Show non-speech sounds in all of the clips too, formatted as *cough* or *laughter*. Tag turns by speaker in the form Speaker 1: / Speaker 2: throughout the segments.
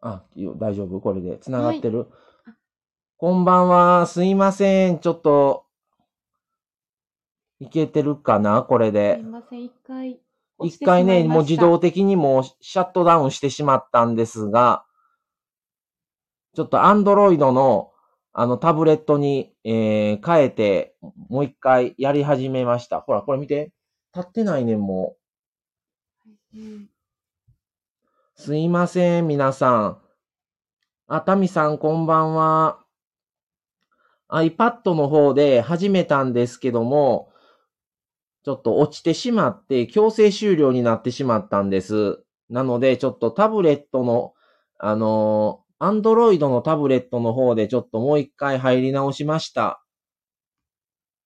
Speaker 1: あ、いいよ大丈夫これで。繋がってる、
Speaker 2: あ
Speaker 1: こんばんは。すいません。ちょっと、いけてるかなこれ
Speaker 2: す
Speaker 1: で
Speaker 2: い。ません、一回。
Speaker 1: 一回ね、もう自動
Speaker 2: で。
Speaker 1: 的にもうシャットダウンしてしまったんですが、ちょっとアンドロイドのあのタブレットに、えー変えて、もう一回やり始めました。ほら、これ見て。立ってないねん、も
Speaker 2: うん
Speaker 1: う。すいません、皆さん。あ、タミさん、こんばんは。iPad の方で始めたんですけども、ちょっと落ちてしまって強制終了になってしまったんです。なので、ちょっとタブレットの、あのー、Android のタブレットの方でちょっともう一回入り直しました。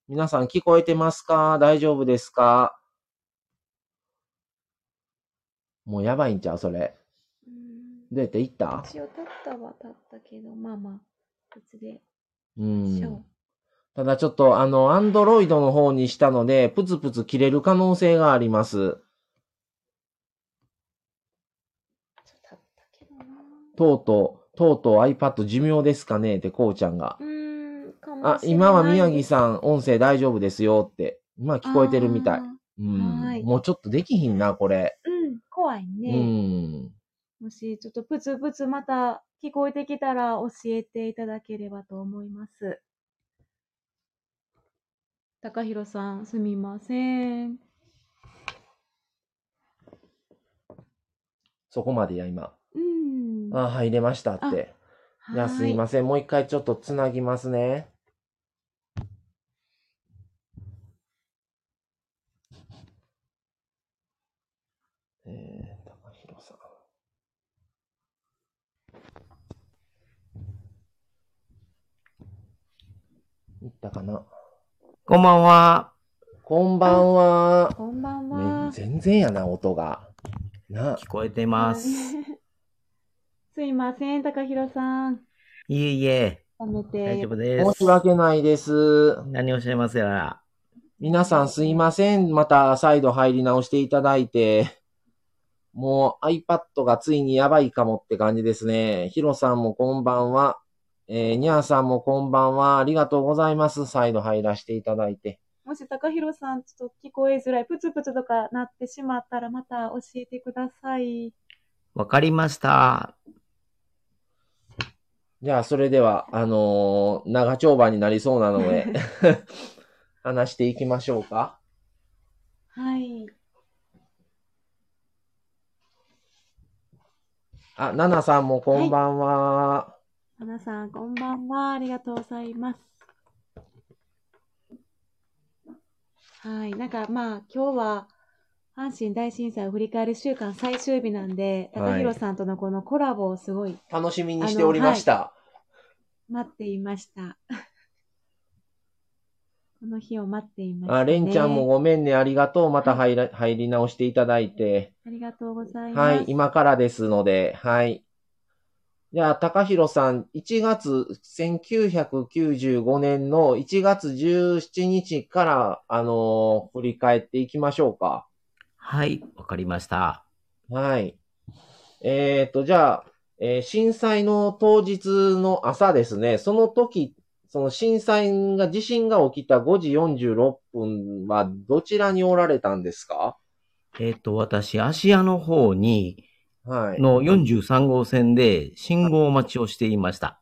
Speaker 1: 皆さん聞こえてますか大丈夫ですかもうやばいんちゃうそれ。
Speaker 2: うん
Speaker 1: どうやって行った
Speaker 2: 一応立ったは立ったけど、まあまあ、別で
Speaker 1: う
Speaker 2: しょ
Speaker 1: ん
Speaker 2: う。。
Speaker 1: ただちょっとあの、アンドロイドの方にしたので、プツプツ切れる可能性があります。
Speaker 2: ちょっと立ったけどな。
Speaker 1: とうとう、とうとう iPad 寿命ですかねって、こうちゃんが
Speaker 2: う。ーん、かもしれない
Speaker 1: あ、今は宮城さん音声大丈夫ですよって。今聞こえてるみたい
Speaker 2: あ。ー
Speaker 1: うん
Speaker 2: はい
Speaker 1: もうちょっとできひんな、これ。
Speaker 2: うん、怖いね。
Speaker 1: うん。
Speaker 2: もし、ちょっとプツプツまた聞こえてきたら教えていただければと思います。高弘さん、すみません。
Speaker 1: そこまでや、今。
Speaker 2: うん。
Speaker 1: あ、入れましたって。じゃあすいま
Speaker 2: せ
Speaker 1: せん。もう一回ちょっとつなぎますね。えー、高弘さん。いったかな
Speaker 3: こんばんは。
Speaker 1: こんばんは。
Speaker 2: こんばん
Speaker 1: め
Speaker 2: は。
Speaker 1: 全然やな、音が。なあ
Speaker 3: 聞こえてます。
Speaker 2: はい。 *laughs* すいません、高弘さん。
Speaker 3: いえいえ、
Speaker 2: 止めて。
Speaker 3: 大丈夫で
Speaker 1: 申
Speaker 3: す
Speaker 1: し。訳ないです。
Speaker 3: 何をおっしゃいますやら。
Speaker 1: 皆さんすいません。また再度入り直していただいて、もう iPad がついにやばいかもって感じですね。ヒロさんもこんばんは。えー、ニャーさんもこんばんは。ありがとうございます。再度入らせていただいて。
Speaker 2: もし高弘さん、ちょっと聞こえづらい、プツプツとかなってしまったら、また教えてください。
Speaker 3: わかりました。
Speaker 1: じゃあ、それでは、あのー長丁場になりそうなので、話していきましょうか。
Speaker 2: はい。
Speaker 1: あ、ナナさんもこんばんは。
Speaker 2: 花さん、こんばんは。ありがとうございます。はい。なんか、まあ、今日は、阪神大震災を振り返る週間最終日なんで、
Speaker 1: はい
Speaker 2: 高弘さんとのこのコラボをすごい
Speaker 1: 楽しみにしておりました。
Speaker 2: 待っていました。 *laughs* この日を待っていました、ね。
Speaker 1: あ、レンちゃんも。ごめんね。ありがとう。また入ら入り直していただいて。
Speaker 2: ありがとうございます。
Speaker 1: はい、今からですので、はい。じゃあ、高弘さん、1月、1995年の1月17日から、あのー振り返っていきましょうか。
Speaker 3: はい、わかりました。
Speaker 1: はい。えっ、と、じゃあ、えー震災の当日の朝ですね、その時、その震災が、地震が起きた5時46分は、どちらにおられたんですか
Speaker 3: えっ、と、私、芦屋の方に、
Speaker 1: はい。
Speaker 3: の43号線で信号待ちをしていました。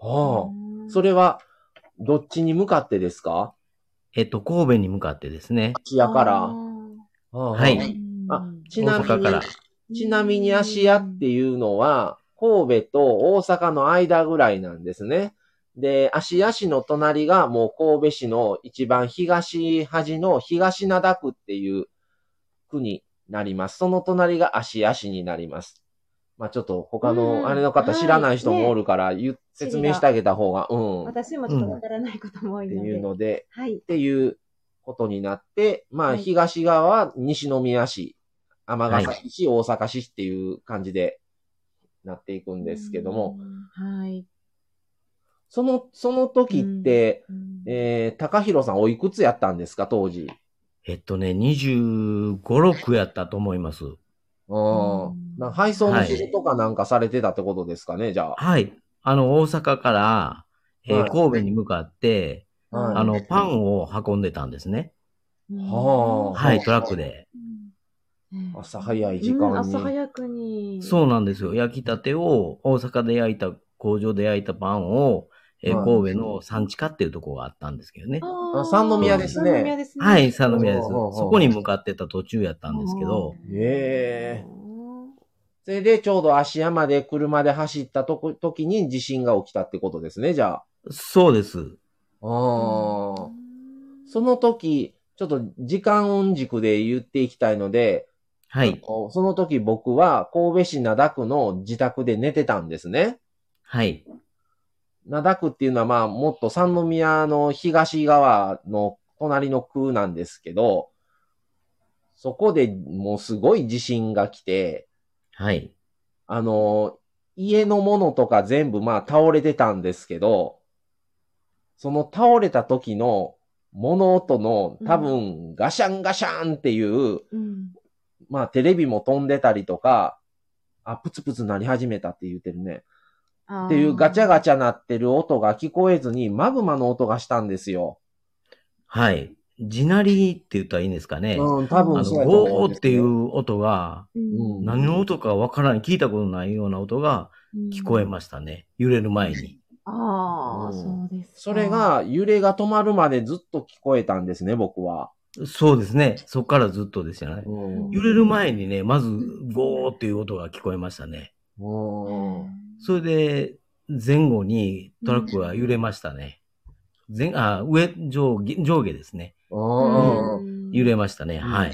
Speaker 1: はあ、
Speaker 2: うん
Speaker 1: それは、どっちに向かってですか
Speaker 3: えっ、と、神戸に向かってですね。
Speaker 1: 芦屋か
Speaker 2: あ
Speaker 1: ら。
Speaker 2: ー
Speaker 1: は
Speaker 3: は
Speaker 1: いう
Speaker 3: い
Speaker 1: ん。あ
Speaker 2: うん
Speaker 1: ちなみ
Speaker 3: 大阪から
Speaker 1: に、ちなみに芦屋っていうのは、神戸と大阪の間ぐらいなんですね。で、芦屋市の隣がもう神戸市の一番東端の東灘区っていう区になります。その隣が芦屋市になります。まあちょっと他
Speaker 2: う
Speaker 1: の
Speaker 2: ん
Speaker 1: あれの方
Speaker 2: はい
Speaker 1: 知らない人もおるから、言う
Speaker 2: 地理が
Speaker 1: 説明してあげた方が、うん。っ
Speaker 2: 私もちょっとわからないことも多い
Speaker 1: て
Speaker 2: ので。
Speaker 1: いうので、
Speaker 2: はい
Speaker 1: っ。ていうことになって、まあ、
Speaker 2: はい
Speaker 1: 東側は西宮市、尼崎市、大阪市っていう感じでなっていくんですけども、
Speaker 2: うん。はい。
Speaker 1: その、その時って、
Speaker 2: うん
Speaker 1: えー、高弘さんおいくつやったんですか、当時。
Speaker 3: えっ、とね、25、6やったと思います。
Speaker 1: うん。な配送の仕事かなんかされてたってことですかね、じゃあ。
Speaker 3: はい。あの、大阪から、えー
Speaker 1: はい
Speaker 3: 神戸に向かって、
Speaker 1: はい
Speaker 3: あの、パンを運んでたんですね。
Speaker 1: はあ
Speaker 3: はい、トラックで。
Speaker 2: うん
Speaker 1: 朝早い時間に。
Speaker 2: うん朝早くに。
Speaker 3: そうなんですよ。焼きたてを、大阪で焼いた、工場で焼いたパンを、えー
Speaker 1: はい
Speaker 3: 神戸の産地化っていうところがあったんですけどね。
Speaker 2: あー
Speaker 1: 三
Speaker 3: 宮
Speaker 1: ですね
Speaker 2: 三宮ですね。
Speaker 3: はい、佐野宮で
Speaker 1: ほ
Speaker 3: す。
Speaker 1: うほうほう
Speaker 3: そこに向かってた途中やったんですけど、
Speaker 1: へえ
Speaker 2: うん
Speaker 1: それでちょうど芦屋まで車で走ったとこ時に地震が起きたってことですね、じゃあ。
Speaker 3: そうです。
Speaker 1: あーその時、ちょっと時間軸で言っていきたいので、
Speaker 3: はい、
Speaker 1: その時僕は神戸市灘区の自宅で寝てたんですね。
Speaker 3: はい、
Speaker 1: 灘区っていうのはまあもっと三宮の東側の隣の区なんですけど、そこでもうすごい地震が来て、
Speaker 3: はい、
Speaker 1: あの、家のものとか全部まあ倒れてたんですけど、その倒れた時の物音の多分ガシャンガシャンっていう、
Speaker 2: うん
Speaker 1: まあテレビも飛んでたりとか、あ、プツプツ鳴り始めたって言ってるね。
Speaker 2: あー
Speaker 1: っていうガチャガチャ鳴ってる音が聞こえずにマグマの音がしたんですよ。
Speaker 3: はい。地鳴りって言ったらいいんですかね。
Speaker 1: うん、多
Speaker 3: あ
Speaker 1: 分
Speaker 3: の、
Speaker 1: そうやと思
Speaker 3: ゴ
Speaker 1: ん
Speaker 3: ー
Speaker 1: で
Speaker 3: っ
Speaker 1: す
Speaker 3: てい
Speaker 1: けど。
Speaker 3: う音が、
Speaker 1: うん
Speaker 3: 何の音かわからない、聞いたことないような音が聞こえ
Speaker 2: す。
Speaker 3: ましたね。揺れる前に。
Speaker 1: う
Speaker 2: ああ、
Speaker 1: ん
Speaker 2: そうですか。
Speaker 1: それが揺れが止まるまでずっと聞こえたんですね、僕は。
Speaker 3: そうですね。そこからずっとですよね。
Speaker 1: うん
Speaker 3: 揺れる前にね、まず、ゴーっていう音が聞こえましたね。
Speaker 1: うん
Speaker 3: それで、前後にトラックが揺れましたね。前、あ、上、上下、上下ですね。
Speaker 1: うん
Speaker 3: 揺れましたね。
Speaker 1: ん
Speaker 3: はい。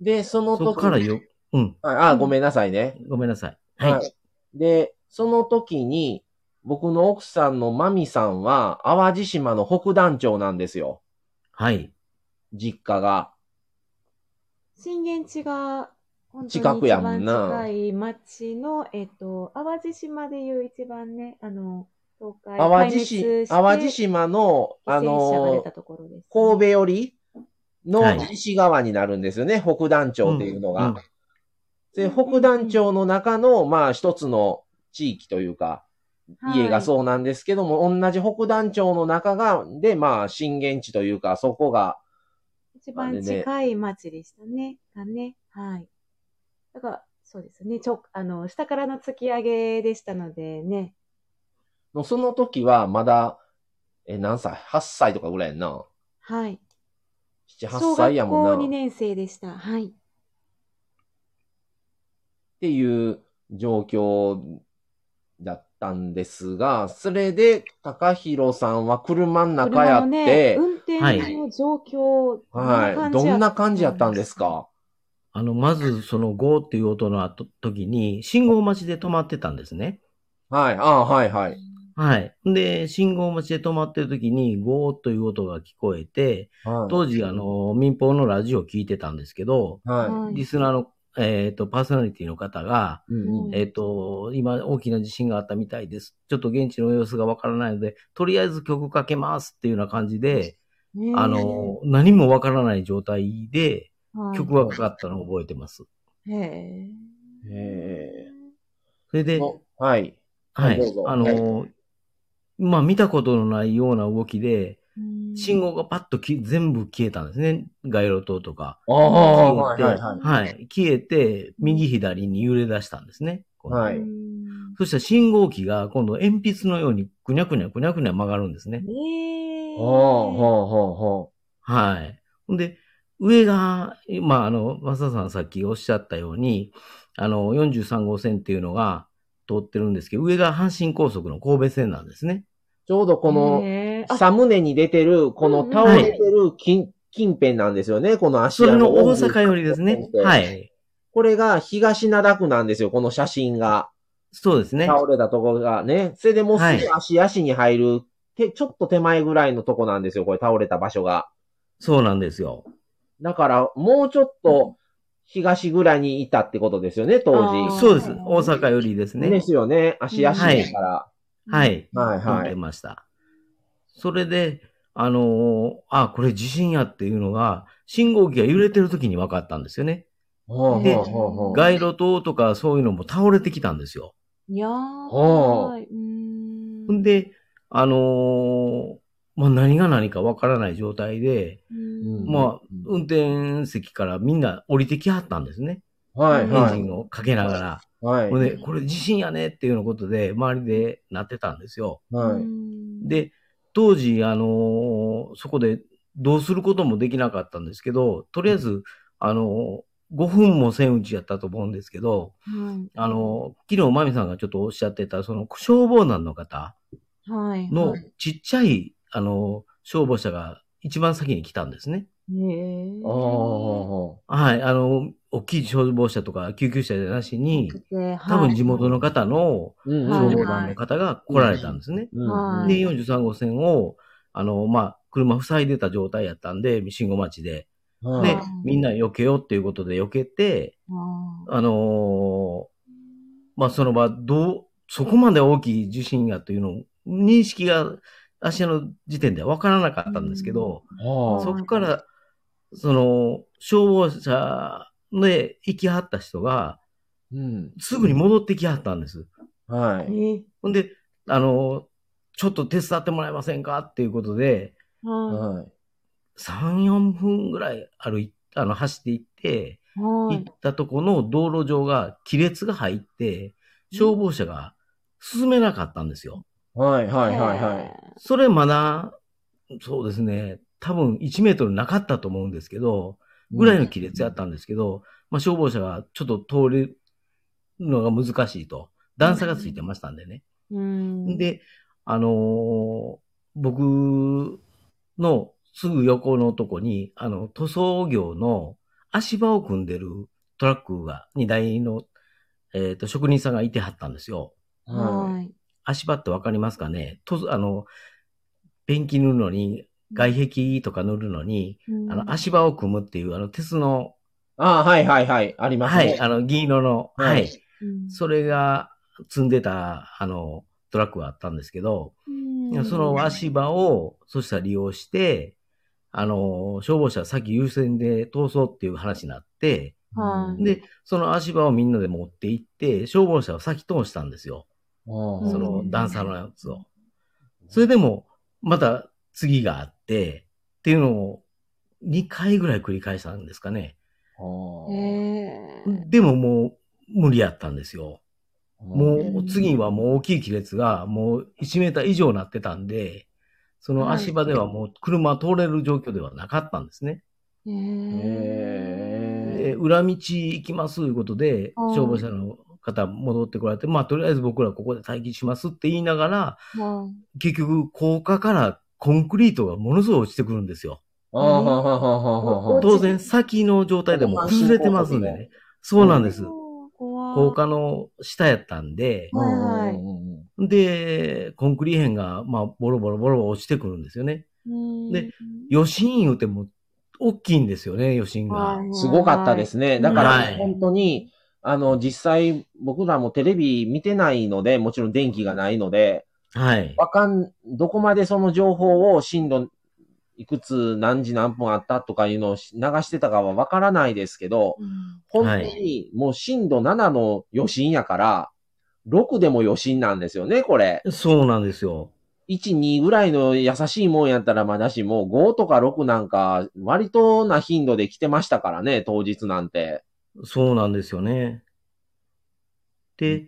Speaker 1: で、その
Speaker 3: そ
Speaker 1: 時
Speaker 3: こからよ、うん。
Speaker 1: ああ、ごめんなさいね。
Speaker 3: ごめんなさい。はい。
Speaker 1: で、その時に、僕の奥さんのマミさんは、淡路島の北団町なんですよ。
Speaker 3: はい。
Speaker 1: 実家が。
Speaker 2: 震源地が、本当に
Speaker 1: 近くやもんな
Speaker 2: 一番近い町の、えっと、淡路島でいう一番ね、あの、東海
Speaker 1: 淡路市、淡路
Speaker 2: の、
Speaker 1: 島の、あ
Speaker 2: 犠牲者が出
Speaker 1: の
Speaker 2: た、ところです。
Speaker 1: 神戸寄りの
Speaker 3: はい
Speaker 1: 西側になるんですよね、北団町っていうのが。
Speaker 3: うん
Speaker 1: で、北団町の中の、まあ一つの地域というか、家が
Speaker 2: う。
Speaker 1: そうなんですけども、同じ北団町の中が、で、まあ震源地というか、そこが、
Speaker 2: 一番近い町でしたね。がね。はい。だから、そうですね。ちょ、あの、下からの突き上げでしたのでね。
Speaker 1: のその時はまだ、え、何歳 ?8 歳とかぐらいやんな。
Speaker 2: はい。
Speaker 1: 7、8
Speaker 2: 小
Speaker 1: 歳
Speaker 2: 学
Speaker 1: やも
Speaker 2: 校2
Speaker 1: んな。っ
Speaker 2: 年生でした。はい。
Speaker 1: ていう状況だったんですが、それで、高弘さんは車の中や
Speaker 2: 車
Speaker 1: っ
Speaker 2: の
Speaker 1: て、
Speaker 2: ね、運転の状況、
Speaker 1: はい。どんな感じやったんですか
Speaker 3: あの、まず、そのゴーっていう音の後時に、信号待ちで止まってたんですね。
Speaker 1: はい。ああ、はい、はい。
Speaker 3: はい。で、信号待ちで止まってる時に、ゴーという音が聞こえて、
Speaker 1: はい
Speaker 3: 当時、あ、の、民放のラジオを聞いてたんですけど、
Speaker 1: は
Speaker 2: はい
Speaker 3: リスナーの、えっ、と、パーソナリティの方が、
Speaker 1: い。うんうん
Speaker 3: えっ、と、今、大きな地震があったみたいです。ちょっと現地の様子がわからないので、とりあえず曲かけますっていうような感じで、
Speaker 2: ね
Speaker 3: あの、何もわからない状態で、
Speaker 2: はい
Speaker 3: 曲がかかったのを覚えてます。
Speaker 2: へえ。
Speaker 1: へ
Speaker 3: それで、
Speaker 1: のはい。
Speaker 3: はい
Speaker 1: どうぞ。
Speaker 3: あの、まあ、見たことのないような動き
Speaker 2: う
Speaker 3: で、
Speaker 2: ん
Speaker 3: 信号がパッとき全部消えたんですね。街路灯とか。
Speaker 1: あ
Speaker 3: 消
Speaker 1: あ、は
Speaker 3: えて
Speaker 1: い、はい、はい。
Speaker 3: はい消えて、右左に揺れ出したんですね。
Speaker 1: はいうい
Speaker 2: ん
Speaker 3: そしたら信号機が今度鉛筆のようにくにゃくにゃくにゃくにゃ曲がるんですね。
Speaker 2: ねえ。
Speaker 1: ほうほうほうほ
Speaker 3: はい。ほんで、上が、まあ、あの、マサさんさっきおっしゃったように、あの、43号線っていうのが通ってるんですけど、上が阪神高速の神戸線なんですね。
Speaker 1: う。ちょうどこの、
Speaker 2: ねえあ
Speaker 1: サムネに出てる、この倒れてる近近辺なんですよね、この足
Speaker 3: それの大阪よりですね。はい。
Speaker 1: これが東灘区なんですよ、この写真が。
Speaker 3: そうですね。
Speaker 1: 倒れたところがね。それでもうす
Speaker 3: はい
Speaker 1: ぐ足足に入る、てちょっと手前ぐらいのとこなんですよ、これ倒れた場所が。
Speaker 3: そうなんですよ。
Speaker 1: だから、もうちょっと東ぐらいにいたってことですよね、当
Speaker 2: あー
Speaker 1: 時。
Speaker 3: そうです。大阪よりです
Speaker 1: で
Speaker 3: ね。
Speaker 1: すよね、足足だから。
Speaker 3: はい。
Speaker 1: はいはい
Speaker 3: 通ってました。それで、あのーあ、これ地震やっていうのが、信号機が揺れてる時に分かったんですよね。
Speaker 1: ほう
Speaker 2: で
Speaker 1: ほうほうほう。
Speaker 3: 街路灯とかそういうのも倒れてきたんですよ。
Speaker 2: や
Speaker 1: ほう
Speaker 2: ばい。うーん。
Speaker 3: んで、あのーまあ、何が何かわからない状態で、
Speaker 2: う
Speaker 1: うん
Speaker 2: ん、
Speaker 3: まあ、運転席からみんな降りてきはったんですね。
Speaker 1: はい
Speaker 3: エ
Speaker 1: は
Speaker 3: ンジ
Speaker 1: い。
Speaker 3: ンをかけながら。
Speaker 1: はい。
Speaker 3: ほんで、これ地震やねっていうようなことで、周りでなってたんですよ。
Speaker 1: は
Speaker 2: う
Speaker 1: い。
Speaker 2: ん、
Speaker 3: で、当時、あのーそこでどうすることもできなかったんですけど、とりあえず、あのー5分もせんうちやったと思うんですけど、
Speaker 2: はい、
Speaker 3: あのー昨日、まみさんがちょっとおっしゃってた、その消防団の方
Speaker 2: はい、
Speaker 3: の
Speaker 2: はい
Speaker 3: ちっちゃい、あのー消防車が一番先に来たんですね。
Speaker 2: へえ
Speaker 1: ああ。
Speaker 3: はい、あのー大きい消防車とか救急車じゃなしに、
Speaker 2: で
Speaker 3: 多分地元
Speaker 2: の、
Speaker 3: の方の
Speaker 1: うん
Speaker 2: はい
Speaker 3: 消防団の方が来られたんですね。
Speaker 1: うん
Speaker 3: で、43号線を、あの、まあ、車塞いでた状態やったんで、信号待ちで。
Speaker 1: は
Speaker 3: で
Speaker 1: い
Speaker 2: ね。、
Speaker 3: みんな避けようっていうことで避けて、
Speaker 2: はい
Speaker 3: あのーまあ、その場、どう、そこまで大きい地震やというのを、認識が、足の時点では分からなかったんですけど、
Speaker 1: はあ
Speaker 2: ん
Speaker 3: そこから、その、消防車で行きはった人が、
Speaker 1: うん。
Speaker 3: すぐに戻ってきはったんです。
Speaker 1: は
Speaker 2: え
Speaker 1: い。
Speaker 2: ー
Speaker 3: ほんで、あの、ちょっと手伝ってもらえませんかっていうことで、
Speaker 2: は
Speaker 1: はい。
Speaker 3: 3、4分ぐらい歩い、あの、走って行って、
Speaker 2: いは
Speaker 3: 行
Speaker 2: い
Speaker 3: ったとこの道路上が亀裂が入って、消防車が進めなかったんですよ。
Speaker 1: はいはいはいはい。
Speaker 3: それまだ、そうですね、多分1メートルなかったと思うんですけど、ぐらいの亀裂やったんですけど、まあ消防車がちょっと通るのが難しいと。段差がついてましたんでね。
Speaker 2: うん、
Speaker 3: で、あのー僕のすぐ横のとこに、あの、塗装業の足場を組んでるトラックが、荷台の、えっ、と、職人さんがいてはったんですよ。
Speaker 1: は
Speaker 2: はい、
Speaker 3: 足場ってわかりますかねと、あの、ペンキ塗るのに、外壁とか塗るのに、あの、足場を組むっていう、あの、鉄の、
Speaker 1: ああ、はいはいはい。あります
Speaker 3: は
Speaker 1: ね。
Speaker 3: い、あの、銀色の、
Speaker 1: はい
Speaker 3: はい、
Speaker 2: うん、
Speaker 3: それが積んでた、あの、トラックがあったんですけど、いやその足場を、そしたら利用して、あの、消防車は先優先で通そうっていう話になって、
Speaker 2: はい
Speaker 3: で、その足場をみんなで持って行って、消防車を先通したんですよ。
Speaker 1: うん、
Speaker 3: そ
Speaker 2: うん
Speaker 3: の段差のやつを。それでも、また次があって、っていうのを2回ぐらい繰り返したんですかね。
Speaker 2: へ
Speaker 1: は
Speaker 2: え
Speaker 3: でももう無理やったんですよ。
Speaker 1: あ
Speaker 3: もう次はもう大きい亀裂がもう1メーター以上なってたんで、その足場ではもう車は通れる状況ではなかったんですね。
Speaker 2: へえ
Speaker 3: で、裏道行きますということで、
Speaker 2: うん
Speaker 3: 消防車の方戻ってこられて、まあとりあえず僕らここで待機しますって言いながら、
Speaker 2: はい
Speaker 3: 結局高架からコンクリートがものすごい落ちてくるんですよ。
Speaker 1: ああ、はあはあはあはあ。
Speaker 3: 当然先の状態でもう崩れてますんでね。そうなんです。
Speaker 2: 怖
Speaker 3: 高
Speaker 2: い
Speaker 3: 架の下やったんで、
Speaker 2: はいはい
Speaker 1: うんうんうん
Speaker 3: で、コンクリ片が、まあ、ボロボロボロボロ落ちてくるんですよね。
Speaker 2: うん
Speaker 3: で余震言うても、大きいんですよね、余震が。
Speaker 2: はい
Speaker 1: すごかったですね。だか
Speaker 3: は
Speaker 1: ら
Speaker 3: い
Speaker 1: 本当に、あの、実際僕らもテレビ見てないので、もちろん電気がないので、
Speaker 3: はい。
Speaker 1: わかん、どこまでその情報を震度いくつ何時何分あったとかいうのを流してたかはわからないですけど、
Speaker 2: うん
Speaker 1: 本当にもう震度7の余震やから、6でも余震なんですよね、これ。
Speaker 3: そうなんですよ。
Speaker 1: 1、2ぐらいの優しいもんやったらまだしも、5とか6なんか割とな頻度で来てましたからね、当日なんて。
Speaker 3: そうなんですよね。で、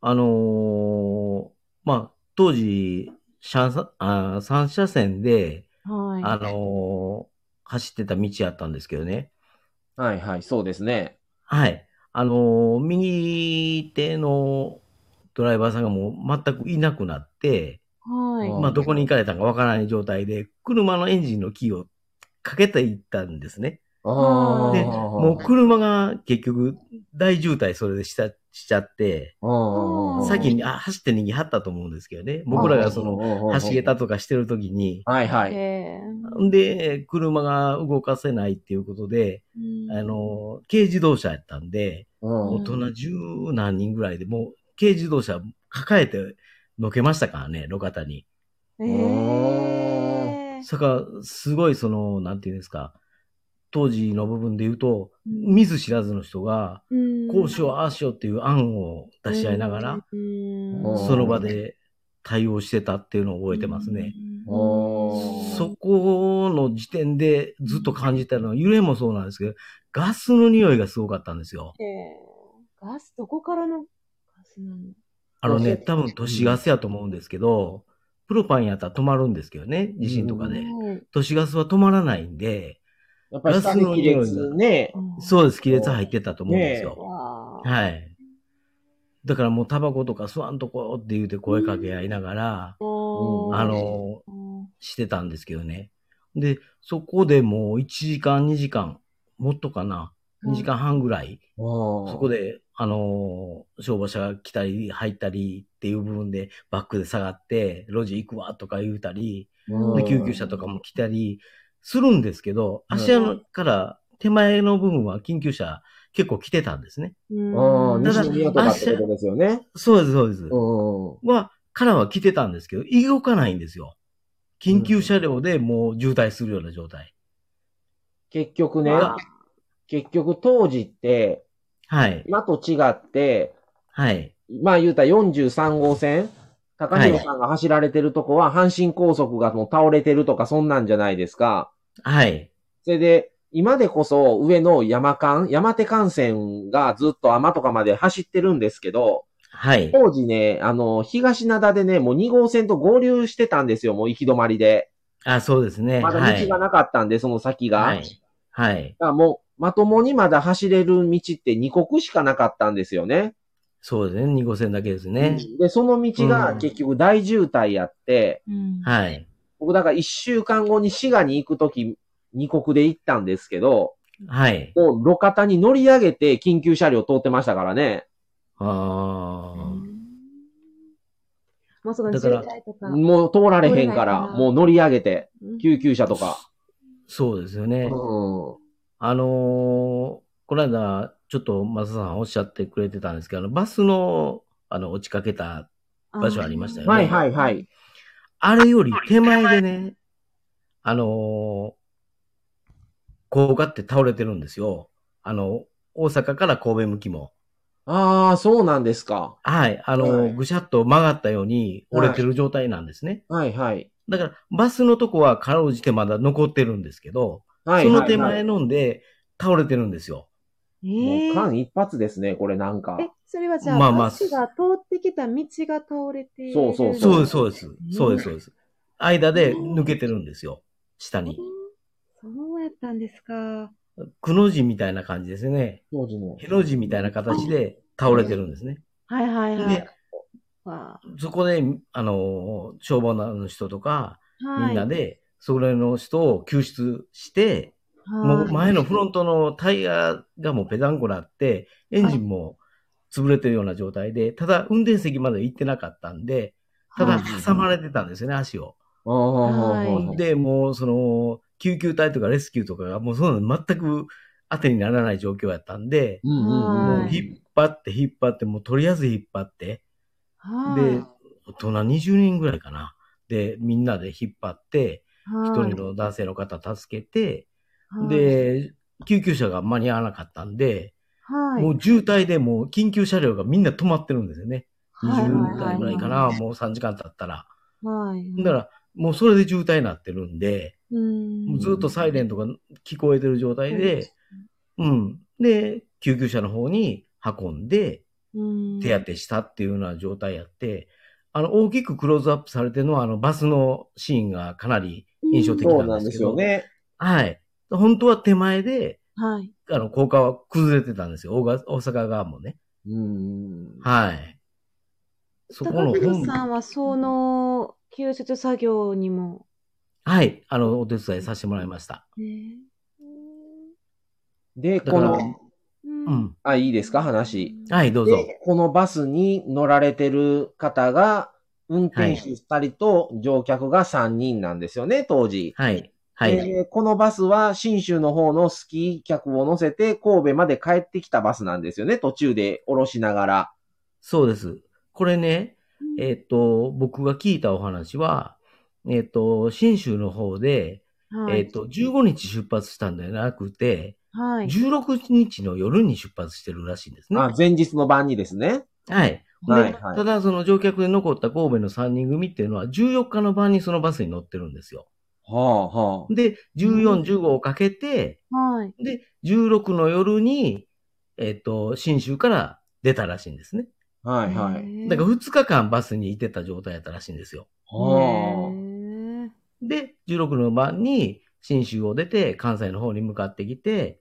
Speaker 3: あのーまあ、当時、車三あー三車線で、
Speaker 2: はい
Speaker 3: あのー走ってた道やったんですけどね。
Speaker 1: はいはい、そうですね。
Speaker 3: はい。あのー右手のドライバーさんがもう全くいなくなって、
Speaker 2: はい
Speaker 1: うん
Speaker 3: まあ、どこに行かれたかわからない状態で、車のエンジンのキーをかけていったんですね。
Speaker 2: あー
Speaker 3: で、
Speaker 2: あー
Speaker 3: もう車が結局大渋滞それでしたしちゃって、
Speaker 1: うん、
Speaker 2: さっ
Speaker 3: 先にあ走って逃げ張ったと思うんですけどね。僕らがその、
Speaker 1: の
Speaker 3: 橋桁とかしてる時に、
Speaker 1: はいはい。
Speaker 2: へ
Speaker 3: んで、車が動かせないっていうことで、
Speaker 2: ー
Speaker 3: あの、軽自動車やったんで、
Speaker 1: うん
Speaker 3: 大人十何人ぐらいでもう軽自動車抱えてのけましたからね、路肩に。
Speaker 2: へえ
Speaker 3: それから、すごいその、なんていうんですか、当時の部分で言うと、見ず知らずの人が、
Speaker 2: うん
Speaker 3: こうしよう、ああしようっていう案を出し合いながら、
Speaker 2: うん
Speaker 1: うん
Speaker 3: その場で対応してたっていうのを覚えてますね。。
Speaker 2: うん
Speaker 1: おー
Speaker 3: そこの時点でずっと感じたのは、揺れもそうなんですけど、ガスの匂いがすごかったんですよ。
Speaker 2: えーガス、どこからのガスなの
Speaker 3: あの
Speaker 1: そう
Speaker 3: ね、
Speaker 1: ですね
Speaker 3: 多分都市ガスやと思うんですけど、プロパンやったら止まるんですけどね、地震とかで。
Speaker 2: はい
Speaker 3: 都市ガスは止まらないんで、
Speaker 1: やっぱり下に亀裂ね。
Speaker 3: そうです、亀裂入ってたと思うんです
Speaker 2: う
Speaker 3: よ。
Speaker 2: わー
Speaker 3: はい。だからもうタバコとか吸わんとこって言うて声かけ合いながら、
Speaker 1: うん
Speaker 3: あの、
Speaker 2: うん
Speaker 3: してたんですけどね。で、そこでもう1時間、2時間、もっとかな、2時間半ぐらい、そ
Speaker 1: そ
Speaker 3: こ
Speaker 1: で。
Speaker 3: で、あのー消防車が来たり、入ったりっていう部分で、バックで下がって、路地行くわとか言うたり、
Speaker 1: うん
Speaker 3: で救急車とかも来たりするんですけど、
Speaker 1: うん
Speaker 3: 芦屋から手前の部分は緊急車結構来てたんですね。
Speaker 1: う、
Speaker 2: うんん
Speaker 3: ただ
Speaker 1: 西宮とかってことですよね。
Speaker 3: そうです、そうです。
Speaker 1: うん。
Speaker 3: は、からは来てたんですけど、動かないんですよ。緊急車両でもう渋滞するような状態。
Speaker 1: 結局ね、
Speaker 2: あ
Speaker 1: 結局当時って、
Speaker 3: はい。
Speaker 1: 今と違って、
Speaker 3: はい。
Speaker 1: まあ言うたら43号線、高弘さんが走られてるとこは阪神高速がもう倒れてるとかそんなんじゃないですか。
Speaker 3: はい。
Speaker 1: それで、今でこそ上の山間、山手幹線がずっと天とかまで走ってるんですけど、
Speaker 3: はい。
Speaker 1: 当時ね、あの、東灘でね、もう2号線と合流してたんですよ、もう行き止まりで。
Speaker 3: あ、そうですね。
Speaker 1: まだ
Speaker 3: はい
Speaker 1: 道がなかったんで、その先が。
Speaker 3: はい。はい。
Speaker 1: だからもう、まともにまだ走れる道って2国しかなかったんですよね。
Speaker 3: そうですね。二号線だけですね。
Speaker 1: で、その道が結局大渋滞やって、
Speaker 2: うん
Speaker 3: はい。
Speaker 1: 僕だから1週間後に滋賀に行くとき、二国で行ったんですけど、
Speaker 3: はい。
Speaker 1: もう路肩に乗り上げて緊急車両通ってましたからね。
Speaker 3: ああ。
Speaker 2: もうその
Speaker 3: だ
Speaker 2: 渋
Speaker 3: から
Speaker 2: 滞とか。
Speaker 1: もう通られへんから、
Speaker 2: 通れないから
Speaker 1: もう乗り上げて、
Speaker 2: うん
Speaker 1: 救急車とか。
Speaker 3: そうですよね。
Speaker 1: うん。
Speaker 3: あのーこの間、ちょっと、マサさんおっしゃってくれてたんですけど、あのバスの、あの、落ちかけた、場所ありましたよね
Speaker 1: はいはいはい。
Speaker 3: あれより手前でね、あのー高架って倒れてるんですよ。あの、大阪から神戸向きも。
Speaker 1: ああ、そうなんですか。
Speaker 3: はい。あのー
Speaker 1: はい
Speaker 3: ぐしゃっと曲がったように折れてる状態なんですね。
Speaker 1: はいはい。
Speaker 3: だから、バスのとこはかろうじてまだ残ってるんですけど、
Speaker 1: はいはい、
Speaker 3: その手前のんで倒れてるんですよ。
Speaker 2: え
Speaker 1: もう
Speaker 2: ー
Speaker 1: 間一髪ですね、これなんか。
Speaker 2: え、それはじゃあ、
Speaker 3: まあまあ
Speaker 2: バスが通ってきた道が倒れている。
Speaker 1: そうそう
Speaker 3: そうです、そう
Speaker 2: う。
Speaker 3: です。そうです、そうです。間で抜けてるんですよ。下に。
Speaker 2: そうやったんですか。
Speaker 3: くの字みたいな感じですね。
Speaker 1: 当時の。
Speaker 3: への字みたいな形で倒れてるんですね。
Speaker 2: はいはいは
Speaker 3: で
Speaker 2: い。わ
Speaker 3: そこで、あの、消防の人とか、
Speaker 2: あはい、
Speaker 3: みんなで、それの人を救出して、
Speaker 2: はい、
Speaker 3: もう前のフロントのタイヤがもうペダンコなって、エンジンも潰れてるような状態で、ただ運転席まで行ってなかったんで、ただ挟まれてたんですよね、足を。
Speaker 1: ああ
Speaker 2: はい
Speaker 1: で、
Speaker 3: で、もうその、救急隊とかレスキューとかがもうそんなの全く当てにならない状況やったんで、
Speaker 1: うんうんうん
Speaker 3: もう引っ張って引っ張って、もうとりあえず引っ張って、
Speaker 2: はい、
Speaker 3: で、大人20人ぐらいかな。で、みんなで引っ張って、一
Speaker 2: はい
Speaker 3: 人、の男性の方助けて、
Speaker 2: はい、
Speaker 3: で、救急車が間に合わなかったんで、
Speaker 2: はい、
Speaker 3: もう渋滞でもう緊急車両がみんな止まってるんですよね。
Speaker 2: はい
Speaker 3: 20台ぐらいか
Speaker 2: は
Speaker 3: な、もう3時間経ったら。
Speaker 2: はい。
Speaker 3: だから、もうそれで渋滞になってるんで、
Speaker 2: うん、
Speaker 3: ずっとサイレンとか聞こえてる状態で、うん。で、救急車の方に運んで、
Speaker 2: うん、
Speaker 3: 手当てしたっていうような状態やって、あの、大きくクローズアップされてるのは、あの、バスのシーンがかなり印象的
Speaker 1: そう
Speaker 3: な
Speaker 1: なん
Speaker 3: ん
Speaker 1: で
Speaker 3: です
Speaker 1: す
Speaker 3: けど、
Speaker 1: よね。
Speaker 3: はい。本当は手前で、
Speaker 2: はい。
Speaker 3: あの、高架は崩れてたんですよ。大が大阪側もね。
Speaker 1: うん。
Speaker 3: はい。そこの
Speaker 2: 高
Speaker 3: 本
Speaker 2: 橋さんはその救出作業にも、
Speaker 3: はい。あの、お手伝いさせてもらいました。
Speaker 2: ね
Speaker 1: で、
Speaker 3: だ
Speaker 1: こ
Speaker 3: から、
Speaker 1: の、
Speaker 2: う
Speaker 3: う。ん。
Speaker 1: あ、いいですか、話。
Speaker 3: はい、どうぞ。
Speaker 1: で、このバスに乗られてる方が、運転手2人と乗客が3人なんですよね、当時。
Speaker 3: はい。はい。
Speaker 1: でこのバスは、信州の方のスキー客を乗せて、神戸まで帰ってきたバスなんですよね、途中で降ろしながら。
Speaker 3: そうです。これね、えっ、と、僕が聞いたお話は、えっ、と、信州の方で、
Speaker 2: はい。
Speaker 3: えっと、15日出発したんじゃなくて、
Speaker 2: はい。
Speaker 3: 16日の夜に出発してるらしいんですね。
Speaker 1: あ、前日の晩にですね。
Speaker 3: はい。
Speaker 1: は
Speaker 3: で
Speaker 1: い、はい
Speaker 3: ただその乗客で残った神戸の3人組っていうのは14日の晩にそのバスに乗ってるんですよ。
Speaker 1: はあ、は
Speaker 3: で、
Speaker 2: うん
Speaker 3: 14、15をかけて、
Speaker 2: はい。
Speaker 3: で、16の夜に、えっと、新州から出たらしいんですね。
Speaker 1: あ。はい、はい。
Speaker 2: い
Speaker 3: だから2日間バスにいてた状態やったらしいんですよ。
Speaker 1: は
Speaker 3: で、16の晩に新州を出て関西の方に向かってきて、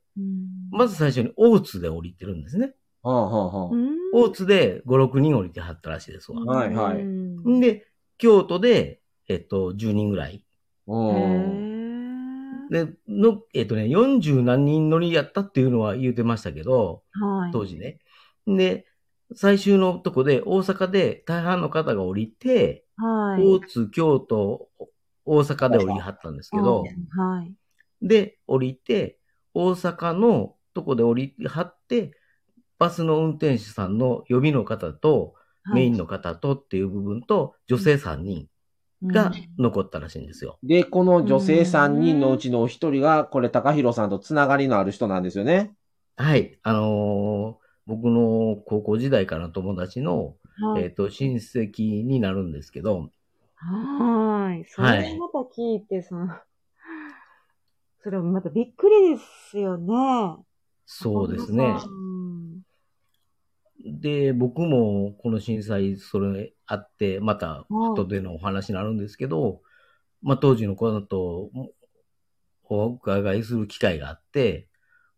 Speaker 3: まず最初に大津で降りてるんですね。
Speaker 1: あ。はあ、は
Speaker 3: 大津で5、6人降りてはったらしいですわ。
Speaker 1: はいはい
Speaker 2: い。
Speaker 3: んで、京都で、えっと、10人ぐらい。
Speaker 1: あ。うん。
Speaker 3: で、の、えっとね、40何人乗りやったっていうのは言うてましたけど、
Speaker 2: はい。
Speaker 3: 当時ね。で、最終のとこで、大阪で大半の方が降りて、
Speaker 2: はい。
Speaker 3: 大津、京都、大阪で降りはったんですけど、
Speaker 2: はい。
Speaker 3: で、降りて、大阪のとこで降りはって、バスの運転手さんの予備の方と、メインの方とっていう部分と、女性3人が残ったらしいんですよ。
Speaker 1: で、この女性3人のうちのお一人が、これ、高弘さんとつながりのある人なんですよね。
Speaker 3: はい。あのー僕の高校時代からの友達の、
Speaker 2: はい
Speaker 3: えっ、と、親戚になるんですけど、
Speaker 2: はーい。それをまた聞いて、その、 *laughs* それもまたびっくりですよね。
Speaker 3: そうですね。
Speaker 2: うん
Speaker 3: で、僕もこの震災、それあって、また後でのお話になるんですけど、まあ当時の子とお伺いする機会があって、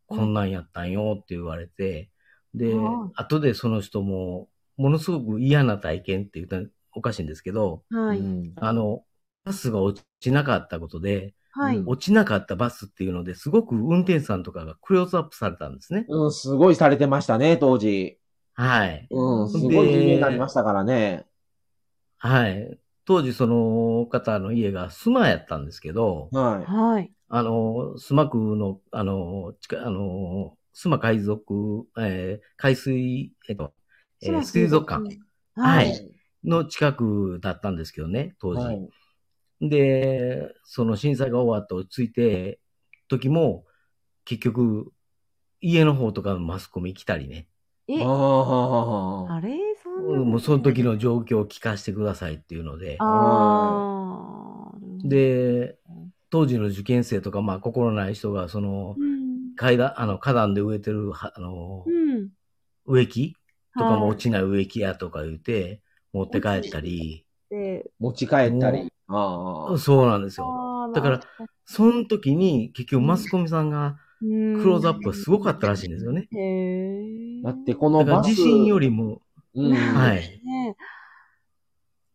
Speaker 2: うん
Speaker 3: こんなんやったんよって言われて、で
Speaker 2: うん、
Speaker 3: 後でその人も、ものすごく嫌な体験って言ったらおかしいんですけど、
Speaker 2: は
Speaker 1: う
Speaker 2: い。
Speaker 1: ん
Speaker 3: あの、バスが落ちなかったことで、
Speaker 2: はい。
Speaker 1: うん
Speaker 3: 落ちなかったバスっていうのですごく運転手さんとかがクローズアップされたんですね。
Speaker 1: うん、すごいされてましたね、当時。
Speaker 3: はい。
Speaker 1: うん、すごい有名になりましたからね。
Speaker 3: はい。当時その方の家がスマやったんですけど、
Speaker 1: は
Speaker 2: はい。
Speaker 3: あの、スマ区の、あの、近あの、スマ海賊、えー海水、えっと、えー水族館。
Speaker 1: い。
Speaker 3: は
Speaker 2: はいい。
Speaker 3: の近くだったんですけどね、当時。
Speaker 1: はい。
Speaker 3: で、その震災が終わって落ち着いて、時も、結局、家の方とかのマスコミ来たりね、
Speaker 2: え
Speaker 1: あ、あ。
Speaker 2: あれそんな。
Speaker 3: もうその時の状況を聞かせてくださいっていうので、
Speaker 2: あー、
Speaker 3: で、当時の受験生とか、まあ、心ない人が、その
Speaker 2: う、ん。
Speaker 3: 階段、あの、花壇で植えてる、はあの、
Speaker 2: うん。
Speaker 3: 植木とかも
Speaker 2: はい
Speaker 3: 落ちない植木やとか言って、持って帰ったり、
Speaker 2: で
Speaker 1: 持ち帰ったり。ああ。
Speaker 3: そうなんですよ。
Speaker 2: あー
Speaker 3: だから、その時に、結局マスコミさんが、ク
Speaker 2: ク
Speaker 3: ローズアップがすごかったらしいんですよね。
Speaker 2: へえ。
Speaker 1: だってこ
Speaker 3: だ
Speaker 1: の
Speaker 3: から
Speaker 1: バス。
Speaker 3: 地震よりも、
Speaker 1: うん
Speaker 3: は。い。
Speaker 2: ね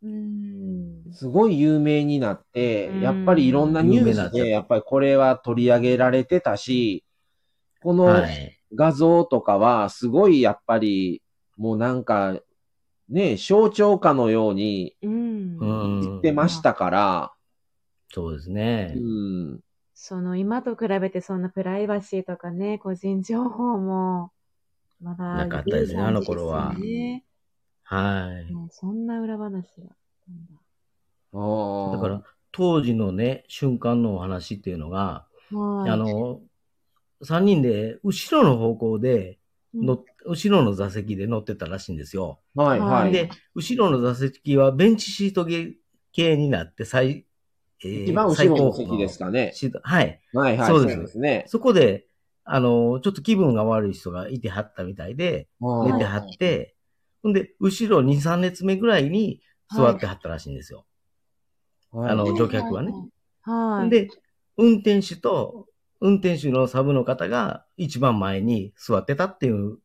Speaker 2: うん。
Speaker 1: すごい有名になって
Speaker 2: う、ん
Speaker 1: やっぱりいろんなニュース
Speaker 3: 有名になっちゃっ
Speaker 1: で、
Speaker 3: た
Speaker 1: やっぱりこれは取り上げられてたし、この
Speaker 3: はい。
Speaker 1: 画像とかは、すごいやっぱり、もうなんか、ね、象徴かのように
Speaker 2: うん。
Speaker 3: うん
Speaker 1: 言ってましたから、
Speaker 3: そうです
Speaker 1: う
Speaker 3: ね。
Speaker 1: ん。
Speaker 2: その今と比べてそんなプライバシーとかね、個人情報も、まだ
Speaker 3: なかったですねあの頃は
Speaker 2: ですね
Speaker 3: はい。
Speaker 2: もうそんな裏話が。
Speaker 1: ああ。
Speaker 3: だから、、当時のね、瞬間のお話っていうのが、
Speaker 2: はい。
Speaker 3: あの、3人で、後ろの方向で、
Speaker 2: うん、
Speaker 3: の、後ろの座席で乗ってたらしいんですよ。
Speaker 1: はいは。
Speaker 2: はい
Speaker 3: で、後ろの座席はベンチシート系系になって、最、えー
Speaker 1: 一番後ろの席ですかね
Speaker 3: 最。高峰のシートはい。
Speaker 1: はいはい。
Speaker 3: そうです
Speaker 1: ね。
Speaker 3: そこで、あの、ちょっと気分が悪い人がいてはったみたいで、
Speaker 1: は
Speaker 3: 寝
Speaker 1: い
Speaker 3: てはって、ほんで、後ろ2、3列目ぐらいに座ってはったらしいんですよ。
Speaker 1: はい
Speaker 3: あの乗客はね。
Speaker 2: はい。
Speaker 3: で、運転手と、運転手のサブの方が一番前に座ってたっていう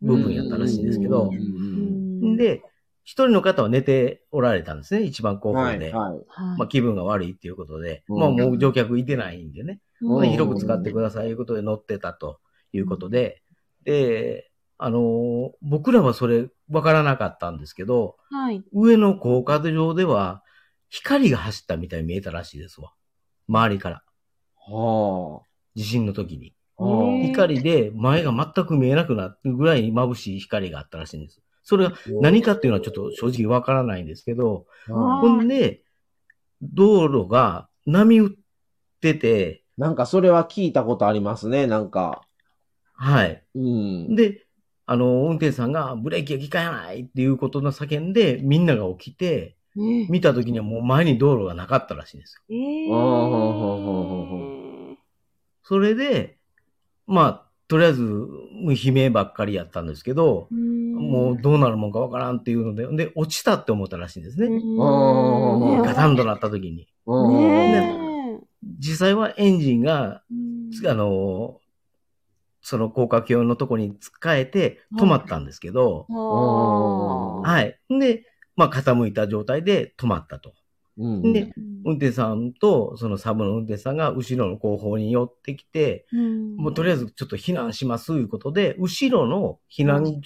Speaker 3: 部分やったらしいんですけど
Speaker 1: うん、
Speaker 2: う
Speaker 1: うん
Speaker 2: ん、
Speaker 3: で、一人の方は寝ておられたんですね、一番後
Speaker 1: は
Speaker 3: 方
Speaker 1: い
Speaker 3: で。
Speaker 1: はい。
Speaker 2: はい、
Speaker 3: まあ、気分が悪いっていうことで、
Speaker 1: うん
Speaker 3: まあもう乗客いてないんでね、
Speaker 1: うん
Speaker 3: 広く使ってくださいということで乗ってたということで、で、あのー僕らはそれ分からなかったんですけど、
Speaker 2: はい。
Speaker 3: 上の高架上では光が走ったみたいに見えたらしいですわ。周りから。
Speaker 1: は
Speaker 3: 地震の時に。
Speaker 1: あ。は
Speaker 2: へえ
Speaker 1: あ
Speaker 3: 光で前が全く見えなくなってぐらい眩しい光があったらしいんです。それが何かっていうのはちょっと正直わからないんですけど、
Speaker 1: は
Speaker 3: ほんで、道路が波打ってて、
Speaker 1: なんかそれは聞いたことありますね、なんか。
Speaker 3: はい。
Speaker 1: うん。
Speaker 3: で、あの、運転手さんがブレーキが効かないっていうことの叫んで、みんなが起きて、
Speaker 2: ね
Speaker 3: 見た時にはもう前に道路がなかったらしいんですよ。
Speaker 2: えー
Speaker 1: あーほうほうほうほうほ
Speaker 3: それで、まあ、とりあえず、もう悲鳴ばっかりやったんですけど、も
Speaker 2: も
Speaker 3: うどうなるもんかわからんっていうので、で、落ちたって思ったらしいんですね。
Speaker 1: うん
Speaker 3: ガタンとなった時に。
Speaker 1: うん
Speaker 2: ね
Speaker 3: 実際はエンジンが、
Speaker 2: え
Speaker 3: あの、その高架橋のとこに使えて止まったんですけど、
Speaker 1: の
Speaker 2: あー
Speaker 3: はい。で、まあ、傾いた状態で止まったと。
Speaker 1: うん。
Speaker 3: で運転手さんと、そのサブの運転手さんが後ろの後方に寄ってきて、
Speaker 2: うん
Speaker 3: もうとりあえずちょっと避難しますということで、後ろの避難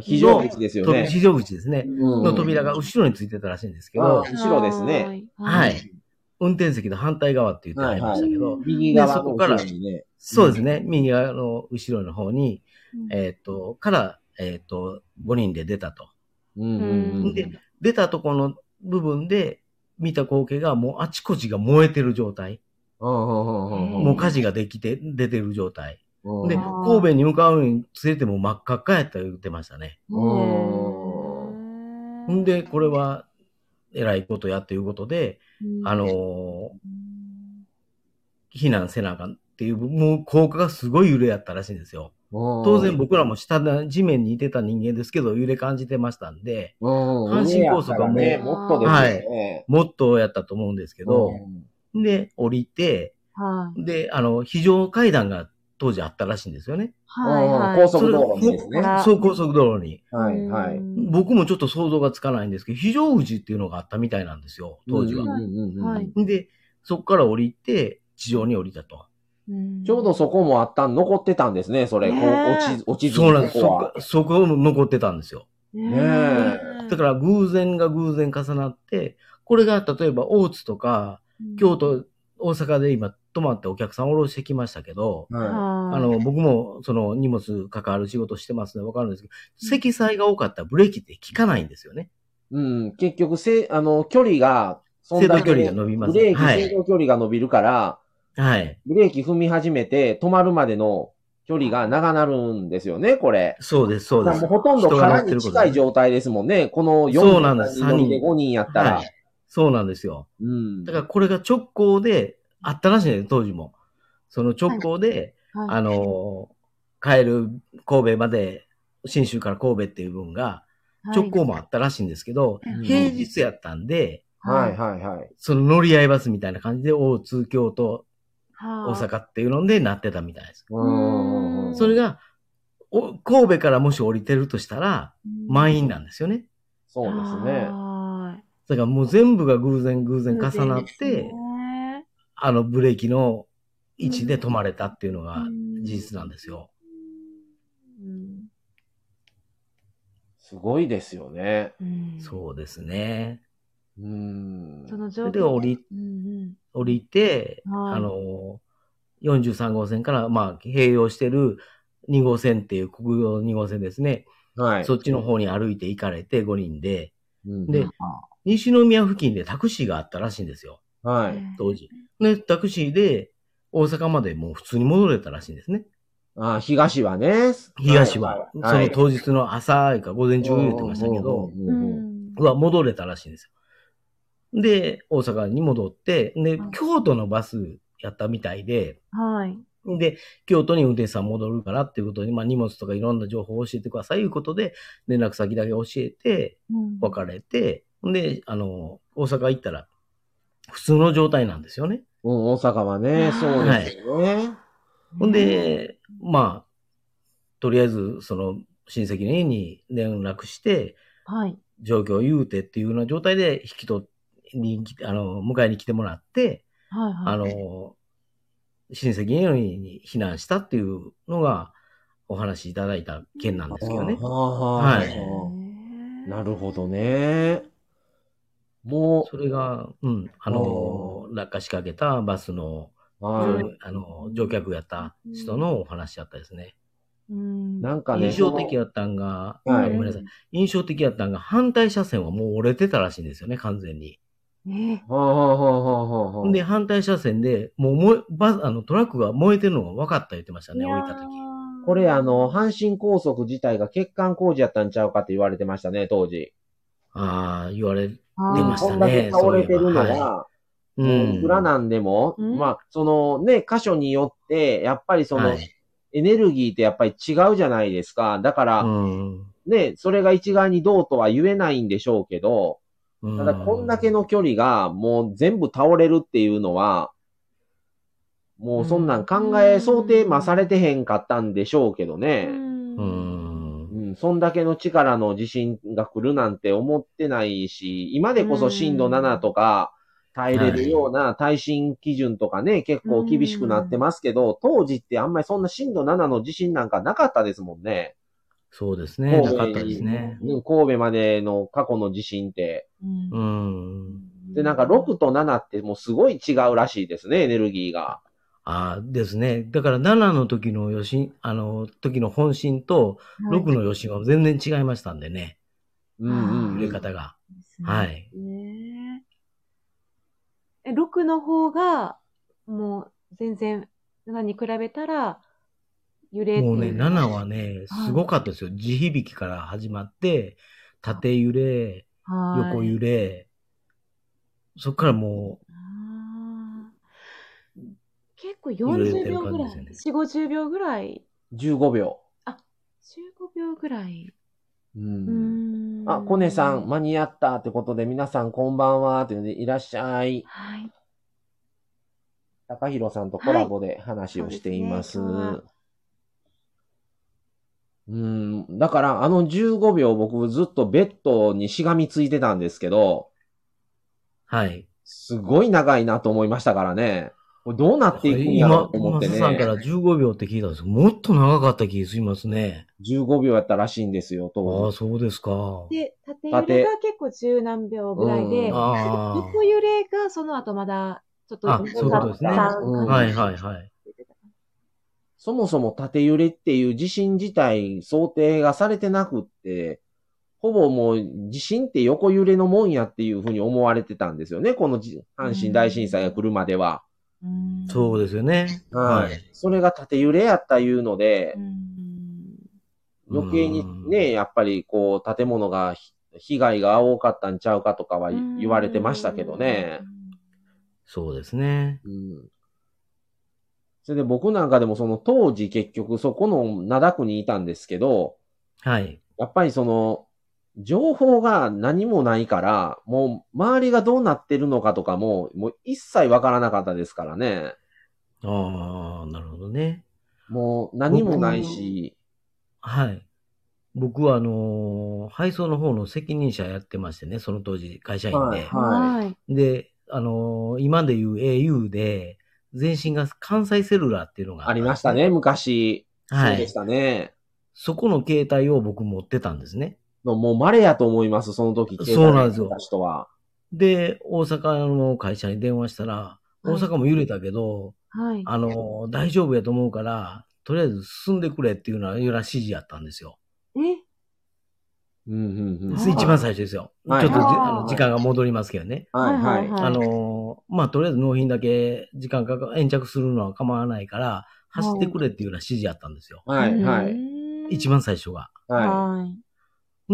Speaker 1: 非常口ですよ
Speaker 3: 扉、
Speaker 1: ね。
Speaker 3: 非常口ですね、
Speaker 1: うん
Speaker 3: の扉が後ろについてたらしいんですけ
Speaker 1: あ
Speaker 3: ど
Speaker 1: あ、後ろですね。。
Speaker 3: は
Speaker 2: はい。
Speaker 3: い。運転席の反対側って言ってありましたけ
Speaker 2: は
Speaker 3: ど、
Speaker 2: いはい
Speaker 1: 右側の後ろにね。
Speaker 3: そうですね、右側の後ろの方に、
Speaker 2: うん
Speaker 3: えっ、と、から、えっ、と、5人で出たと。
Speaker 1: うんうんうん
Speaker 3: で、出たところの部分で見た光景がもうあちこちが燃えてる状態。もう火事ができて、出てる状態。
Speaker 1: うん
Speaker 3: で、
Speaker 2: あー
Speaker 3: 神戸に向かうにつれても真っ赤っかやった言ってましたね。
Speaker 1: うん
Speaker 3: んで、これ、は、えらいことやということで、あのー避難せなあかんっていう、もう効果がすごい揺れやったらしいんですよ。当然僕らも下な、地面にいてた人間ですけど、揺れ感じてましたんで、
Speaker 1: 阪
Speaker 3: 神高速はもう
Speaker 1: ね、もっとですよね。
Speaker 3: もっとやったと思うんですけど、
Speaker 1: うん
Speaker 3: で、降りて、
Speaker 2: はい。
Speaker 3: で、あの、非常階段が当時あったらしいんですよね。
Speaker 2: はいはい。
Speaker 1: 高速道路にですね。
Speaker 2: あ
Speaker 3: そう、高速道路に。
Speaker 1: はい、はい。
Speaker 2: うん
Speaker 3: 僕もちょっと想像がつかないんですけど、非常口っていうのがあったみたいなんですよ、当時は。
Speaker 1: うんうんうんうん
Speaker 2: はい
Speaker 3: で、そこから降りて、地上に降りたと。
Speaker 2: うん
Speaker 1: ちょうどそこもあったん、残ってたんですね、それ。こう
Speaker 2: ねえ
Speaker 1: 落ち、落ちず
Speaker 3: そうなんで
Speaker 1: ここ
Speaker 3: す。そ
Speaker 1: は
Speaker 3: こ、そこも残ってたんですよ。
Speaker 2: ね
Speaker 1: え
Speaker 3: だから偶然が偶然重なって、これが例えば大津とか、京都、大阪で今泊まってお客さんを降ろしてきましたけど、
Speaker 1: は
Speaker 3: あの、僕もその荷物関わる仕事してますのでわかるんですけど、積載が多かったらブレーキって効かないんですよね。
Speaker 1: い。うん、結局、せ、あの、距離が、そんだけ
Speaker 3: 制動距離が伸びます
Speaker 1: ブレーキ、
Speaker 3: はい
Speaker 1: 制動距離が伸びるから、
Speaker 3: はい。
Speaker 1: ブレーキ踏み始めて、止まるまでの距離が長なるんですよね、これ。
Speaker 3: そうです、そうで
Speaker 1: も
Speaker 3: す。
Speaker 1: うほとんど
Speaker 3: 人が乗
Speaker 1: 空
Speaker 3: ってる
Speaker 1: に
Speaker 3: こと
Speaker 1: 近い状態ですもんね。この
Speaker 3: そうなんで
Speaker 1: 4
Speaker 3: す
Speaker 1: 人乗りで5人やったら。
Speaker 3: はいそうなんですよ。
Speaker 1: うん。
Speaker 3: だからこれが直行であったらしいんです、当時も。その直行で、あ
Speaker 2: あ
Speaker 3: の、帰る神戸まで、新州から神戸っていう分が直行もあったらしいんですけど、
Speaker 1: うん
Speaker 3: 平日やったんで、
Speaker 1: はい、はい、はい。
Speaker 3: その乗り合いバスみたいな感じで、大津京都、大
Speaker 2: 大
Speaker 3: 阪っていうのでなってたみたいです。
Speaker 1: う
Speaker 2: うん
Speaker 1: ん。
Speaker 3: それが、お神戸からもし降りてるとしたら、満員なんですよね。
Speaker 1: そうですね。
Speaker 3: だからもう全部が偶然偶然重なって、あのブレーキの位置で止まれたっていうのが事実なんですよ。
Speaker 2: うん
Speaker 1: すごいですよね。
Speaker 2: うん
Speaker 3: そうですね。
Speaker 1: うん。
Speaker 2: その状
Speaker 3: それ
Speaker 2: 況
Speaker 3: で降り、
Speaker 2: うん
Speaker 3: 降りて、
Speaker 2: うんはい
Speaker 3: あの、43号線から、まあ、併用してる2号線っていう国道2号線ですね。
Speaker 1: はい。
Speaker 3: そっちの方に歩いて行かれて5人で、
Speaker 1: うん。
Speaker 3: で、西宮付近でタクシーがあったらしいんですよ、
Speaker 1: はい。
Speaker 3: 当時。で、タクシーで大阪までもう普通に戻れたらしいんですね。
Speaker 1: あ東はね。
Speaker 3: 東は。そ
Speaker 1: はい
Speaker 3: の当日の朝か午前中言ってましたけど、
Speaker 1: うん
Speaker 2: う
Speaker 1: うんうんうん
Speaker 2: ん
Speaker 3: は戻れたらしいんですよ。で、大阪に戻って、で
Speaker 2: はい、
Speaker 3: 京都のバスやったみたいで、
Speaker 2: はい。
Speaker 3: で、京都に運転手さん戻るからっていうことに、まあ荷物とかいろんな情報を教えてくださいいうことで、連絡先だけ教えて、別れて、で、あの、大阪行ったら、普通の状態なんですよね。
Speaker 1: うん、大阪はね、そうですよね。
Speaker 3: ほんで、まあ、とりあえず、その、親戚の家に連絡して、
Speaker 2: はい。
Speaker 3: 状況を言うてっていうような状態で、引き取りに来て、あの、迎えに来てもらって、
Speaker 2: はい。
Speaker 3: あの、親戚の家に避難したっていうのが、お話いただいた件なんですけどね。
Speaker 1: はあ
Speaker 3: は
Speaker 1: はいい。なるほどね。も
Speaker 3: それが、うん、あの、落下しかけたバスの、
Speaker 1: う、はい。
Speaker 3: あの、乗客やった人のお話だったですね。
Speaker 2: ど。うん
Speaker 1: なんかね、
Speaker 3: 印象的やったんが、
Speaker 1: はい
Speaker 3: ごめんなさい。印象的やったんが、反対車線はもう折れてたらしいんですよね、完全に。
Speaker 2: ね
Speaker 1: はあはあはあはあはあ。
Speaker 3: で、反対車線で、もう燃え、バス、あの、トラックが燃えてるのが分かった言ってましたね、
Speaker 2: い
Speaker 3: 降
Speaker 2: や
Speaker 3: り
Speaker 2: ー
Speaker 3: た時。
Speaker 1: これ、あの、阪神高速自体が欠陥工事やったんちゃうかって言われてましたね、当時。
Speaker 3: ああ、言われ、
Speaker 2: あー
Speaker 3: 出まし
Speaker 1: こ
Speaker 3: た
Speaker 1: ん
Speaker 3: ね
Speaker 1: だけ倒れてるの
Speaker 3: そういえば
Speaker 1: が、
Speaker 3: う。
Speaker 1: もうんいくらなんでも、
Speaker 2: うん
Speaker 1: まあ、そのね、箇所によって、やっぱりその、
Speaker 3: はい
Speaker 1: エネルギーってやっぱり違うじゃないですか。だから、
Speaker 3: うん。
Speaker 1: ね、それが一概にどうとは言えないんでしょうけど、
Speaker 3: うん
Speaker 1: ただこんだけの距離がもう全部倒れるっていうのは、もうそんなん考
Speaker 2: う
Speaker 1: え、
Speaker 2: ん
Speaker 1: 想定まあされてへんかったんでしょうけど
Speaker 2: う。
Speaker 1: ね。
Speaker 3: うんん。
Speaker 1: うん、そんだけの力の地震が来るなんて思ってないし、今でこそ震度
Speaker 2: うん
Speaker 1: 7とか耐えれるような耐震基準とかね、結構厳しくなってますけど、当時ってあんまりそんな震度7の地震なんかなかったですもんね。
Speaker 3: そうですね。
Speaker 1: 神
Speaker 3: な
Speaker 1: 戸
Speaker 3: かったですね。
Speaker 1: うん神戸までの過去の地震って。
Speaker 2: うん
Speaker 3: うん。
Speaker 1: で、なんか6と7ってもうすごい違うらしいですね、エネルギーが。
Speaker 3: ああ、ですね。だから7の時の余震、あの、時の本震と
Speaker 2: はい
Speaker 3: 6の余震は全然違いましたんでね。
Speaker 1: うん
Speaker 2: あ
Speaker 1: う
Speaker 3: 揺
Speaker 1: ん。
Speaker 3: れ方が。
Speaker 2: ですね
Speaker 3: はい。
Speaker 2: ねえ。え、6の方が、もう全然、7に比べたら、揺れってい
Speaker 3: も
Speaker 2: う
Speaker 3: うね、
Speaker 2: か
Speaker 3: 7はね、すごかったですよ。地響きから始まって、縦揺れ、
Speaker 2: はい
Speaker 3: 横揺れ、そっからもう、
Speaker 2: あー結構
Speaker 3: 揺れて
Speaker 2: 40
Speaker 3: る
Speaker 2: 秒
Speaker 3: 感
Speaker 2: ぐ
Speaker 3: じ
Speaker 2: ら
Speaker 3: で
Speaker 2: い、
Speaker 3: すよね
Speaker 2: 4、50秒ぐらい、
Speaker 1: 15秒。
Speaker 2: 15秒ぐらい。
Speaker 1: うん
Speaker 2: うーん
Speaker 1: あ、コネさん、間に合ったってことで、皆さんこんばんは、というので、いらっしゃい。
Speaker 2: はい。
Speaker 1: 高弘さんとコラボで話をしています。
Speaker 2: そうですね
Speaker 1: うん、だからあの15秒僕ずっとベッドにしがみついてたんですけど、
Speaker 3: はい。
Speaker 1: すごい長いなと思いましたからね。これどうなっていくんやろ
Speaker 3: 今
Speaker 1: う、と思
Speaker 3: マ
Speaker 1: って
Speaker 3: サさんか
Speaker 1: ね。
Speaker 3: ら15秒って聞いたんですけど、もっと長かった気がしますね。
Speaker 1: 15秒やったらしいんですよ、
Speaker 3: ああ、
Speaker 1: と。
Speaker 3: そうですか。
Speaker 2: で、縦揺れが結構十何秒ぐらいで、
Speaker 1: うん
Speaker 3: あー
Speaker 2: 横揺れがその後まだ、ちょっと、
Speaker 3: あそういうことですね
Speaker 1: うん
Speaker 3: はいはいはい。
Speaker 1: そもそも縦揺れっていう地震自体想定がされてなくって、ほぼもう地震って横揺れのもんやっていうふうに思われてたんですよね。このじ阪神大震災が来るまでは。
Speaker 3: そうですよね。
Speaker 1: はい。それが縦揺れやったいうので
Speaker 2: う、ん
Speaker 1: 余計にね、やっぱりこう、建物がひ、被害が多かったんちゃうかとかは
Speaker 2: うん
Speaker 1: 言われてましたけどね。
Speaker 3: そうですね。
Speaker 1: うん。それで僕なんかでもその当時結局そこの灘区にいたんですけど、
Speaker 3: はい。
Speaker 1: やっぱりその、情報が何もないから、もう周りがどうなってるのかとかも、もう一切わからなかったですからね。
Speaker 3: ああ、なるほどね。
Speaker 1: もう何もないし、
Speaker 3: はい。僕は、あのー配送の方の責任者やってましてね、その当時、会社員で。
Speaker 1: はい
Speaker 2: はい。
Speaker 3: で、あのー今で言う au で、前身が関西セルラーっていうのが
Speaker 1: あ
Speaker 3: った
Speaker 1: り
Speaker 3: ん
Speaker 1: ま
Speaker 3: で
Speaker 1: し
Speaker 3: すね
Speaker 1: たね、昔。
Speaker 3: は
Speaker 1: そうで
Speaker 3: い
Speaker 1: し。たね。
Speaker 3: そこの携帯を僕持ってたんですね。
Speaker 1: の、もう稀やと思います、その時。
Speaker 3: そうなんです
Speaker 1: 携帯電
Speaker 3: よ
Speaker 1: 話の人は。
Speaker 3: で、大阪の会社に電話したら、大阪も揺れたけど、
Speaker 2: はい。
Speaker 3: あのー大丈夫やと思うから、とりあえず進んでくれっていうのは、いうような指示やったんですよ。
Speaker 2: え
Speaker 1: うん、うん、うん。
Speaker 2: はい
Speaker 3: 一番最初ですよ。
Speaker 1: はい
Speaker 3: ちょっとじ
Speaker 2: はい
Speaker 3: あの時間が戻りますけどね。
Speaker 1: はい、はい、
Speaker 2: は
Speaker 1: はいい。
Speaker 3: あのーまあ、とりあえず納品だけ時間かか、延着するのは構わないから、走ってくれっていうような指示やったんですよ。
Speaker 1: はい、は
Speaker 2: う
Speaker 1: い。
Speaker 2: ん
Speaker 3: 一。番最初が。
Speaker 1: は
Speaker 2: は
Speaker 3: ん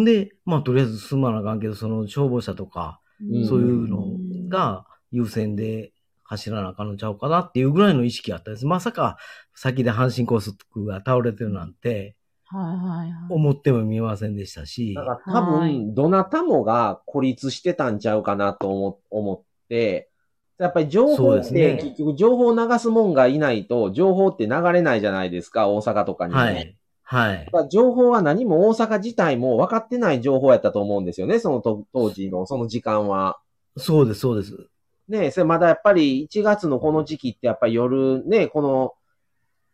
Speaker 3: で、まあ、とりあえず進まなあかんけど、その消防車とか、
Speaker 2: い。
Speaker 3: そういうのが優先で走らなあかんのちゃうかなっていうぐらいの意識があったんです。まさか、先で阪神高速が倒れてるなんて、
Speaker 2: はいはいはい。
Speaker 3: 思ってもみませんでしたし
Speaker 1: い。、だから多
Speaker 2: はい
Speaker 1: 分、どなたもが孤立してたんちゃうかなと思思って、やっぱり情
Speaker 3: そう
Speaker 1: 報
Speaker 3: で
Speaker 1: っ
Speaker 3: す
Speaker 1: て、
Speaker 3: ね
Speaker 1: 結局情報を流すもんがいないと、情報って流れないじゃないですか、大阪とかにも。
Speaker 3: は
Speaker 1: やっ
Speaker 3: い。はい。
Speaker 1: ぱ情報は何も大阪自体も分かってない情報やったと思うんですよね、そのと当時の、その時間は。
Speaker 3: そうです、そうです。
Speaker 1: ねえ、それまだやっぱり1月のこの時期ってやっぱり夜ね、この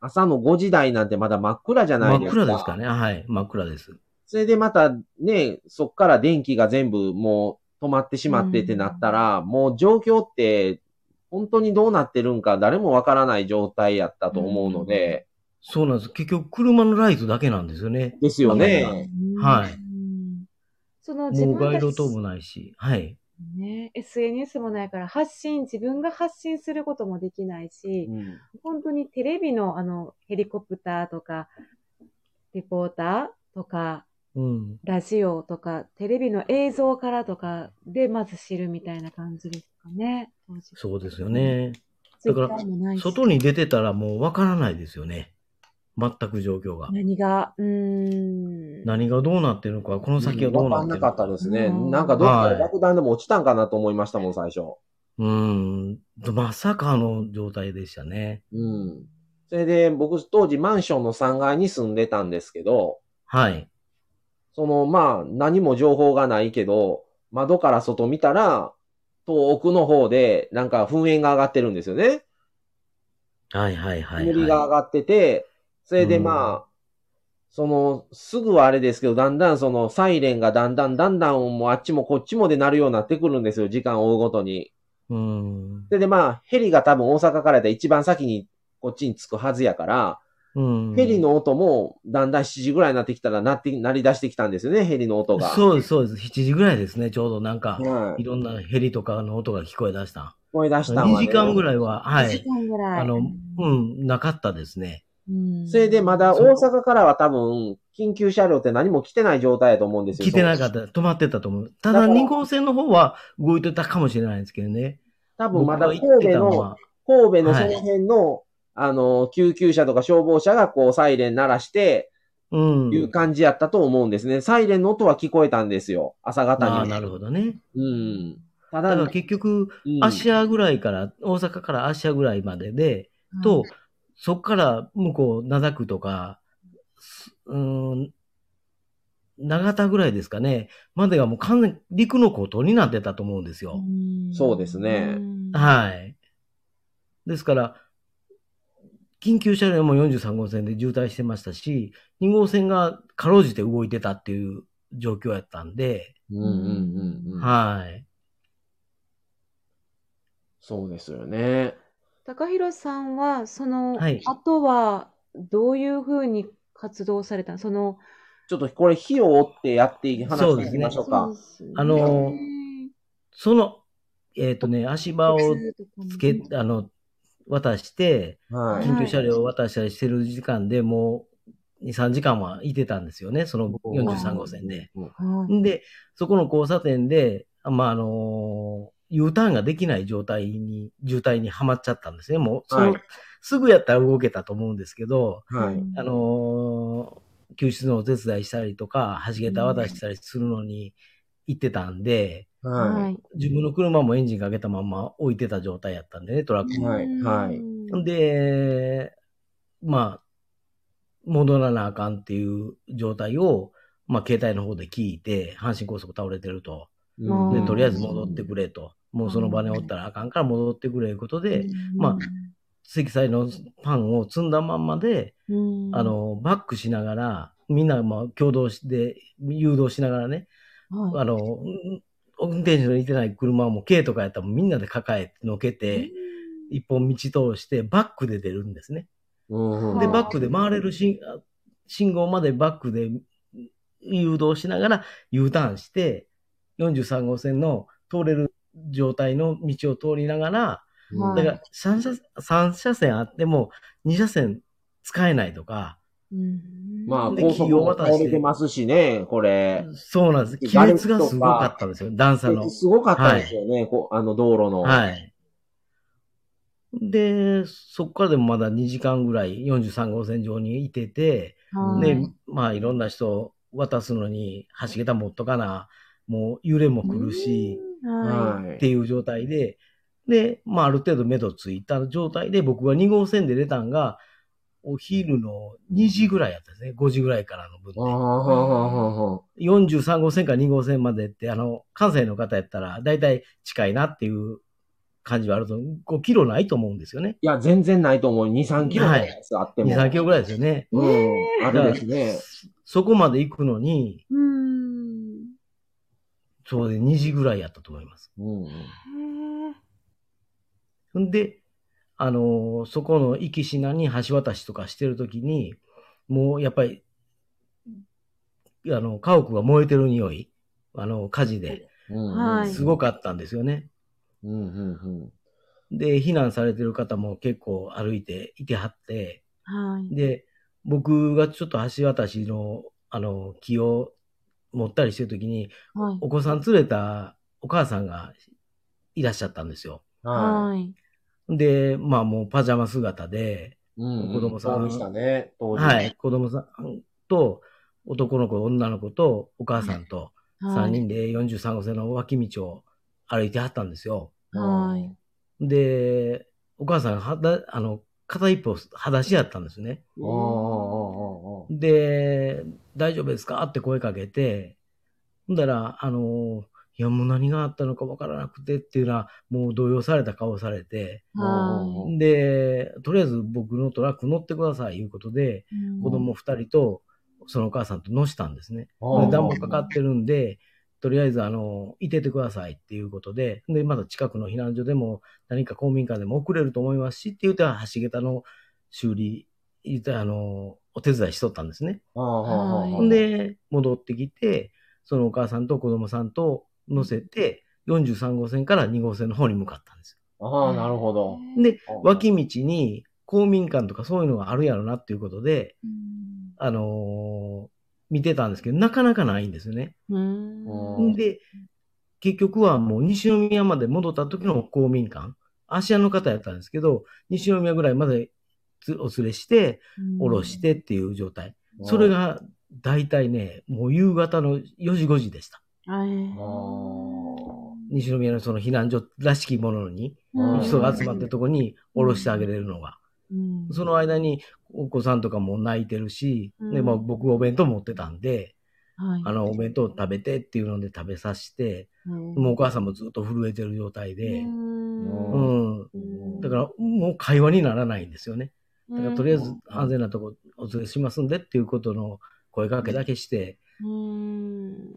Speaker 1: 朝の5時台なんてまだ真っ暗じゃな
Speaker 3: 真
Speaker 1: い
Speaker 3: っ
Speaker 1: ですか。
Speaker 3: 暗ですかね。はい。真っ暗です。
Speaker 1: それでまたね、そっから電気が全部もう止まってしまってってなったら、もう状況って本当にどうなってるんか誰もわからない状態やったと思うので、
Speaker 3: そうなんです。結局、車のライトだけなんですよね。
Speaker 1: ですよ
Speaker 3: うん
Speaker 1: ね。
Speaker 2: うん
Speaker 3: はい。
Speaker 2: その自
Speaker 3: もう
Speaker 2: 分
Speaker 3: 街
Speaker 2: た
Speaker 3: 路灯
Speaker 2: ち
Speaker 3: もないし。はい。
Speaker 2: ね、SNS もないから発信、自分が発信することもできないし、
Speaker 1: うん
Speaker 2: 本当にテレビのあの、ヘリコプターとか、リポーターとか、
Speaker 3: うん。
Speaker 2: ラジオとか、テレビの映像からとかでまず知るみたいな感じですかね。当時
Speaker 3: そうですよ。ね。
Speaker 2: だか
Speaker 3: だから
Speaker 2: ら、外
Speaker 3: 外
Speaker 2: に。
Speaker 3: に出てたらもうわからないですよね。全く状況が。
Speaker 2: 何が、うーん。
Speaker 3: 何がどうなってるのか、この先はどうな
Speaker 1: わかん
Speaker 3: ってる
Speaker 1: な
Speaker 3: の
Speaker 1: か
Speaker 3: か。
Speaker 1: ったですね。
Speaker 2: うん
Speaker 1: なんかどっか
Speaker 3: は
Speaker 1: で
Speaker 3: い
Speaker 1: 爆弾でも落ちたんかなと思いましたもん、最初。
Speaker 3: うん。まさかの状態でしたね。
Speaker 1: うん。それで、僕、当時マンションの3階に住んでたんですけど、
Speaker 3: はい。
Speaker 1: その、まあ、何も情報がないけど、窓から外見たら、遠くの方で、なんか噴煙が上がってるんですよね。
Speaker 3: はいはいはい、
Speaker 1: 煙が上
Speaker 3: は
Speaker 1: がってて、それで
Speaker 3: うん
Speaker 1: まあ、その、すぐはあれですけど、だんだんその、サイレンがだんだんだんだん、もうあっちもこっちもで鳴るようになってくるんですよ、時間を追うごとに。
Speaker 3: い。うん。
Speaker 1: それでまあ、ヘリが多分大阪からで一番先に、こっちに着くはずやから、
Speaker 3: うん。
Speaker 1: ヘリの音もだんだん7時ぐらいになってきたらなって、鳴り出してきたんですよね、ヘリの音が。
Speaker 3: そうです、そうです。7時ぐらいですね、ちょうどなんか、
Speaker 1: はいい。
Speaker 3: ろんなヘリとかの音が聞こえ出した。
Speaker 1: 声出したん
Speaker 3: 2
Speaker 1: は、ね。
Speaker 3: 時間ぐら
Speaker 1: い。
Speaker 3: いは、は
Speaker 2: 1時
Speaker 3: い。
Speaker 2: 間ぐらい。
Speaker 3: あの、うん、なかったですね。
Speaker 2: うん
Speaker 1: それでまだ大阪からは多分、緊急車両って何も来てない状態やと思うんですよ。
Speaker 3: 来てなかった。止まってたと思う。た
Speaker 1: だ
Speaker 3: だ、
Speaker 1: から
Speaker 3: 2号線の方は動いてたかもしれないですけどね。
Speaker 1: 多分
Speaker 3: 僕
Speaker 1: ま
Speaker 3: が
Speaker 1: だ
Speaker 3: 行
Speaker 1: 神
Speaker 3: って
Speaker 1: 戸
Speaker 3: たの
Speaker 1: の、
Speaker 3: は。
Speaker 1: 神戸のその辺の、あの、救急車とか消防車がこうサイレン鳴らして、
Speaker 3: うん。
Speaker 1: いう感じやったと思うんですね。サイレンの音は聞こえたんですよ。朝方に
Speaker 3: あ
Speaker 1: は。
Speaker 3: あ、なるほどね。
Speaker 1: うん。た
Speaker 3: だ
Speaker 1: だ、
Speaker 3: から結局、
Speaker 1: うん
Speaker 3: 芦屋ぐらいから、大阪から芦屋ぐらいまでで、
Speaker 2: うん
Speaker 3: と、そこから向こう、灘区とか、すうーん、長田ぐらいですかね、までがもう完全に陸の孤島になってたと思うんですよ。
Speaker 1: そうですね。
Speaker 2: ん
Speaker 3: はい。ですから、緊急車両も43号線で渋滞してましたし、2号線がかろうじて動いてたっていう状況やったんで、
Speaker 1: うんうんうんうん。
Speaker 3: はい。
Speaker 1: そうですよね。
Speaker 2: 高弘さんは、その
Speaker 3: はい、
Speaker 2: あとは、どういうふうに活動されたのその、
Speaker 1: ちょっとこれ火を追ってやっていき話
Speaker 3: そう
Speaker 1: して
Speaker 3: で
Speaker 1: い
Speaker 3: す
Speaker 1: き
Speaker 3: ね
Speaker 1: ましょうか。
Speaker 2: そうです
Speaker 3: あのー
Speaker 2: ね
Speaker 3: その、えっ、とね、足場をつけ、あの、渡して、
Speaker 1: はい。
Speaker 3: 緊急車両を渡したりしてる時間でもう2、3時間はいてたんですよね、その43号線で。
Speaker 1: うん。
Speaker 2: はい
Speaker 3: んで、そこの交差点で、まあ、あの U ターンができない状態に、渋滞にはまっちゃったんですね。もう、その、
Speaker 1: はい
Speaker 3: すぐやったら動けたと思うんですけど、
Speaker 1: はい。
Speaker 3: あのー救出のお手伝いしたりとか、橋桁渡したりするのに行ってたんで、
Speaker 1: は
Speaker 2: はい。
Speaker 3: 自分の車もエンジンかけたまま置いてた状態やったんでね、トラック
Speaker 1: い。はい。はい。
Speaker 3: で、まあ、戻らなあかんっていう状態を、まあ、携帯の方で聞いて、阪神高速倒れてると。
Speaker 2: うん
Speaker 3: で、とりあえず戻ってくれと。もうその場におったらあかんから戻ってくれいうことで、まあ積載のパンを積んだまんまで、
Speaker 2: うん、
Speaker 3: あの、バックしながら、みんなまあ共同して、誘導しながらね、
Speaker 2: はい、
Speaker 3: あの、うん運転手のいてない車も軽とかやったらみんなで抱えて、乗っけて、一本道通してバックで出るんですね。
Speaker 1: うん
Speaker 3: で、
Speaker 2: あー
Speaker 3: バックで回れる信信号までバックで誘導しながら U ターンして、43号線の通れる状態の道を通りながら、
Speaker 1: うん
Speaker 3: だから3車三車線あっても2車線使えないとか、
Speaker 2: うん
Speaker 1: まあ、
Speaker 3: で
Speaker 1: 高速
Speaker 3: 企業
Speaker 1: も
Speaker 3: 渡して
Speaker 1: 倒れてますしね、これ。
Speaker 3: そうなんです。亀裂がすごかったんですよ、段差の。
Speaker 1: すごかったですよね、こうあの道路の。
Speaker 3: はい。で、そこからでもまだ2時間ぐらい43号線上にいてて、
Speaker 1: うん
Speaker 3: で
Speaker 2: はい、
Speaker 3: まあいろんな人を渡すのに、橋桁持っとかな、もう揺れも来るし、
Speaker 2: は
Speaker 1: は
Speaker 3: って
Speaker 1: い。
Speaker 3: いう状態で、で、まあある程度目処ついた状態で、僕が2号線で出たんが、お昼の2時ぐらいやったんですね。5時ぐらいからの分
Speaker 1: あーは
Speaker 3: で。
Speaker 1: ははは
Speaker 3: 43号線から2号線までって、あの、関西の方やったら、だいたい近いなっていう感じはあると、5キロないと思うんですよね。
Speaker 1: いや、全然ないと思う。2、3キロ
Speaker 3: はい
Speaker 1: です、あって
Speaker 3: 2、
Speaker 1: も。
Speaker 3: 3キロぐらいですよね。
Speaker 1: うん。あれですね。
Speaker 3: そこまで行くのに、
Speaker 2: い。うん。
Speaker 3: そうで2時ぐらいやったと思います。
Speaker 1: うん。
Speaker 2: へえ
Speaker 3: んで、あのーそこの行きしなに橋渡しとかしてるときに、もうやっぱり、あの、家屋が燃えてる匂い、あの、火事で、
Speaker 2: はい
Speaker 3: すごかったんですよね。
Speaker 1: うんうん
Speaker 3: で、避難されてる方も結構歩いていてはって、
Speaker 2: はい。
Speaker 3: で、僕がちょっと橋渡しの、あの、気を持ったりしてるときに、
Speaker 2: はい。
Speaker 3: お子さん連れたお母さんがいらっしゃったんですよ。
Speaker 1: うん。い。
Speaker 2: はい。
Speaker 3: で、まあもうパジャマ姿で、
Speaker 1: うんうん、
Speaker 3: 子供さん
Speaker 1: そうでしたね、当時。
Speaker 3: はい、子供さんと、男の子、女の子と、お母さんと、3人で43号線の脇道を歩いてはったんですよ。
Speaker 2: はい。
Speaker 3: で、お母さん、はだ、あの、片一歩、裸足やったんですね。
Speaker 1: おーおーおーおー
Speaker 3: で、大丈夫ですかって声かけて、ほんだら、あの、いや、もう何があったのかわからなくてっていうのは、もう動揺された顔されて、
Speaker 2: は
Speaker 3: で、とりあえず僕のトラック乗ってください、いうことで、
Speaker 2: い。
Speaker 3: 子供二人と、そのお母さんと乗したんですね。
Speaker 1: おー
Speaker 3: で、暖房かかってるんで、とりあえず、あの、いててくださいっていうことで、で、まだ近くの避難所でも、何か公民館でも送れると思いますし、って言うて、橋桁の修理、言うてあの、お手伝いしとったんですね。
Speaker 1: あーあーあーあー
Speaker 2: はい
Speaker 3: ほんで、戻ってきて、そのお母さんと子供さんと乗せて、43号線から2号線の方に向かったんです
Speaker 1: ああ、なるほど。
Speaker 3: よ。で、
Speaker 1: あー
Speaker 3: 脇道に公民館とかそういうのがあるやろなっていうことで、あのー見てたんですけど、なかなかないんですよね。
Speaker 2: うん。
Speaker 1: うん
Speaker 3: で、結局はもう西宮まで戻った時の公民館、芦屋の方やったんですけど、西宮ぐらいまでつお連れして、降ろし。てっていう状態。それ。が大体ね、もう夕方の4時5時でした。
Speaker 2: はい。
Speaker 3: 西宮のその避難所らしきもの
Speaker 1: う
Speaker 3: に、
Speaker 1: ん
Speaker 3: 人が集まってるとこに降ろしてあげれるのが。
Speaker 2: うん。
Speaker 3: その間にお子さんとかも泣いてるし、
Speaker 2: うん
Speaker 3: でまあ、僕お弁当持ってたんで、
Speaker 2: はい。
Speaker 3: あのお弁当食べてっていうので食べさせて、も
Speaker 2: も
Speaker 3: うお母さんもずっと震えてる状態
Speaker 2: う。
Speaker 3: で、うんん。
Speaker 1: うん
Speaker 3: だからもう会話にならないんですよね。だからとりあえ
Speaker 1: う
Speaker 3: ず
Speaker 1: ん
Speaker 3: 安全なとこお連れしますんでっていうことの声かけだけして、
Speaker 2: うん。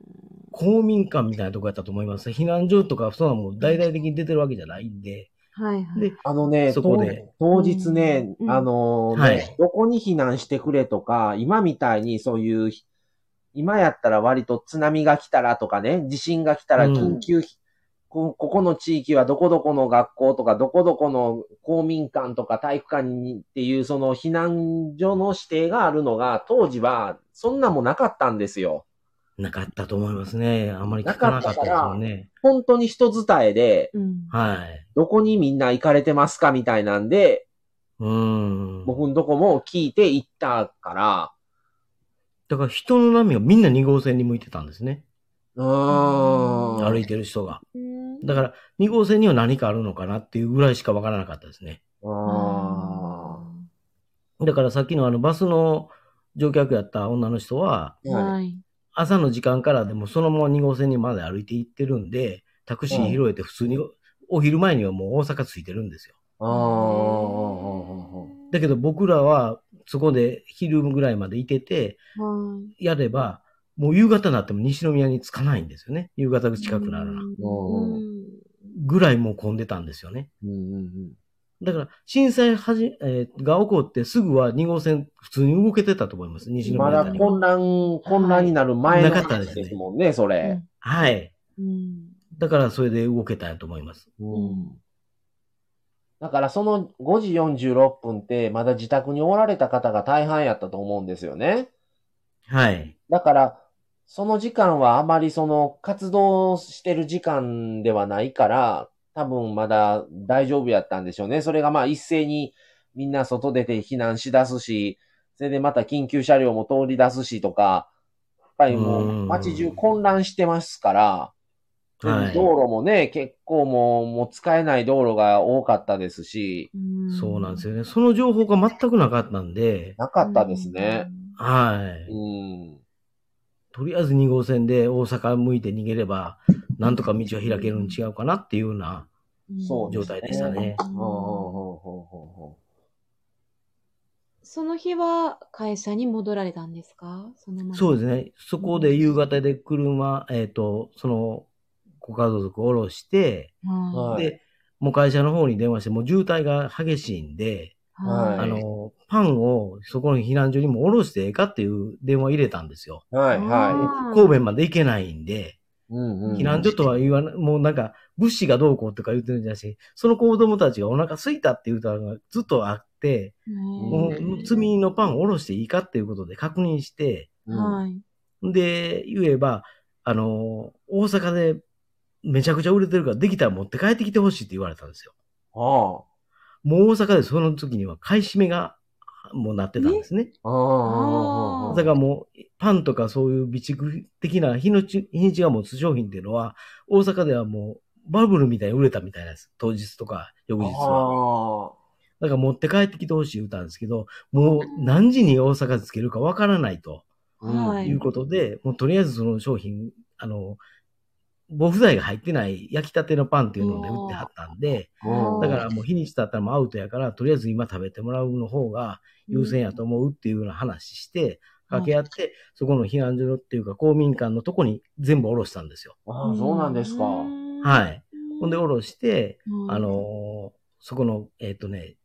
Speaker 3: 公民館みたいなとこやったと思います。避難所とかそういうのはもう大々的に出てるわけじゃないんで、
Speaker 2: はいはい。
Speaker 3: で、
Speaker 1: あのね、
Speaker 3: そこで
Speaker 1: 当当日ね、
Speaker 2: うん
Speaker 1: あのね、
Speaker 3: はい
Speaker 1: どこに避難してくれとか、今みたいにそういう、今やったら割と津波が来たらとかね、地震が来たら緊急、こ、ここの地域はどこどこの学校とか、どこどこの公民館とか体育館にっていうその避難所の指定があるのが、当時はそんなもなかったんですよ。
Speaker 3: なかったと思いますね。あんまり聞かなかったですよね。
Speaker 1: 本当に人伝えで、
Speaker 2: うん。
Speaker 3: はい。
Speaker 1: どこにみんな行かれてますかみたいなんで、
Speaker 3: うーん。
Speaker 1: 僕んとこも聞いて行ったから、
Speaker 3: だから人の波がみんな2号線に向いてたんですね。
Speaker 1: うーん。
Speaker 3: 歩いてる人が。だから2号線には何かあるのかなっていうぐらいしかわからなかったですね。
Speaker 1: うーん
Speaker 3: だからさっきのあのバスの乗客やった女の人は、
Speaker 1: はい
Speaker 2: はい。
Speaker 3: 朝の時間からでもそのまま2号線にまで歩いて行ってるんで、タクシー拾えて普通にお昼前にはもう大阪着いてるんですよ。
Speaker 1: あー
Speaker 3: だけど僕らはそこで昼ぐらいまでいてて、
Speaker 2: はい。
Speaker 3: やればもう夕方になっても西宮に着かないんですよね。夕方近くならな。
Speaker 2: うん。
Speaker 3: ぐらいもう混んでたんですよね。
Speaker 1: うんうんうん
Speaker 3: だから震災はじ、えーが起こってすぐは2号線普通に動けてたと思います。西宮
Speaker 1: まだ
Speaker 3: 辺りは
Speaker 1: 混乱、混乱になる前の
Speaker 3: なかったです
Speaker 1: 話
Speaker 3: ね
Speaker 1: ですもんね、それ。
Speaker 3: はい。
Speaker 2: うん。
Speaker 3: だからそれで動けたと思います。
Speaker 1: うんだからその5時46分って、まだ自宅におられた方が大半やったと思うんですよね。
Speaker 3: はい。
Speaker 1: だから、その時間はあまりその活動してる時間ではないから、多分まだ大丈夫やったんでしょうね。それがまあ一斉にみんな外出て避難しだすし、それでまた緊急車両も通り出すしとか、やっぱりも
Speaker 3: う
Speaker 1: うん街中混乱してますから、
Speaker 3: はい。
Speaker 1: 道路もね、結構もうもう使えない道路が多かったですし、
Speaker 3: そうなんです
Speaker 2: よ。
Speaker 3: よね。その情報が全くなかったんで、
Speaker 1: なかったですね。。
Speaker 3: はい。
Speaker 1: うん。
Speaker 3: とりあえず2号線で大阪向いて逃げれば、なんとか道は開けるに違うかなっていうような
Speaker 1: そう
Speaker 3: 状態でしたね。
Speaker 1: ほうほうほうほうほうほう
Speaker 2: その日は会社に戻られたんですかその。
Speaker 3: そうですすね。そこで夕方で車、えっ、と、その、ご家族を降ろして、
Speaker 1: はい
Speaker 3: で、もう会社の方に電話して、もう渋滞が激しいんで、
Speaker 1: はい
Speaker 3: あの、パンをそこの避難所にも降ろしてええかっていう電話入れたんですよ。
Speaker 1: はい、はい。
Speaker 2: あー
Speaker 3: 神戸まで行けないんで、
Speaker 1: うんうん。
Speaker 3: 避難所とは言わない、もうなんか、物資がどうこうとか言ってるんじゃなし、その子供たちがお腹空いたっていう歌がずっとあって、も
Speaker 1: う
Speaker 3: う積み荷のパンをおろしていいかっていうことで確認して、
Speaker 1: うん
Speaker 2: はい。
Speaker 3: で、言えば、あの、大阪でめちゃくちゃ売れてるから、できたら持って帰ってきてほしいって言われたんですよ。
Speaker 1: あ
Speaker 3: もう大阪でその時には買い占めが、もうなってたんですね。
Speaker 1: あ。ああ。
Speaker 2: あ
Speaker 3: だ
Speaker 2: ー
Speaker 3: からもう、パンとかそういう備蓄的な日のち、日にちが持つ商品っていうのは、大阪ではもう、バブルみたいに売れたみたいなんです。当日とか、翌日
Speaker 1: あ
Speaker 3: は。だから持って帰ってきてほしい歌なんですけど、もう何時に大阪でつけるかわからないと。
Speaker 1: あ。
Speaker 2: はい。
Speaker 3: いうことで、もうとりあえずその商品、あの、防腐剤が入ってない焼きたてのパンっていうので売ってはったんで、
Speaker 1: うん
Speaker 3: だからもう日にち経ったらもうアウトやから、とりあえず今食べてもらうの方が優先やと思うっていうような話して、掛け合って、そこの避難所っていうか公民館のとこに全部おろしたんですよ。
Speaker 1: ああ、そうなんですか。
Speaker 3: はいい。ほんでおろして、
Speaker 2: うん
Speaker 3: あ、のーそこの、えっ、とね、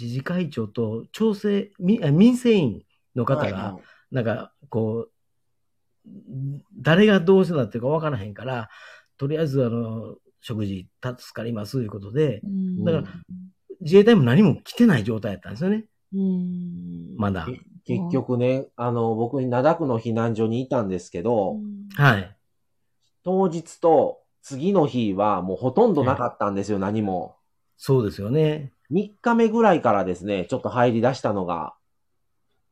Speaker 3: 自治会長と調整、みあ民生委員の方が、
Speaker 1: はい
Speaker 3: なんか、こう、誰がどうせなってるかわからへんから、とりあえず、あの、食事助かりますということで、、
Speaker 2: うん
Speaker 1: だから
Speaker 3: 自衛隊も何も来てない状態だったんですよね、
Speaker 2: うん。
Speaker 3: まだ。
Speaker 1: 結局ね、あの、僕、灘区の避難所にいたんですけど、
Speaker 2: うん
Speaker 3: はい。
Speaker 1: 当日と次の日はもうほとんどなかったんですよ、何も。
Speaker 3: そうですよね。
Speaker 1: 3日目ぐらいからですね、ちょっと入り出したのが。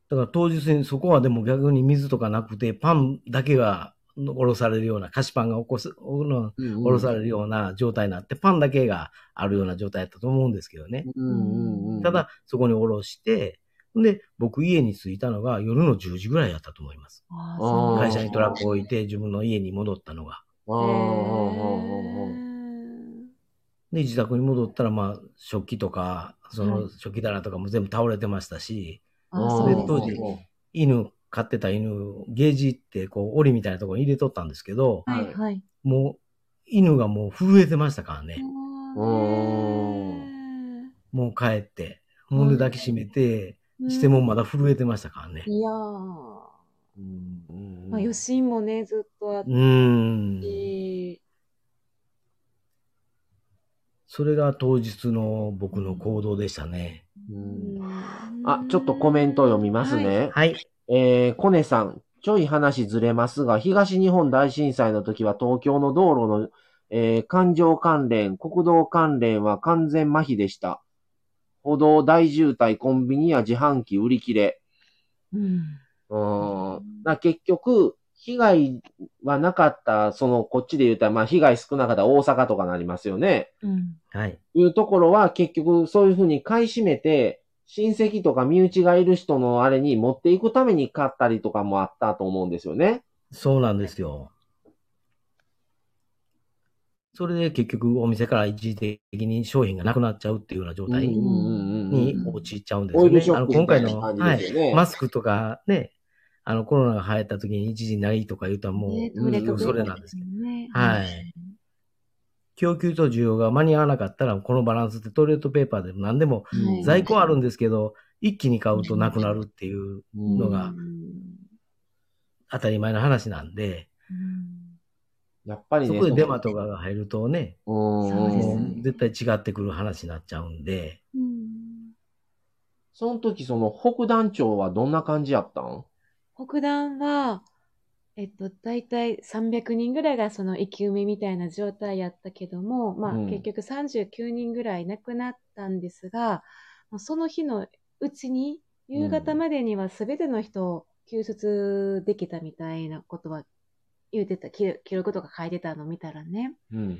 Speaker 3: だから当日にそこはでも逆に水とかなくて、パンだけがおろされるような、菓子パンが起こす、おろおろされるような状態になって、パンだけがあるような状態だったと思うんですけどね。
Speaker 1: うんうんうん。
Speaker 3: た、だ、そこにおろして、で、僕家に着いたのが夜の10時ぐらいだったと思います。
Speaker 2: ああそうなんだ
Speaker 3: 会社にトラックを置いて自分の家に戻ったのが。
Speaker 1: うんうんうんうん
Speaker 3: で、自宅に戻ったら、まあ、食器とか、その食器棚とかも全部倒れてましたし、
Speaker 2: あ
Speaker 3: そ
Speaker 2: そうう
Speaker 3: で
Speaker 2: です
Speaker 3: 当時
Speaker 2: ね
Speaker 3: 犬、飼ってた犬、ゲージって、こう、檻みたいなところに入れとったんですけど、
Speaker 2: はいはい。
Speaker 3: もう、犬がもう震えてましたからね。
Speaker 1: ん
Speaker 3: もう帰って、もんで抱きしめて、
Speaker 2: うん
Speaker 3: してもまだ震えてましたからね。
Speaker 2: いやー、
Speaker 1: うんうんうん
Speaker 2: まあ、余震もね、ずっとあっ
Speaker 3: うーん。
Speaker 2: て、
Speaker 3: それが当日の僕の行動でしたね。
Speaker 1: うん
Speaker 2: うん
Speaker 1: あ、ちょっとコメント読みますね。
Speaker 3: はい。
Speaker 1: えー、コネさん、ちょい話ずれますが、東日本大震災の時は東京の道路の、えー、環状関連、国道関連は完全麻痺でした。歩道大渋滞、コンビニや自販機売り切れ。
Speaker 2: うん
Speaker 1: うーん。だから結局、被害はなかった、その、こっちで言うたら、まあ、被害少なかった大阪とかなりますよね。
Speaker 2: うん
Speaker 3: はい。
Speaker 1: いうところは、結局、そういうふうに買い占めて、親戚とか身内がいる人のあれに持っていくために買ったりとかもあったと思うんですよね。
Speaker 3: そうなんですよ。それで結局お店から一時的に商品がなくなっちゃうっていうような状態に
Speaker 1: に
Speaker 3: 陥っちゃうんです
Speaker 1: オ
Speaker 3: よ
Speaker 1: イル
Speaker 3: ね
Speaker 1: ショ。
Speaker 3: あの
Speaker 1: ック
Speaker 3: 今
Speaker 1: みた
Speaker 3: 回
Speaker 1: いな
Speaker 3: の、
Speaker 1: 感じ
Speaker 3: は
Speaker 1: で
Speaker 3: い、
Speaker 1: すよね。
Speaker 3: マスクとかね、あのコロナが流行った時に一時ないとか言うともう、
Speaker 2: ね
Speaker 1: うん
Speaker 2: どれとどれ
Speaker 1: それ
Speaker 3: なんですけ
Speaker 2: ね
Speaker 3: はい。供給と需要が間に合わなかったら、このバランスってトイレットペーパーでも何でも
Speaker 2: はい
Speaker 3: 在庫あるんですけど、一気に買うとなくなるっていうのが当たり前の話なんで、
Speaker 2: うん
Speaker 1: やっぱり
Speaker 3: そ
Speaker 1: ね。
Speaker 3: こでデマとかが入るとね、
Speaker 1: うん
Speaker 2: そうです
Speaker 3: も
Speaker 2: ね
Speaker 3: う絶対違ってくる話になっちゃうんで、
Speaker 2: うん
Speaker 1: その時、その、北団長はどんな感じやったん
Speaker 2: 北段は、えっと、大体300人ぐらいがその生き埋めみたいな状態やったけども、まあ、
Speaker 1: うん
Speaker 2: 結局39人ぐらい亡くなったんですが、もうその日のうちに、夕方までには全ての人を救出できたみたいなことは言うてた、記記録とか書いてたの見たらね。
Speaker 1: うん
Speaker 3: うん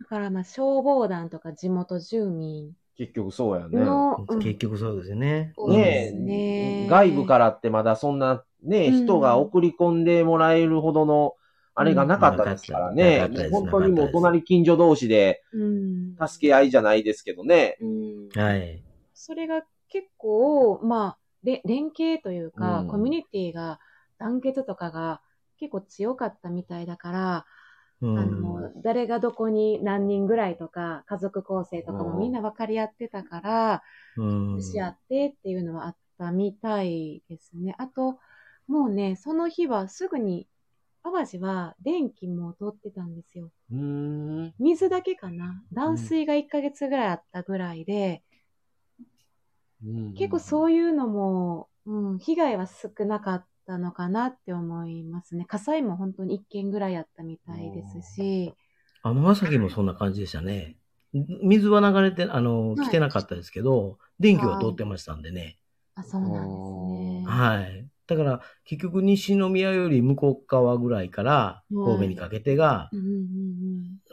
Speaker 2: だからまあ消防団とか地元住民
Speaker 1: 結局そうやね。
Speaker 2: の、うん
Speaker 3: 結局そうですよね。
Speaker 2: そう
Speaker 1: ね
Speaker 2: で
Speaker 1: え、
Speaker 2: すね
Speaker 1: 外部からってまだそんなね、
Speaker 2: うん
Speaker 1: 人が送り込んでもらえるほどの、あれがなかったですから
Speaker 3: な
Speaker 1: ね
Speaker 3: かったで。す
Speaker 1: 本当にもう隣近所同士で
Speaker 2: うん、
Speaker 1: 助け合いじゃないですけどね。
Speaker 2: うん
Speaker 3: はい。
Speaker 2: それが結構、まあ、れ連携というか、
Speaker 1: うん
Speaker 2: コミュニティが団結とかが結構強かったみたいだから、
Speaker 3: う
Speaker 2: あ
Speaker 3: ん。
Speaker 2: の誰がどこに何人ぐらいとか家族構成とか
Speaker 1: う
Speaker 2: も
Speaker 1: ん
Speaker 2: みんな分かり合ってたから、
Speaker 3: うん
Speaker 2: し合ってっていうのはあったみたいですね。あと、もうね、その日はすぐに淡路は電気も通ってたんですよ。
Speaker 1: うーん。
Speaker 2: 水だけかな断水が1ヶ月ぐらいあったぐらいで、結構
Speaker 1: う
Speaker 2: そういうのも、うん、被害は少なかったのかなって思いますね。火災も本当に1件ぐらいあったみたいですし、
Speaker 3: 尼崎もそんな感じでしたね。水は流れて、あ
Speaker 2: は
Speaker 3: の、
Speaker 2: い
Speaker 3: 来てなかったですけど、電気は通ってましたんでね。
Speaker 2: あ、そうなんですね。
Speaker 3: はい。だから、結局西宮より向こう側ぐらいから、
Speaker 2: はい
Speaker 3: 神戸にかけてが
Speaker 2: う、ん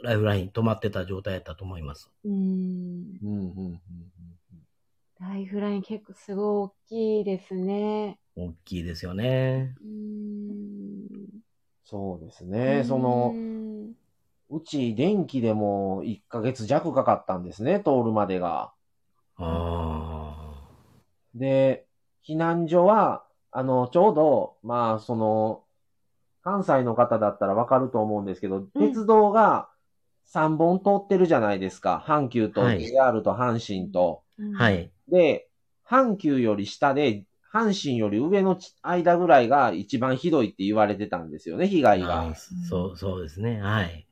Speaker 3: ライフライン止まってた状態やったと思います。
Speaker 2: うんうんうん。うん。
Speaker 1: んうんうん
Speaker 2: ライフライン結構すごい大きいですね。
Speaker 3: 大きいですよね。
Speaker 2: うん。
Speaker 1: そうですね。その
Speaker 2: う、ん
Speaker 1: うち電気でも1ヶ月弱かかったんですね、通るまでが。
Speaker 3: ああ。
Speaker 1: で、避難所は、あの、ちょうど、まあ、その、関西の方だったらわかると思うんですけど、鉄道が3本通ってるじゃないですか。阪急と
Speaker 3: はい
Speaker 1: JR と阪神と。
Speaker 3: は。
Speaker 2: うん
Speaker 3: い。
Speaker 1: で、阪急より下で、阪神より上のち間ぐらいが一番ひどいって言われてたんですよね、被害が。
Speaker 3: あーそう、そうですね。はい。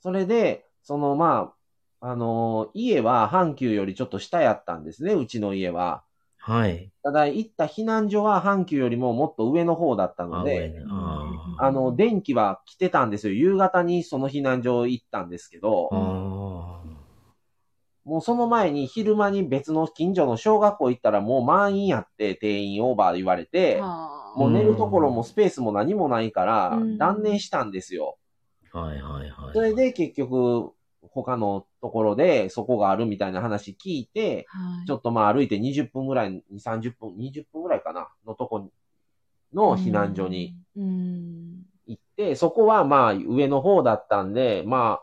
Speaker 1: それで、そのまあ、あのー家は阪急よりちょっと下やったんですね、うちの家は。
Speaker 3: はい。
Speaker 1: ただ、行った避難所は阪急よりももっと上の方だったの
Speaker 3: あ上
Speaker 1: で、
Speaker 3: ねあー
Speaker 1: あの、電気は来てたんですよ。夕方にその避難所行ったんですけど、
Speaker 3: あ
Speaker 1: もうその前に昼間に別の近所の小学校行ったらもう満員やって、定員オーバー言われて、
Speaker 2: はあ
Speaker 1: もう寝るところもスペースも何もないから
Speaker 2: うん、
Speaker 1: 断念したんですよ。
Speaker 3: ーはいはいはい。
Speaker 1: それで結局、他のところでそこがあるみたいな話聞いて、
Speaker 2: はい
Speaker 1: ちょっとまあ歩いて20分ぐらい、2、30分、20分ぐらいかな、のとこに、の避難所に。
Speaker 2: うん。
Speaker 1: 行って、そこはまあ上の方だったんで、まあ、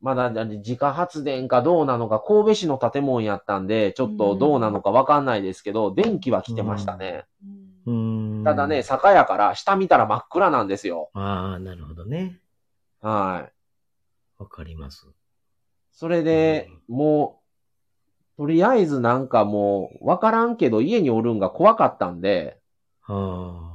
Speaker 1: まだ自家発電かどうなのか、神戸市の建物やったんで、ちょっとどうなのかわかんないですけど、電気は来てましたね。
Speaker 2: うん
Speaker 3: うーん
Speaker 1: ただね、。酒屋から下見たら真っ暗なんですよ。
Speaker 3: ああ、なるほどね。
Speaker 1: はい。
Speaker 3: わかります。
Speaker 1: それで、もう、とりあえずなんかもう、わからんけど家におるんが怖かったんで、
Speaker 3: あ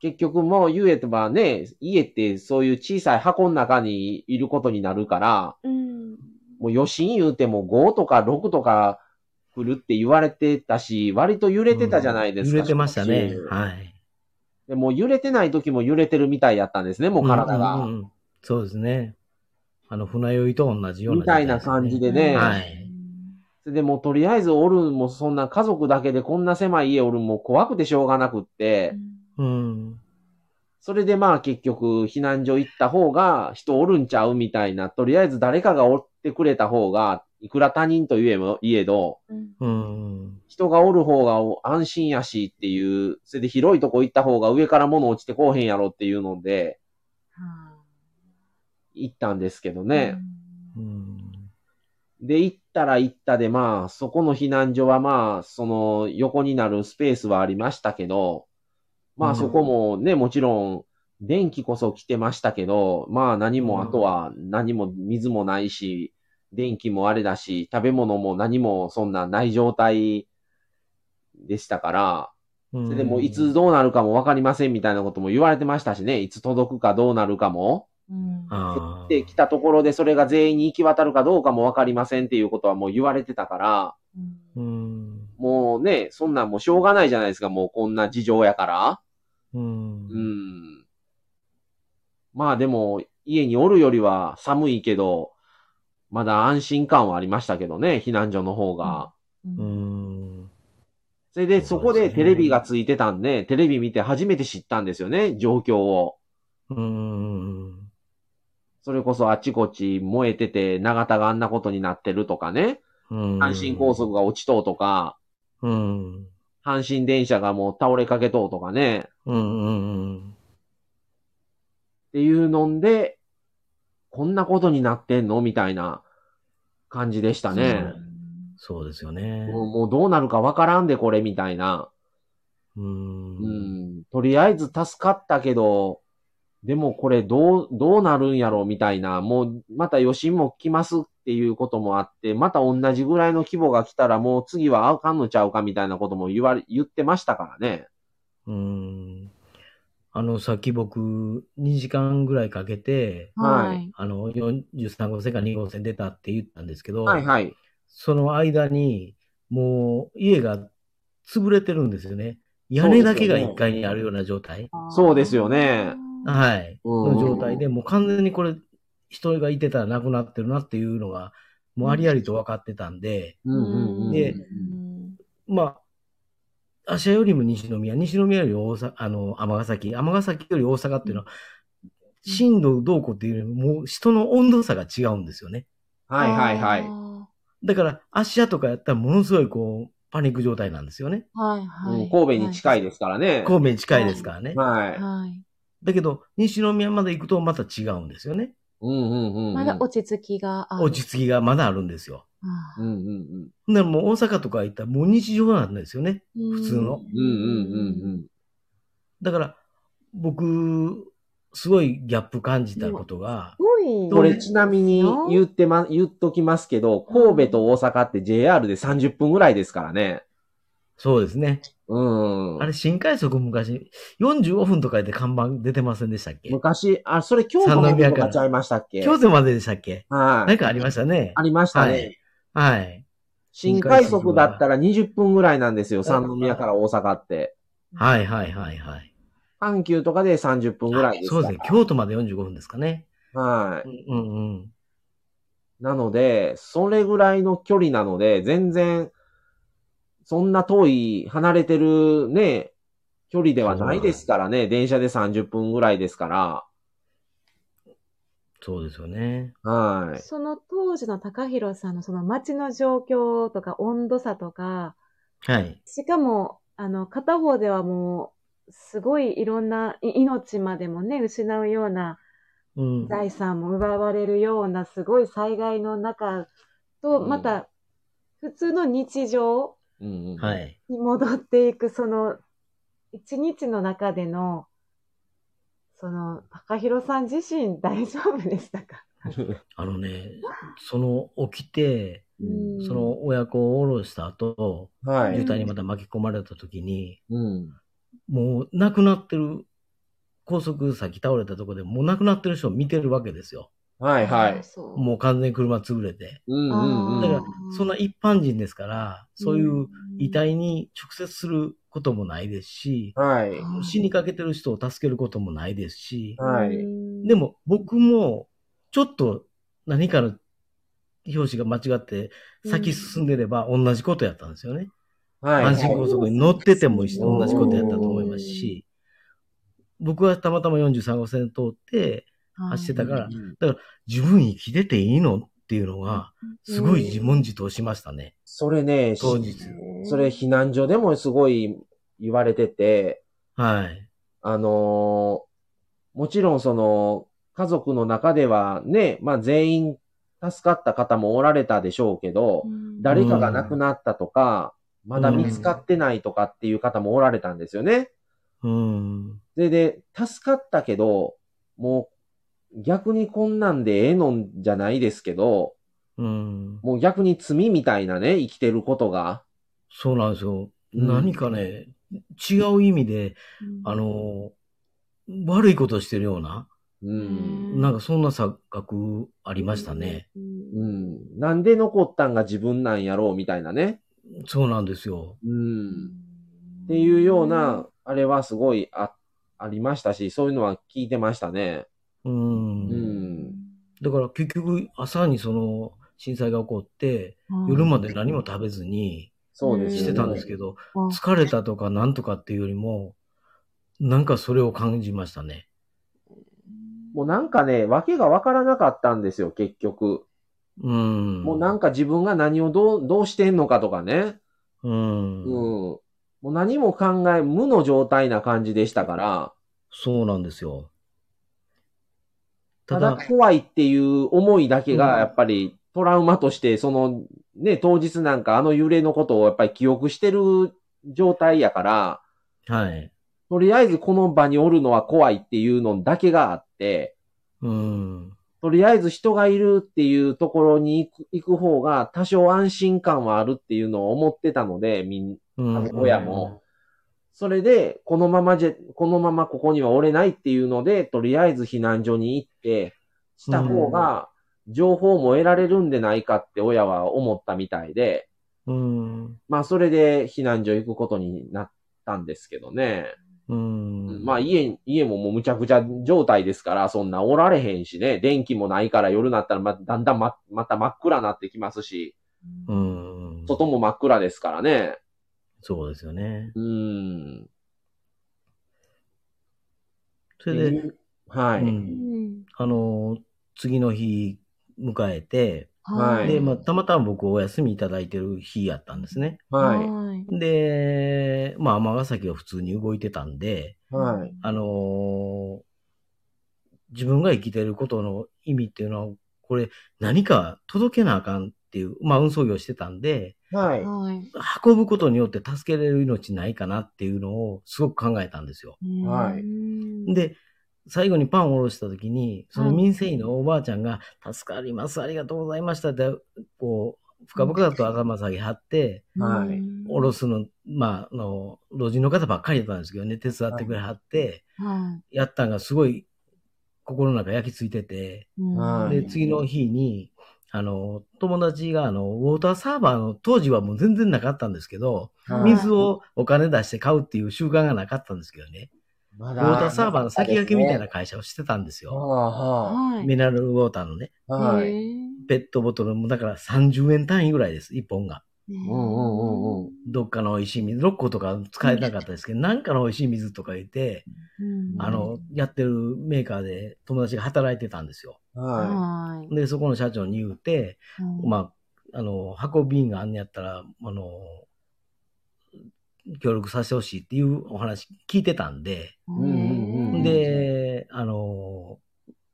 Speaker 1: 結局もう言えばね、家ってそういう小さい箱の中にいることになるから、
Speaker 2: うん。
Speaker 1: もう余震言うても5とか6とか来るって言われてたし、割と揺
Speaker 3: あ。
Speaker 1: れてたじゃないですか。
Speaker 3: 揺れてましたね
Speaker 1: し。
Speaker 3: はい。
Speaker 1: でもう揺れてない時も揺れてるみたいやったんですね、もう体が。
Speaker 3: うんうんうんそうですね。あの、船酔いと同じような、
Speaker 1: みたいな感じでね
Speaker 3: はい。
Speaker 1: それでもうとりあえずおるんもそんな家族だけでこんな狭い家おるんも怖くてしょうがなくって、
Speaker 3: うん。
Speaker 1: それでまあ結局避難所行った方が人おるんちゃうみたいな、とりあえず誰かがおってくれた方が、いくら他人といえも、いえど、
Speaker 2: うん
Speaker 3: うん。
Speaker 1: 人がおる方が安心やしっていう、それで広いとこ行った方が上から物落ちてこうへんやろっていうので、
Speaker 2: は
Speaker 1: 行ったんですけど
Speaker 2: あ
Speaker 1: ね。
Speaker 3: うん。
Speaker 1: で、行ったら行ったで、まあ、そこの避難所はまあ、その横になるスペースはありましたけど、ま
Speaker 3: う
Speaker 1: あ
Speaker 3: ん
Speaker 1: そこもね、もちろん、電気こそ来てましたけど、まあ何
Speaker 3: う
Speaker 1: も、
Speaker 3: ん
Speaker 1: あとは何も水もないし、電気もあれだし、食べ物も何もそんなない状態でしたから、
Speaker 3: そ
Speaker 1: それでもういつどうなるかもわかりませんみたいなことも言われてましたしね、いつ届くかどうなるかも。
Speaker 2: うん
Speaker 3: ああ。
Speaker 1: で、来たところでそれが全員に行き渡るかどうかもわかりませんっていうことはもう言われてたから、
Speaker 2: う
Speaker 3: うんん。
Speaker 1: もうね、そんなんもうしょうがないじゃないですか、もうこんな事情やから。
Speaker 3: うん。
Speaker 1: うん。まあでも、家におるよりは寒いけど、まだ安心感はありましたけどね、避難所の方が。
Speaker 3: う
Speaker 2: うん
Speaker 3: ん。
Speaker 1: それで、そこ
Speaker 3: そう
Speaker 1: で
Speaker 3: ですね
Speaker 1: テレビがついてたんで、テレビ見て初めて知ったんですよね、状況を。
Speaker 3: うん。
Speaker 1: それこそあっちこっち燃えてて、長田があんなことになってるとかね。阪神高速が落ちとうとか、
Speaker 3: うん。
Speaker 1: 阪神電車がもう倒れかけとうとかね。
Speaker 3: うんうんうん。
Speaker 1: っていうので、こんなことになってんのみたいな感じでしたね。
Speaker 3: そうですよね。
Speaker 1: もうもうどうなるかわからんで、これ、みたいな。
Speaker 3: う。
Speaker 1: うんん。とりあえず助かったけど、でもこれどう、どうなるんやろみたいな、もうまた余震も来ますっていうこともあって、また同じぐらいの規模が来たらもう次はあかんのちゃうかみたいなことも言われ、言ってましたからね。
Speaker 3: うん。あの、さっき僕、2時間ぐらいかけて、
Speaker 1: はい
Speaker 2: はい。
Speaker 3: あの、43号線か2号線出たって言ったんですけど、
Speaker 1: はいはい。
Speaker 3: その間に、もう家が潰れてるんですよね。屋根だけが
Speaker 1: そうですよね
Speaker 3: 1階にあるような状態。
Speaker 1: そうですよね。
Speaker 2: い。
Speaker 3: はい。
Speaker 1: うん
Speaker 3: の状態で、もう完全にこれ、人がいてたらなくなってるなっていうのが、もうありありと分かってたんで、
Speaker 1: うんうんうん。
Speaker 3: で
Speaker 2: うん
Speaker 3: まあ、芦屋よりも西宮、西宮より大阪、あの、尼崎、尼崎より大阪っていうのは、震度どうこうっていうよりも、もう人の温度差が違うんですよね。
Speaker 1: はいはいはい。
Speaker 2: あ
Speaker 3: だから、芦屋とかやったらものすごいこう、パニック状態なんですよね。
Speaker 2: ーはいは
Speaker 1: う
Speaker 2: い。
Speaker 1: ん神戸に近
Speaker 2: い。
Speaker 1: いですからね。
Speaker 3: 神戸に近いですからね。
Speaker 1: はい。
Speaker 2: はい。
Speaker 3: だけど、西宮まで行くとまた違うんですよね。
Speaker 1: うんうんうんうん。
Speaker 2: まだ落ち着きがある。
Speaker 3: 落ち着きがまだあるんですよ。
Speaker 2: あ
Speaker 1: うんうんうん。
Speaker 3: ほんならもう大阪とか行ったらもう日常なんですよね。
Speaker 2: ー
Speaker 3: 普通の
Speaker 1: うんうんうん
Speaker 3: だから、僕、すごいギャップ感じたことが、
Speaker 1: う
Speaker 2: す
Speaker 1: ん。
Speaker 2: ご
Speaker 1: こ
Speaker 2: い
Speaker 1: れちなみに言ってま、言っときますけど、神戸と大阪って JR で30分ぐらいですからね。
Speaker 3: そうですね。
Speaker 1: うん。
Speaker 3: あれ、新快速昔、45分とかで看板出てませんでしたっけ
Speaker 1: 昔、あ、それ京都のとかちゃいましたっけ
Speaker 3: 京都まででしたっけ
Speaker 1: は
Speaker 3: 何
Speaker 1: い。
Speaker 3: かありましたね
Speaker 1: あ。りましたね。
Speaker 3: はいはい。
Speaker 1: 新快速だったら20分ぐらいなんですよ。三宮から大阪って。
Speaker 3: はいはいはいはい。
Speaker 1: 阪急とかで30分ぐらいですか
Speaker 3: そう
Speaker 1: ら。
Speaker 3: ですね。京都まで45分ですかね。
Speaker 1: はい。
Speaker 3: うんうん。
Speaker 1: なので、それぐらいの距離なので、全然、そんな遠い、離れてるね、距離ではないですからね、電車で30分ぐらいですから。
Speaker 3: そうですよね。
Speaker 1: はい。
Speaker 2: その当時の高弘さんのその街の状況とか温度差とか、
Speaker 3: はい。
Speaker 2: しかも、あの、片方ではもう、すごいいろんない命までもね、失うような
Speaker 3: うん。
Speaker 2: 財産も奪われるようなすごい災害の中と、
Speaker 1: うん
Speaker 2: また、普通の日常
Speaker 1: うんうん
Speaker 3: はい。
Speaker 2: に戻っていく、その、一日の中での、その、高弘さん自身大丈夫でしたか
Speaker 3: あのね、その起きて、
Speaker 1: うん
Speaker 3: その親子を降ろした後、
Speaker 1: は
Speaker 3: 渋
Speaker 1: い。
Speaker 3: 滞にまた巻き込まれた時に、
Speaker 1: うん。
Speaker 3: もう亡くなってる、高速先倒れたとこでもう亡くなってる人を見てるわけですよ。
Speaker 1: はいは
Speaker 2: あー
Speaker 1: い。
Speaker 2: そう
Speaker 3: もう完全に車潰れて。
Speaker 1: うんうん
Speaker 3: だ
Speaker 1: う
Speaker 3: か
Speaker 1: ん
Speaker 3: ら。そんな一般人ですから、そういう遺体に直接することもないですし、
Speaker 1: はい。
Speaker 2: うん
Speaker 3: 死にかけてる人を助けることもないですし、
Speaker 1: はい
Speaker 2: で
Speaker 3: で、も僕もちょっと何かの表紙が間違って先進んでれば同じことやったんですよね。
Speaker 1: はい。
Speaker 3: 阪神高速に乗ってても一
Speaker 1: うん
Speaker 3: 緒同じことやったと思いますし、僕はたまたま43号線通って、走ってたから
Speaker 1: うん
Speaker 3: 自分生きてていいのっていうのが、すごい自問自答しましたね。
Speaker 1: それね、
Speaker 3: 当日。
Speaker 1: それ避難所でもすごい言われてて、
Speaker 3: はい。
Speaker 1: あのーもちろんその、家族の中ではね、まあ全員助かった方もおられたでしょうけど、誰かが亡くなったとか、まだ見つかってないとかっていう方もおられたんですよね。
Speaker 3: うん。
Speaker 1: それで、助かったけど、もう逆にこんなんでええのんじゃないですけど、
Speaker 3: うん。
Speaker 1: もう逆に罪みたいなね、生きてることが。
Speaker 3: そうなんですよ。
Speaker 1: うん
Speaker 3: 何かね、違う意味で、あの、悪いことしてるような、
Speaker 1: うん。
Speaker 3: なんかそんな錯覚ありましたね。。
Speaker 1: うん。なんで残ったんが自分なんやろうみたいなね。
Speaker 3: そうなんですよ。
Speaker 1: うん。っていうような、あれはすごいあ、ありましたし、そういうのは聞いてましたね。
Speaker 3: う。
Speaker 1: うんん。
Speaker 3: だから結局、朝にその震災が起こって、夜まで何も食べずに
Speaker 1: そうですよ
Speaker 3: し
Speaker 1: ね。
Speaker 3: てたんですけど、
Speaker 2: うん
Speaker 3: 疲れたとかなんとかっていうよりも、なんかそれを感じましたね。
Speaker 1: もうなんかね、わけがわからなかったんですよ、結局。
Speaker 3: うん。
Speaker 1: もうなんか自分が何をどう、どうしてんのかとかね。
Speaker 3: うん
Speaker 1: うん。もう何も考え、無の状態な感じでしたから、
Speaker 3: そうなんですよ。た
Speaker 1: ただ
Speaker 3: だ、
Speaker 1: 怖いっていう思いだけが、やっぱりトラウマとして、その、ね、当日なんかあの揺れのことをやっぱり記憶してる状態やから、
Speaker 3: はい。
Speaker 1: とりあえずこの場におるのは怖いっていうのだけがあって、
Speaker 3: うん。
Speaker 1: とりあえず人がいるっていうところに行く行く方が多少安心感はあるっていうのを思ってたので、みん
Speaker 3: うん
Speaker 1: あの親も。それで、このままじゃ、このままここにはおれないっていうので、とりあえず避難所に行って、した方が、情報も得られるんでないかって親は思ったみたいで、
Speaker 3: うん。
Speaker 1: まあそれで避難所行くことになったんですけどね。
Speaker 3: うん。
Speaker 1: まあ家、家ももうむちゃくちゃ状態ですから、そんなおられへんしね、電気もないから夜になったらま、だんだんま、また真っ暗になってきますし、
Speaker 3: う
Speaker 2: うん
Speaker 3: ん。
Speaker 1: 外も真っ暗ですからね。
Speaker 3: そうですよね。
Speaker 1: うん。
Speaker 3: それで、
Speaker 1: は
Speaker 3: う
Speaker 1: い。
Speaker 2: うんん
Speaker 3: あの、次の日迎えて、
Speaker 1: はい
Speaker 3: で、まあ、たまたま僕お休みいただいてる日やったんですね。
Speaker 1: は
Speaker 2: はい。
Speaker 3: で、まあ、尼崎は普通に動いてたんで、
Speaker 1: い。はい。
Speaker 3: あのー自分が生きてることの意味っていうのは、これ何か届けなあかんっていう、まあ運送業してたんで、
Speaker 1: はい。
Speaker 2: はい。
Speaker 3: 運ぶことによって助けられる命ないかなっていうのをすごく考えたんですよ。
Speaker 1: はい
Speaker 2: うん、
Speaker 3: で、最後にパンをおろした時に、その民生委員のおばあちゃんが、助かります、ありがとうございましたって、こう、深々と頭下げ張って、
Speaker 1: はい
Speaker 2: うん
Speaker 3: おろすの、まあ、あの、老人の方ばっかりだったんですけどね、手伝ってくれはって、
Speaker 2: は
Speaker 3: やったんがすごい心の中焼き付いてて、
Speaker 2: い。うん
Speaker 1: はい
Speaker 3: で、次の日に、あの、友達が、あの、ウォーターサーバーの、当時はもう全然なかったんですけど、
Speaker 1: はい
Speaker 3: 水をお金出して買うっていう習慣がなかったんですけどね、
Speaker 1: ま
Speaker 3: ウ
Speaker 1: だ
Speaker 3: ォーターサーバーの先駆けみたいな会社をしてたんですよ。
Speaker 1: は
Speaker 2: はい。
Speaker 3: ミネラルウォーターのね、
Speaker 1: あ、はあ、はい。
Speaker 2: へえ
Speaker 3: ペットボトルもだから30円単位ぐらいです、1本が。
Speaker 1: うんうんうんうん。
Speaker 3: どっかの美味しい水、6個とか使えなかったですけど、なんかの美味しい水とか言って、
Speaker 2: うん
Speaker 3: あの、やってるメーカーで友達が働いてたんですよ。
Speaker 1: は
Speaker 2: はい。
Speaker 3: で、そこの社長に言うて、まあ、あの、運び員があんねやったら、あの、協力させてほしいっていうお話聞いてたんで、
Speaker 2: あ、
Speaker 1: うんうんうん
Speaker 3: で、あの、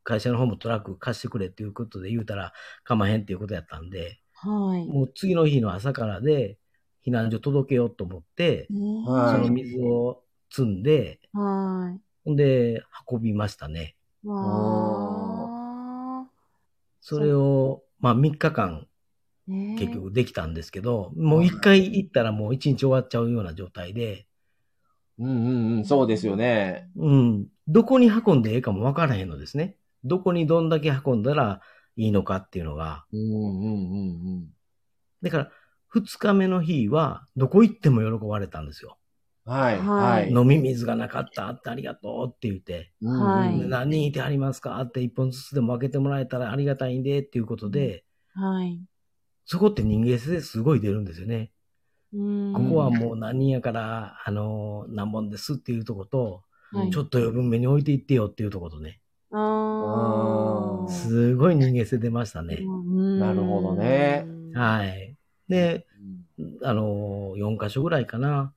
Speaker 3: 会社の方もトラック貸してくれっていうことで言うたら、かまへんっていうことやったんで、
Speaker 2: はい。
Speaker 3: もう次の日の朝からで、避難所届けようと思って、
Speaker 1: はい
Speaker 3: その水を積んで、
Speaker 2: はい。
Speaker 3: ほんで、運びましたね。
Speaker 2: わあ。
Speaker 3: それを、まあ3日間
Speaker 2: ねえ
Speaker 3: 結。局できたんですけど、もう1回行ったらもう1日終わっちゃうような状態で、
Speaker 1: い。うんうんうん、そうですよね。
Speaker 3: うん、どこに運んでええかもわからへんのですね。どこにどんだけ運んだらいいのかっていうのが。
Speaker 1: うんうんうんうん。
Speaker 3: だから、2日目の日は、どこ行っても喜ばれたんですよ。
Speaker 1: はい。
Speaker 2: は
Speaker 1: はいい。
Speaker 3: 飲み水がなかったってありがとうって言って、
Speaker 1: うんうん
Speaker 2: はい
Speaker 3: で何人いてはりますかって1本ずつでも分けてもらえたらありがたいんでっていうことで、
Speaker 2: はい。
Speaker 3: そこって人間性すごい出るんですよね。
Speaker 2: うん
Speaker 3: ここはもう何人やから、あの、何本ですっていうとこと、
Speaker 2: はい
Speaker 3: ちょっと余分目に置いていってよっていうとことね、
Speaker 2: ああ。
Speaker 3: すごい人間性出ましたね。
Speaker 2: うん
Speaker 1: なるほどね。
Speaker 3: はい。で、あの、4箇所ぐらいかな、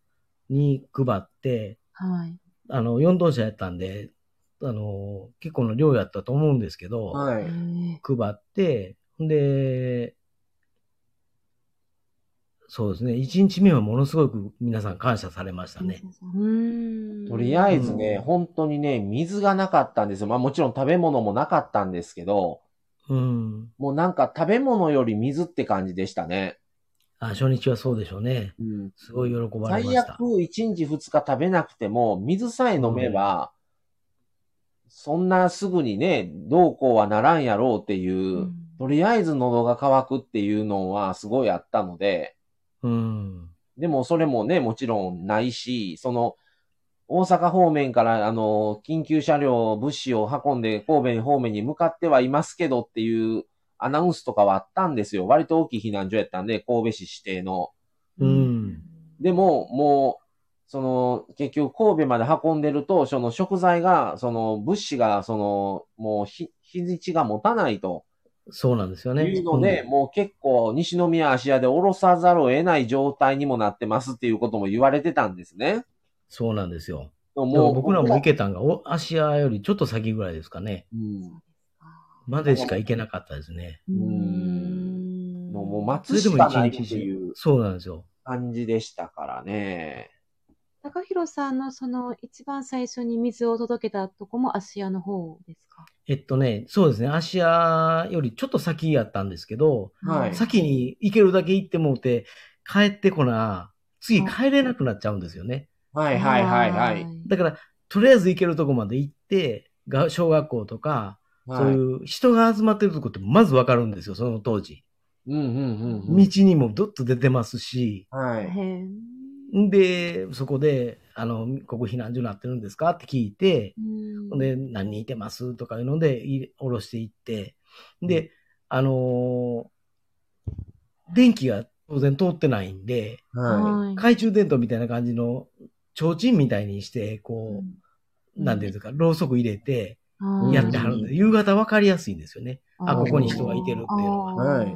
Speaker 3: に配って、
Speaker 2: はい。
Speaker 3: あの、4トン車やったんで、あの、結構の量やったと思うんですけど、
Speaker 1: はい。
Speaker 2: ね
Speaker 3: 配って、で、そうですね、1日目はものすごく皆さん感謝されましたね。
Speaker 2: うん。
Speaker 1: とりあえずね、
Speaker 3: うん
Speaker 1: 本当にね、水がなかったんですよ。まあもちろん食べ物もなかったんですけど、
Speaker 3: うん。
Speaker 1: もうなんか食べ物より水って感じでしたね。
Speaker 3: あ、初日はそうでしょうね。
Speaker 1: うん、
Speaker 3: すごい喜ば
Speaker 1: 最
Speaker 3: れました
Speaker 1: 悪。1日2日食べなくても、水さえ飲めば、そんなすぐにね、どうこうはならんやろうっていう、
Speaker 2: うん
Speaker 1: とりあえず喉が渇くっていうのはすごいあったので、
Speaker 3: うん。
Speaker 1: でもそれもね、もちろんないし、その、大阪方面から、あの、緊急車両、物資を運んで神戸方面に向かってはいますけどっていうアナウンスとかはあったんですよ。割と大きい避難所やったんで、神戸市指定の。
Speaker 3: うん。
Speaker 1: でも、もう、その、結局神戸まで運んでると、その食材が、その物資が、その、もう日、日にちが持たないと
Speaker 3: そうなんですよね。
Speaker 1: いうので、
Speaker 3: うん
Speaker 1: もう結構西宮芦屋で降ろさざるを得ない状態にもなってますっていうことも言われてたんですね。
Speaker 3: そうなんですよ。
Speaker 1: も
Speaker 3: もう僕らも行けたんが、お芦屋よりちょっと先ぐらいですかね。
Speaker 1: うん
Speaker 3: までしか行けなかったですね。
Speaker 2: う
Speaker 1: うん
Speaker 2: ん。
Speaker 1: もうもう
Speaker 3: そ
Speaker 1: 待つ
Speaker 3: れで
Speaker 1: し
Speaker 3: も
Speaker 1: かない
Speaker 3: 一
Speaker 1: って
Speaker 3: 日
Speaker 1: いう
Speaker 3: 中。そうなんですよ。
Speaker 1: 感じでしたからね。
Speaker 2: 高弘さんのその一番最初に水を届けたとこも芦屋の方ですか
Speaker 3: えっとね、そうですね、芦屋よりちょっと先やったんですけど、
Speaker 1: はい
Speaker 3: 先に行けるだけ行ってもうて、帰ってこな、次帰れなくなっちゃうんですよね。
Speaker 1: はいはいはいはい。
Speaker 3: だから、とりあえず行けるとこまで行って、が小学校とか、
Speaker 1: はい
Speaker 3: そういう人が集まってるとこってまずわかるんですよ、その当時。
Speaker 1: うんうんうんう
Speaker 3: 道
Speaker 1: ん。
Speaker 3: にもどっと出てますし、
Speaker 1: は
Speaker 2: ら
Speaker 1: い。
Speaker 2: へん。
Speaker 3: んで、そこで、あの、ここ避難所になってるんですかって聞いて、
Speaker 2: うん
Speaker 3: ほんで、何人いてますとかいうので、い下ろしていって、で、あのー電気が当然通ってないんで、
Speaker 1: は
Speaker 3: 懐中電灯みたいな感じの、提灯みたいにして、
Speaker 2: う
Speaker 3: こ
Speaker 2: ん
Speaker 3: う、なんていうんですか、ろうそく入れて、
Speaker 2: あー
Speaker 3: やってはるん
Speaker 1: う
Speaker 3: で、夕方わかりやすいんですよね。
Speaker 2: あ
Speaker 3: あ、
Speaker 2: ー
Speaker 3: ここに人がいてるっていうのが。
Speaker 1: はい
Speaker 2: あーへ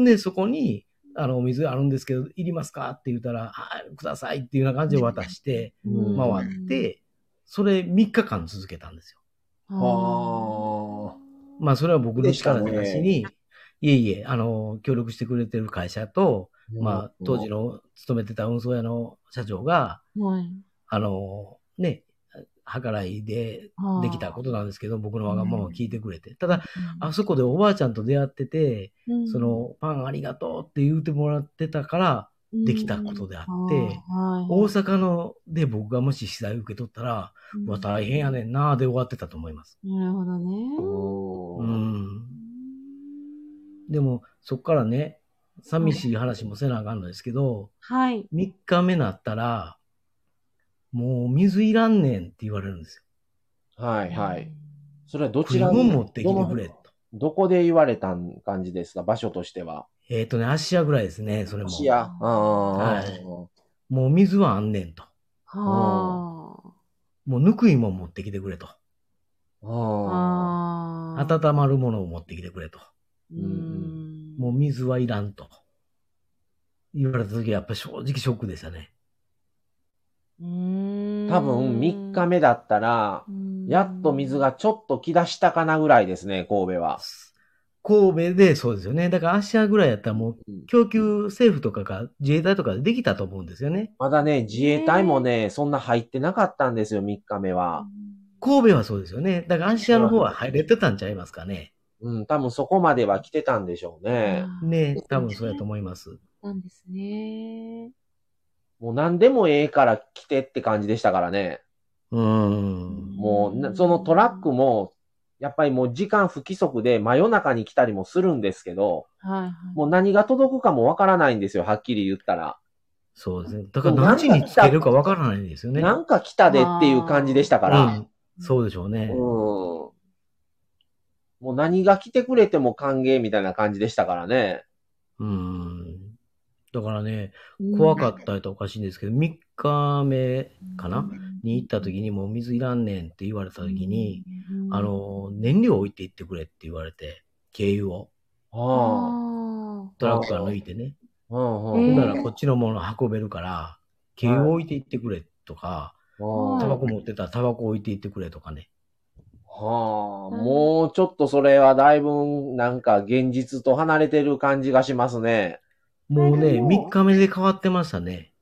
Speaker 2: ー
Speaker 3: で、そこに、あの、お水あるんですけど、いりますかって言ったら、はい、くださいっていうような感じで渡して、
Speaker 1: い。
Speaker 2: うんまあ
Speaker 3: 回って、それ3日間続けたんですよ。
Speaker 2: あー
Speaker 1: は
Speaker 3: まあ、それは僕の力で
Speaker 1: で
Speaker 3: な
Speaker 1: した
Speaker 3: し
Speaker 1: ね
Speaker 3: に、いえいえ、あの、協力してくれてる会社と、
Speaker 1: あ。
Speaker 3: まあ、当時の勤めてた運送屋の社長が、
Speaker 2: はい
Speaker 3: あの、ね、計らいで
Speaker 2: あー
Speaker 3: できたことなんですけど、僕のわがままを聞いてくれて。ただ、
Speaker 2: うん
Speaker 3: あそこでおばあちゃんと出会ってて、
Speaker 2: うん
Speaker 3: その、パンありがとうって言ってもらってたから、できたことであって大阪ので僕がもし取材受け取ったら、うわ、大変やねんなーで終わってたと思います。
Speaker 2: うん。なるほどね。
Speaker 1: お
Speaker 3: う
Speaker 1: ー
Speaker 3: ん。でも、そっからね、寂しい話もせなあかんのですけど、
Speaker 2: はい。
Speaker 3: 3日目なったら、もう水いらんねんって言われるんです
Speaker 1: はいはい。。それは
Speaker 3: よ。
Speaker 1: どち
Speaker 3: 国
Speaker 1: ら
Speaker 3: も
Speaker 1: の
Speaker 3: 持ってきてく
Speaker 1: ど
Speaker 3: れと。
Speaker 1: のどこで言われたん感じですか場所としては。
Speaker 3: えっ、とね、芦屋ぐらいですね、それも。
Speaker 1: 芦屋。ああ。
Speaker 3: はいもう水はあんねんと。
Speaker 2: は
Speaker 3: もうぬくいもん持ってきてくれと。
Speaker 2: あ。
Speaker 1: ああ。
Speaker 2: ああ。
Speaker 3: 温まるものを持ってきてくれと。
Speaker 2: うんうん。
Speaker 3: もう水はいらんと。言われた時はやっぱ正直ショックでしたね。
Speaker 2: うーん。
Speaker 1: 多分3日目だったら、
Speaker 2: 目
Speaker 1: やっと水。がちょっと来だしたかなぐらいですね、神戸は。
Speaker 3: 神戸でそうですよね。だから芦屋ぐらいやったらもう供給政府とかが自衛隊とかでできたと思うんですよね。
Speaker 1: まだね、自衛隊もね、そんな入ってなかったんですよ、3日目は。
Speaker 3: 神戸はそうですよね。だから芦屋の方は入れてたんちゃいますかね。
Speaker 1: うん、多分そこまでは来てたんでしょうね。
Speaker 3: ね多分そうやと思います。
Speaker 2: なんですね。
Speaker 1: もう何でもええから来てって感じでしたからね。
Speaker 3: うーん。
Speaker 1: もうな、そのトラックも、やっぱりもう時間不規則で真夜中に来たりもするんですけど、
Speaker 2: はいはい。
Speaker 1: もう何が届くかもわからないんですよ、はっきり言ったら。
Speaker 3: そうですね。だから何時につけるかわからないんですよね。
Speaker 1: なんか来たでっていう感じでしたから。
Speaker 3: うんそうでしょうね。
Speaker 1: うんもう何が来てくれても歓迎みたいな感じでしたからね。
Speaker 3: うん。だからね、怖かったりとおかしいんですけど、3日目かなに行った時にもう水いらんねんって言われた時に、、あ、の、燃料置いて行ってくれって言われて、軽油を
Speaker 1: ああ。
Speaker 2: あ
Speaker 3: トラックから抜いてね。
Speaker 1: うんう
Speaker 2: え
Speaker 3: ほ
Speaker 1: ん
Speaker 3: ん
Speaker 2: ー
Speaker 3: ならこっちのもの運べるから、軽油置いて行ってくれとか、
Speaker 1: は
Speaker 2: は
Speaker 1: あ
Speaker 3: タバコ持ってたらタバコ置いて行ってくれとかね。
Speaker 1: はあ、もうちょっとそれはだいぶなんか現実と離れてる感じがしますね。
Speaker 3: もう
Speaker 2: で
Speaker 3: ね、
Speaker 2: も
Speaker 3: 3日目で変わってましたね。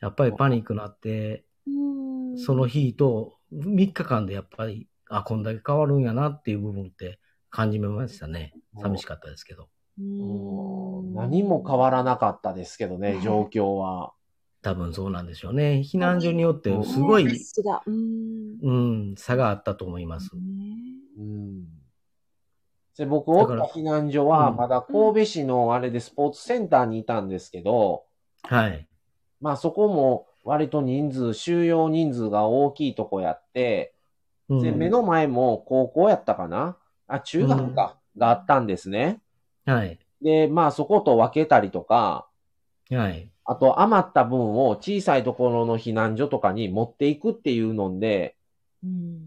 Speaker 3: やっぱりパニックなって、
Speaker 2: うん
Speaker 3: その日と3日間でやっぱり、あ、こんだけ変わるんやなっていう部分って感じましたね。寂しかったですけど。
Speaker 1: うん何も変わらなかったですけどね、状況は。
Speaker 3: 多分そうなんでしょうね。避難所によってすごい、
Speaker 2: 質がうん
Speaker 3: うん、差があったと思います。
Speaker 1: うん、で僕、おった避難所は
Speaker 3: うん
Speaker 1: まだ神戸市のあれでスポーツセンターにいたんですけど、
Speaker 3: はい。
Speaker 1: まあそこも割と人数、収容人数が大きいとこやって、
Speaker 3: うん
Speaker 1: で目の前も高校やったかなあ、中学か、があったんですね。
Speaker 3: はい。
Speaker 1: で、まあそこと分けたりとか、
Speaker 3: はい。
Speaker 1: あと余った分を小さいところの避難所とかに持っていくっていうので、
Speaker 2: うん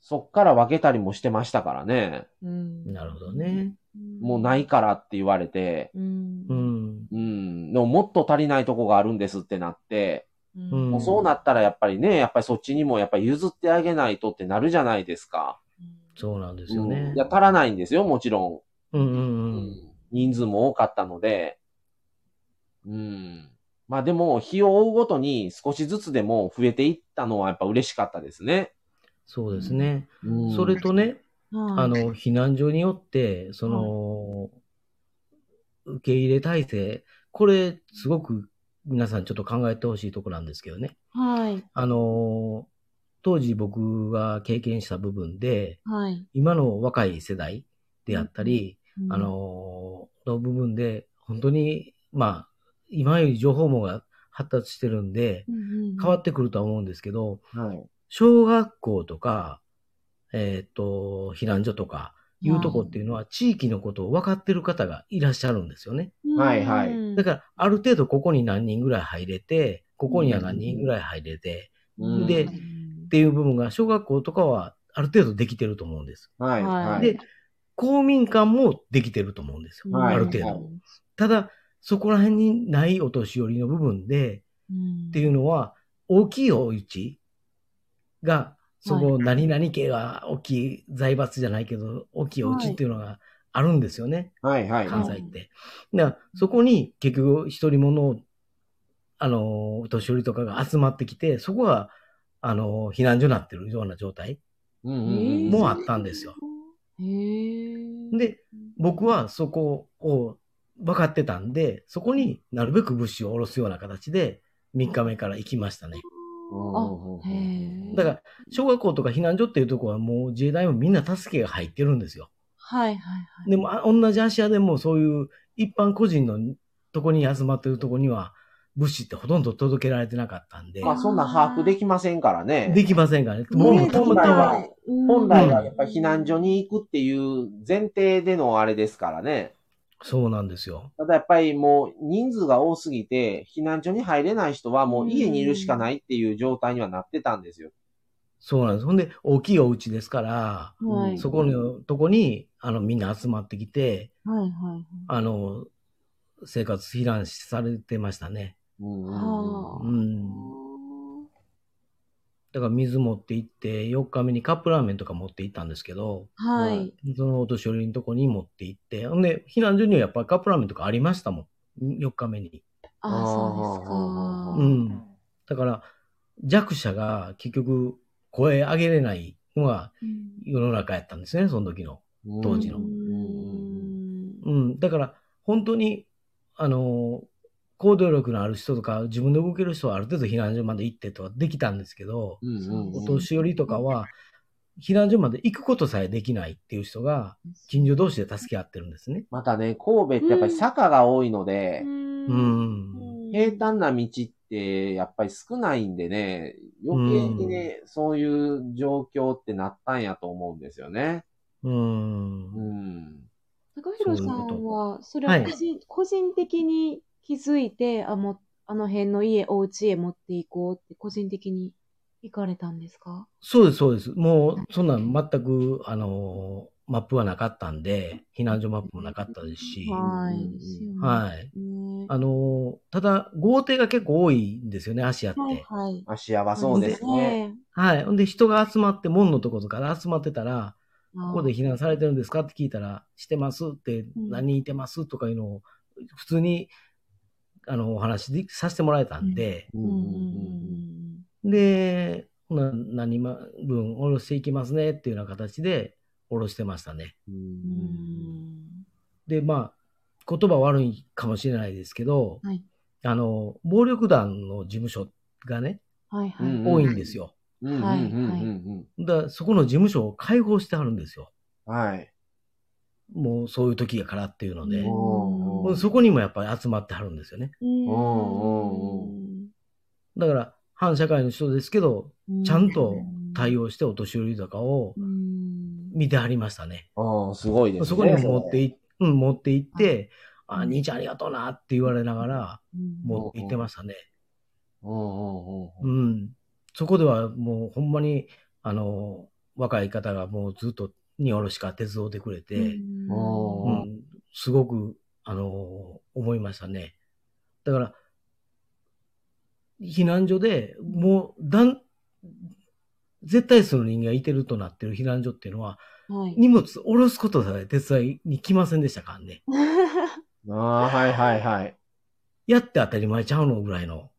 Speaker 1: そっから分けたりもしてましたからね。
Speaker 2: うん
Speaker 3: なるほどね。
Speaker 1: もうないからって言われて、
Speaker 2: うん
Speaker 3: うん。
Speaker 1: うん、でももっと足りないとこがあるんですってなって、
Speaker 2: うん
Speaker 1: もうそうなったらやっぱりね、やっぱりそっちにもやっぱり譲ってあげないとってなるじゃないですか。
Speaker 3: そうなんですよね
Speaker 1: うんい。や、足らないんですよ、もちろ
Speaker 3: うん
Speaker 1: ん。
Speaker 3: うんうん。
Speaker 1: 人数も多かったので、うん。まあでも、日を追うごとに少しずつでも増えていったのはやっぱ嬉しかったですね。
Speaker 3: そうですね。
Speaker 1: うん
Speaker 3: それとね、
Speaker 2: はい
Speaker 3: あの、避難所によって、その、受け入れ体制、これ、すごく皆さんちょっと考えてほしいとこなんですけどね。
Speaker 2: はい。
Speaker 3: あの、当時僕が経験した部分で、
Speaker 2: はい。
Speaker 3: 今の若い世代であったり、
Speaker 2: うん
Speaker 3: あ、の、の部分で、本当に、まあ、今より情報網が発達してるんで、
Speaker 2: 変
Speaker 3: 変わってくるとは思うんですけど、
Speaker 1: はい。
Speaker 3: 小学校とか、えっ、と、避難所とか、いうとこっていうのは、地域のことを分かってる方がいらっしゃるんですよね。
Speaker 1: はいはい
Speaker 3: だから、ある程度ここに何人ぐらい入れて、ここには何人ぐらい入れて、
Speaker 1: うん
Speaker 3: で
Speaker 2: うん
Speaker 3: っていう部分が、小学校とかはある程度できてると思うんです。
Speaker 1: はい。はい。
Speaker 3: で、公民館もできてると思うんですよ。
Speaker 1: はい
Speaker 3: ある程
Speaker 1: は
Speaker 3: 度
Speaker 1: い。
Speaker 3: ただ、そこら辺にないお年寄りの部分で、
Speaker 2: うん
Speaker 3: っていうのは、大きいお家が、その何々家が大きい財閥じゃないけど、大きいお家っていうのがあるんですよね、
Speaker 1: はい。はい。
Speaker 3: 関西って。だからそこに結局、一人者を、あの、お年寄りとかが集まってきて、そこが、あの、避難所になってるような状態
Speaker 1: うん
Speaker 2: えー
Speaker 3: もあったんですよ。
Speaker 2: へー
Speaker 3: で、僕はそこを分かってたんで、そこになるべく物資を下ろすような形で、3日目から行きましたね。
Speaker 2: あへー
Speaker 3: だから、小学校とか避難所っていうところはもう自衛隊もみんな助けが入ってるんですよ。
Speaker 2: はいはいはい。
Speaker 3: でも、あ同じ芦屋でもそういう一般個人のとこに集まってるとこには、物資ってほとんど届けられてなかったんで、
Speaker 1: まあ、そんな把握できませんからね。
Speaker 3: できませんからね。
Speaker 1: も
Speaker 3: 僕
Speaker 1: う
Speaker 3: もたま
Speaker 1: 本来
Speaker 3: た
Speaker 1: は
Speaker 3: ま、
Speaker 2: うん
Speaker 1: 本来はやっぱり避難所に行くっていう前提でのあれですからね。
Speaker 3: そうなんですよ。
Speaker 1: ただやっぱりもう人数が多すぎて、避難所に入れない人はもう家にいるしかないっていう状態にはなってたんですよ。
Speaker 3: そうなんです。ほんで、大きいお家ですから、
Speaker 2: はい
Speaker 3: そこのとこに、あの、みんな集まってきて、
Speaker 2: はいはいはい。
Speaker 3: あの、生活避難されてましたね。
Speaker 1: うんうん
Speaker 2: はあ
Speaker 3: うん。だから水持って行って、4日目にカップラーメンとか持って行ったんですけど、
Speaker 2: は
Speaker 1: はい
Speaker 2: い。
Speaker 3: そのお年寄りのとこに持って行って、ほんで、避難所にはやっぱりカップラーメンとかありましたもん。4日目に。
Speaker 2: ああ、そうですか。
Speaker 1: あー
Speaker 3: うん。だから、弱者が結局声上げれないのが
Speaker 2: うん
Speaker 3: 世の中やったんですね、その時の。
Speaker 1: うん
Speaker 3: 当時の
Speaker 2: う
Speaker 1: うん
Speaker 2: ん
Speaker 3: うん。だから、本当に、あの、行動力のある人とか、自分で動ける人はある程度避難所まで行ってとはできたんですけど、
Speaker 1: うんうん
Speaker 3: お
Speaker 1: うん
Speaker 3: 年寄りとかは、避難所まで行くことさえできないっていう人が、近所同士で助け合ってるんですね。
Speaker 1: またね、神戸ってやっぱり坂が多いので、
Speaker 3: う
Speaker 2: うん
Speaker 3: ん。
Speaker 1: 平坦な道ってやっぱり少ないんでね、余計にね、そういう状況ってなったんやと思うんですよね。
Speaker 3: うん
Speaker 1: う。ん。
Speaker 2: 高弘さんは、それ
Speaker 3: は
Speaker 2: はい個人,、個人的に気づいて、あもうあの辺の家、お家へ持っていこうって、個人的に行かれたんですか
Speaker 3: そうです、そうです。もう、そんなん全く、あの、マップはなかったんで、避難所マップもなかったですし、は
Speaker 2: は
Speaker 1: うんうんうん
Speaker 2: い。ですよね
Speaker 3: い。
Speaker 2: ね
Speaker 3: あの、ただ、豪邸が結構多いんですよね、芦屋って。
Speaker 2: はいはい。
Speaker 1: あ、幸せそうですね。。
Speaker 3: はい。ほんで、人が集まって、門のところから集まってたら、
Speaker 2: こ
Speaker 3: ここで避難されてるんですかって聞いたら、してますって、
Speaker 2: ん
Speaker 3: 何人いてますとかいうのを、普通に、あの、お話でさせてもらえたんで、
Speaker 1: う
Speaker 2: うんん
Speaker 1: う
Speaker 2: うんん
Speaker 1: うん
Speaker 3: で、ほな何ま分下ろしていきますねっていうような形で下ろしてましたね。
Speaker 1: う
Speaker 2: うんうんん
Speaker 3: で、まあ、言葉悪いかもしれないですけど、
Speaker 2: はい
Speaker 3: あの、暴力団の事務所がね、
Speaker 2: はいは
Speaker 1: うん
Speaker 2: い。
Speaker 3: 多いんですよ。
Speaker 1: うんうん
Speaker 2: はい
Speaker 1: うん
Speaker 3: だからそこの事務所を開放してはるんですよ。
Speaker 1: うんはい。
Speaker 3: もうそういう時やからっていうので。
Speaker 1: うん
Speaker 3: もうそこにもやっぱり集まってはるんですよね。
Speaker 2: うん
Speaker 1: うんうん
Speaker 3: だから、反社会の人ですけど、
Speaker 2: うん
Speaker 3: ちゃんと対応してお年寄りとかを
Speaker 2: うん
Speaker 3: 見てはりましたね。
Speaker 1: ああ、すごいですね。
Speaker 3: そこにも持って
Speaker 1: い
Speaker 3: い、うん、持って行って、
Speaker 2: はい
Speaker 3: あ、兄ちゃんありがとうなって言われながら、もう行ってましたね。
Speaker 1: うんうんうん
Speaker 3: う
Speaker 1: うん
Speaker 3: ん。そこではもうほんまに、あの、若い方がもうずっと荷下ろしから手伝ってくれて、
Speaker 2: うん
Speaker 3: う
Speaker 1: うん
Speaker 3: ん、すごく、あの、思いましたね。だから、避難所でもう、だん、絶対数の人間がいてるとなってる避難所っていうのは、
Speaker 2: はい。
Speaker 3: 荷物下ろすことさえ手伝いに来ませんでしたからね。
Speaker 1: ああ、はいはいはい。
Speaker 3: やって当たり前ちゃうのぐらいの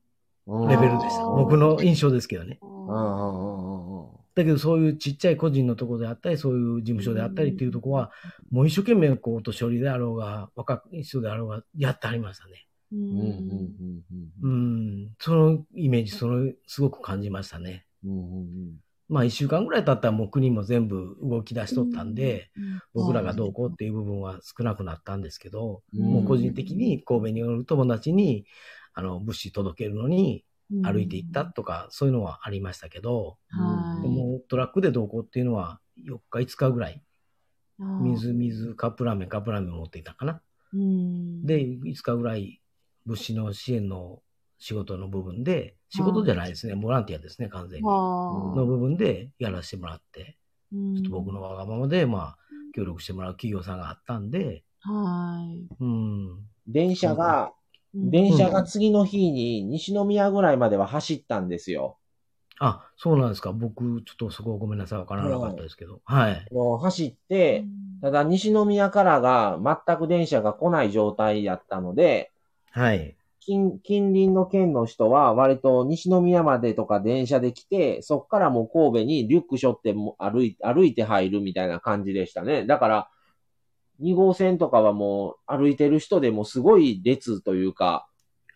Speaker 1: うん
Speaker 3: レベルでした。
Speaker 2: あー
Speaker 3: 僕の印象ですけどね。
Speaker 1: うんうんうんうんうん
Speaker 3: だけどそういうちっちゃい個人のところであったり、そういう事務所であったりっていうところは、もう一生懸命こう、お年寄りであろうが、若い人であろうが、やってはりましたね。
Speaker 2: う
Speaker 1: うんうんうん
Speaker 2: ん
Speaker 1: う
Speaker 3: うんん、そのイメージ、その、すごく感じましたね。
Speaker 1: うんうん
Speaker 3: まあ一週間ぐらい経ったらもう国も全部動き出しとったんで、、僕らがどうこうっていう部分は少なくなったんですけど、
Speaker 1: うん
Speaker 3: もう個人的に神戸におる友達に、あの、物資届けるのに歩いていったとか、そういうのはありましたけど、
Speaker 2: はい
Speaker 3: でもトラックでどうこうっていうのは4日5日ぐらい、水、水、カップラーメン、カップラーメン持っていたかな。で、5日ぐらい物資の支援の仕事の部分で、仕事じゃないですね、ボランティアですね、完全に。の部分でやらせてもらって、ちょっと僕のわがままで、まあ、協力してもらう企業さんがあったんで、
Speaker 2: はい。
Speaker 3: うん。
Speaker 1: 電車が、電車が次の日に西宮ぐらいまでは走ったんですよ。
Speaker 3: あ、そうなんですか。僕、ちょっとそこごめんなさい、わからなかったですけど。はい。
Speaker 1: もう走って、ただ西宮からが全く電車が来ない状態だったので、
Speaker 3: はい。
Speaker 1: 近近隣の県の人は割と西宮までとか電車で来て、そっからもう神戸にリュック背負っても歩い歩いて入るみたいな感じでしたね。だから、2号線とかはもう歩いてる人でもすごい列というか、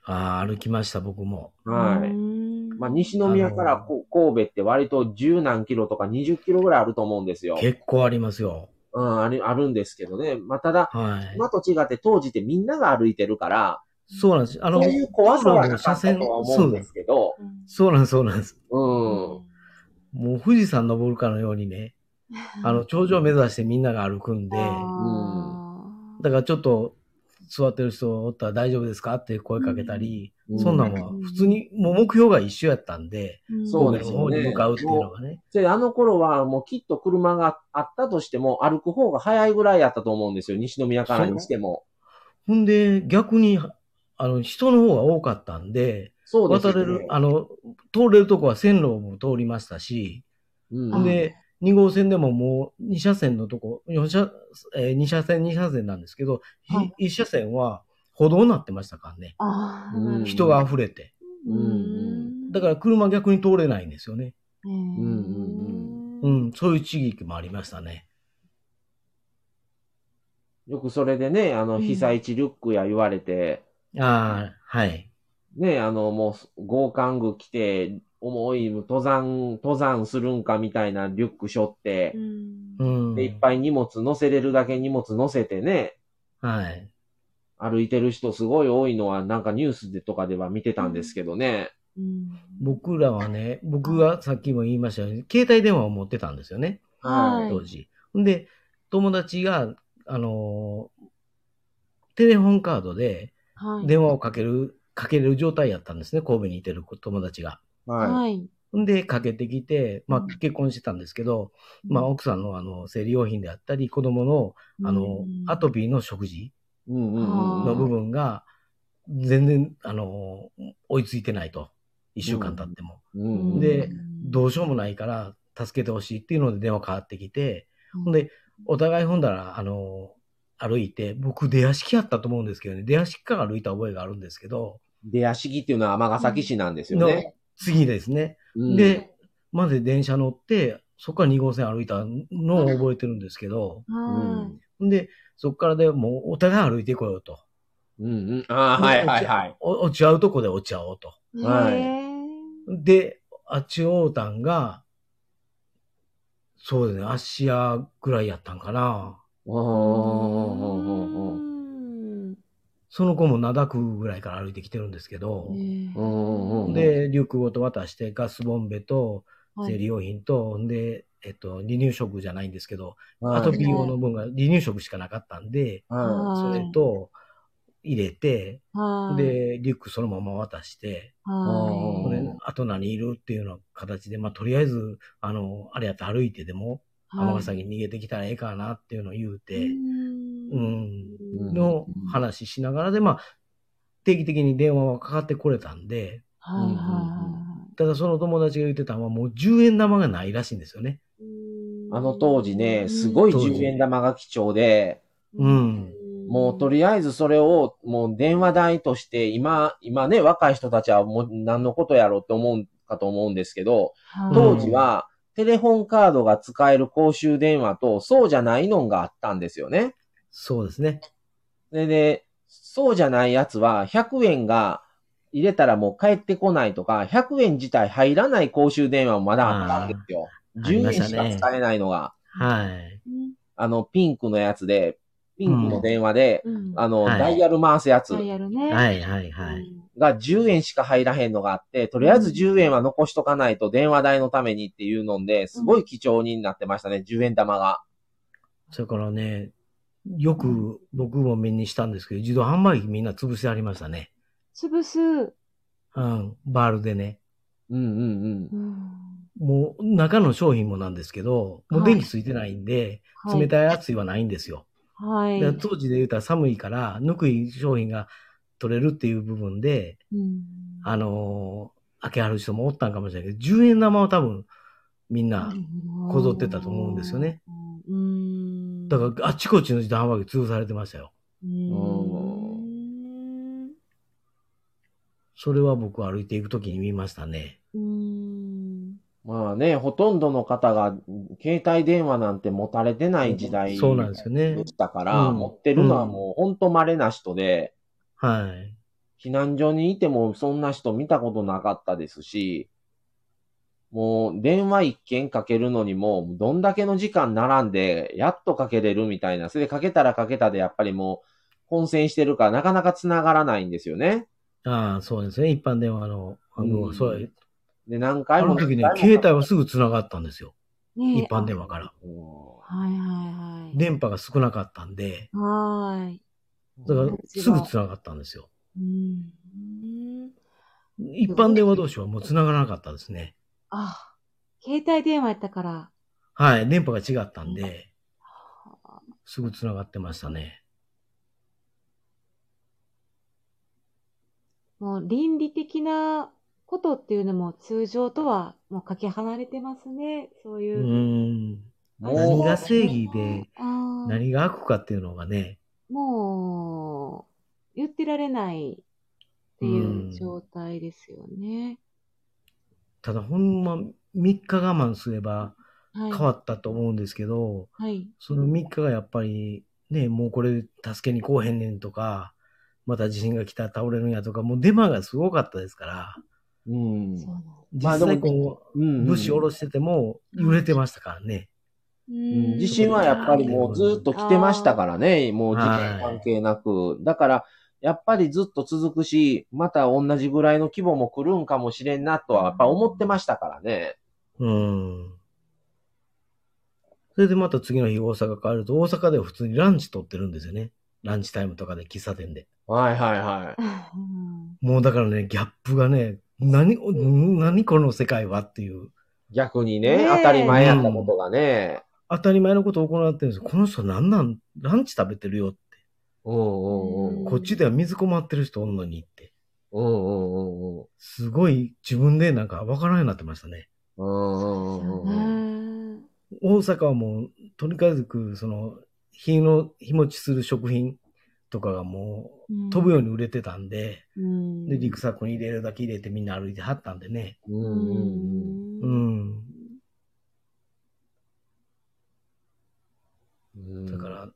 Speaker 3: ああ、歩きました、僕も。
Speaker 1: はい。
Speaker 2: い
Speaker 1: まあ、西宮からこ神戸って割と10何キロとか20キロぐらいあると思うんですよ。
Speaker 3: 結構ありますよ。
Speaker 1: うん、ある、あるんですけどね。まあ、ただ、
Speaker 3: はい。
Speaker 1: 今と違って当時ってみんなが歩いてるから、
Speaker 3: そうなんです。あの
Speaker 1: そう、いう怖さはなかった
Speaker 3: 車線
Speaker 1: とは思うんですけど、
Speaker 3: そうなんです、そうなんです。
Speaker 1: うん。
Speaker 3: もう富士山登るかのようにね、あの、頂上目指してみんなが歩くんで、だからちょっと座ってる人おったら大丈夫ですかって声かけたり、
Speaker 1: うん
Speaker 3: そんなんは普通に、もう目標が一緒やったんで、
Speaker 1: そうです
Speaker 3: 神戸
Speaker 1: よね
Speaker 3: の方に向かうっていうのがね。
Speaker 1: で、あの頃はもうきっと車があったとしても歩く方が早いぐらいやったと思うんですよ。西宮からにしても。
Speaker 3: ほんで、逆に、あの、人の方が多かったんで、
Speaker 1: そうです
Speaker 3: 渡
Speaker 1: よね
Speaker 3: れる、あの、通れるとこは線路も通りましたし、
Speaker 1: う
Speaker 2: あ
Speaker 1: ん。
Speaker 3: で、2号線でももう2車線のとこ、4車、えー、2車線、2車線なんですけど、
Speaker 2: はい
Speaker 3: 1車線は歩道になってましたからね。
Speaker 2: ああ、、
Speaker 1: うん
Speaker 3: 人が溢れて。だからら車逆に通れないんですよね。
Speaker 2: う。
Speaker 3: うんん、そういう地域もありましたね。
Speaker 1: よくそれでね、あ
Speaker 2: う
Speaker 1: の、
Speaker 2: ん
Speaker 1: 被災地リュックや言われて、
Speaker 3: ああ、はい。
Speaker 1: ね、あの、もう、強姦具来て、重い登山、登山するんかみたいなリュック背負って、
Speaker 3: う
Speaker 1: でいっ
Speaker 3: ん。
Speaker 1: ぱい荷物乗せれるだけ荷物乗せてね、
Speaker 3: はい。
Speaker 1: 歩いてる人すごい多いのはなんかニュースでとかでは見てたんですけどね。
Speaker 3: 僕らはね、僕がさっきも言いましたように、携帯電話を持ってたんですよね、
Speaker 2: はい
Speaker 3: 当時。で、友達が、あのーテレホンカードで
Speaker 2: はい。
Speaker 3: 電話をかける、かけれる状態やったんですね、神戸にいてる友達が。
Speaker 1: はい。
Speaker 2: はい。
Speaker 3: んで、かけてきて、まあ
Speaker 2: うん、
Speaker 3: 結婚してたんですけど、まあ、奥さんの、あの、生理用品であったり、子供の、あの、アトピーの食事
Speaker 1: うんうんうん。
Speaker 3: の部分が、全然、あの、追いついてないと。一週間経っても。
Speaker 1: うんうん
Speaker 3: で、どうしようもないから、助けてほしいっていうので電話かかってきて、ほん、で、お互いほんだら、あの、歩いて、僕、出屋敷やったと思うんですけどね、出屋敷から歩いた覚えがあるんですけど、
Speaker 1: 出屋敷っていうのは尼崎市なんですよね。
Speaker 3: 次ですね。
Speaker 1: うん、
Speaker 3: で、まず電車乗って、そこから2号線歩いたのを覚えてるんですけど、
Speaker 1: うん、
Speaker 2: はい。
Speaker 3: ほんで、そこからでもうお互い歩いてこようと。
Speaker 1: うんうん。ああ、はいはいはい。
Speaker 3: お落ち合うとこで落ち合おうと。
Speaker 1: はい
Speaker 3: で、あっちおうたんが、そうですね、芦屋ぐらいやったんかな。
Speaker 1: おーおーおーおー
Speaker 3: その子も灘区ぐらいから歩いてきてるんですけど、
Speaker 1: うんうんうん、
Speaker 3: で、リュックごと渡してガスボンベと生理用品と、ほんで、えっと、離乳食じゃないんですけど、
Speaker 1: はい
Speaker 3: アトピー用の分が離乳食しかなかったんで、
Speaker 1: は
Speaker 3: それと入れて、
Speaker 2: はい。、
Speaker 3: で、リュックそのまま渡して、
Speaker 1: うん
Speaker 3: こ
Speaker 2: は
Speaker 3: れあと何いるっていうような形で、まあ、とりあえず、あの、あれやって歩いてでも、
Speaker 2: い。
Speaker 3: 尼崎に逃げてきたらええかなっていうのを言うて、
Speaker 2: う
Speaker 3: う、
Speaker 2: ん
Speaker 1: うん
Speaker 3: の話しながらで、まあ、定期的に電話はかかってこれたんで、
Speaker 2: はいはいは
Speaker 3: ただその友達が言ってたのはもう10円玉がないらしいんですよね。
Speaker 2: いは
Speaker 1: あ
Speaker 2: い。
Speaker 1: の当時ね、すごい10円玉が貴重で、
Speaker 3: うん。
Speaker 1: もうとりあえずそれをもう電話代として、今、今ね、若い人たちはもう何のことやろうって思うかと思うんですけど、
Speaker 2: はい
Speaker 1: 当時はテレホンカードが使える公衆電話とそうじゃないのがあったんですよね。
Speaker 3: そうですね。
Speaker 1: でね、そうじゃないやつは、100円が入れたらもう帰ってこないとか、100円自体入らない公衆電話もまだあったんですよ。
Speaker 3: あり
Speaker 1: 10
Speaker 3: ま
Speaker 1: 円
Speaker 3: した
Speaker 1: し
Speaker 3: ね
Speaker 1: か使えないのが、
Speaker 3: はい。
Speaker 2: うん
Speaker 1: あの、ピンクのやつで、ピンクの電話で、
Speaker 2: うん。
Speaker 1: あの、
Speaker 3: はい
Speaker 1: ダイヤル回すやつ
Speaker 2: ダイヤルね。。
Speaker 3: はいい、はい、はい。
Speaker 1: が10円しか入らへんのがあって、とりあえず10円は残しとかないと電話代のためにっていうので、すごい貴重になってましたね、10円玉が。
Speaker 3: それからね、よく僕も目にしたんですけど、自動販売機みんな潰してありましたね。
Speaker 2: 潰す。う
Speaker 3: うん、バールでね。
Speaker 1: うんうんうん。
Speaker 2: ん。
Speaker 3: もう中の商品もなんですけど、もう電気ついてないんで、
Speaker 2: はい
Speaker 3: 冷たい熱いはないんですよ。
Speaker 2: はい。
Speaker 3: だから当時で言うたら寒いから、ぬくい商品が取れるっていう部分で、
Speaker 2: うん
Speaker 3: あのー、開けはる人もおったんかもしれないけど、10円玉は多分みんなこぞってたと思うんですよね。
Speaker 2: うん。
Speaker 3: だから、あちこちの自動販売機潰されてましたよ。
Speaker 2: うん。
Speaker 3: それは僕歩いていくときに見ましたね。
Speaker 2: うん。
Speaker 1: まあね、ほとんどの方が携帯電話なんて持たれてない時代
Speaker 3: そうなんですよね
Speaker 1: で。したから、
Speaker 3: うん
Speaker 1: 持ってるのはもうほんと稀な人で、
Speaker 3: はい。
Speaker 1: 避難所にいてもそんな人見たことなかったですし、もう電話一件かけるのにも、どんだけの時間並んで、やっとかけれるみたいな、それでかけたらかけたでやっぱりもう混戦してるからなかなか繋がらないんですよね。
Speaker 3: ああ、そうですね。一般電話の番号
Speaker 1: う
Speaker 3: は、
Speaker 1: ん
Speaker 3: そうや
Speaker 1: で、何
Speaker 3: あ
Speaker 1: 回も。
Speaker 3: の時ね
Speaker 1: 何、回も
Speaker 3: 携帯はすぐ繋がったんですよ。
Speaker 2: ねえ
Speaker 3: 一般電話から。
Speaker 1: うん
Speaker 2: はいはいはい。
Speaker 3: 電波が少なかったんで、
Speaker 2: はーい。
Speaker 3: だからすぐ繋がったんですよ。
Speaker 2: うん。
Speaker 3: 一般電話同士はもう繋がらなかったですね。
Speaker 2: あ、携帯電話やったから。
Speaker 3: はい。電波が違ったんで、すぐ繋がってましたね。
Speaker 2: もう倫理的なことっていうのも通常とはもうかけ離れてますね。そう
Speaker 3: う
Speaker 2: いう。
Speaker 3: ーん。
Speaker 1: もう
Speaker 3: 何が正義で、
Speaker 2: あー
Speaker 3: 何が悪かっていうのがね、
Speaker 2: もう、言ってられないって
Speaker 3: う
Speaker 2: いうん状態ですよね。
Speaker 3: ただほんま3日我慢すれば
Speaker 2: はい。
Speaker 3: 変わったと思うんですけど、
Speaker 2: はい。
Speaker 3: その3日がやっぱり、ね、もうこれ助けに来おへんねんとか、また地震が来たら倒れるんやとか、もうデマがすごかったですから、
Speaker 1: うん。
Speaker 2: そうなん
Speaker 1: まあ
Speaker 3: 実
Speaker 1: でも
Speaker 3: 際こ
Speaker 1: うんう
Speaker 3: う、
Speaker 1: ん
Speaker 3: 物資下ろしてても揺れてましたからね。
Speaker 1: うん地震
Speaker 2: 自信
Speaker 1: はやっぱりもうずっと来てましたからね、もう時間関係なく。だから、やっぱりずっと続くし、また同じぐらいの規模も来るんかもしれんなとはやっぱ思ってましたからね。
Speaker 3: うん。それでまた次の日大阪帰ると、大阪では普通にランチ取ってるんですよね。ランチタイムとかで喫茶店で。
Speaker 1: はいはいは
Speaker 2: うん
Speaker 3: もうだからね、ギャップがね、何、うん何この世界はっていう。
Speaker 1: い。逆に
Speaker 2: ね
Speaker 1: ね、
Speaker 2: え
Speaker 1: 当たり前やったことがね。
Speaker 3: 当たり前のことを行ってるんですよこの人なんなんランチ食べてるよって。
Speaker 1: うんうんうん。
Speaker 3: こっちでは水困ってる人おんのにって。
Speaker 1: うんうんうんうん。
Speaker 3: すごい自分でなんかわからんようになってましたね。
Speaker 1: うんうんうんうん。
Speaker 2: ね
Speaker 3: 大阪はもう、とにかく、その、日の、日持ちする食品とかがも
Speaker 2: え
Speaker 3: う、飛ぶように売れてたんで、
Speaker 2: うん
Speaker 3: で、リュックサックに入れるだけ入れてみんな歩いてはったんでね。
Speaker 1: うん
Speaker 2: う。
Speaker 1: うんうん
Speaker 3: うんん。
Speaker 1: うん
Speaker 3: だから、
Speaker 2: うん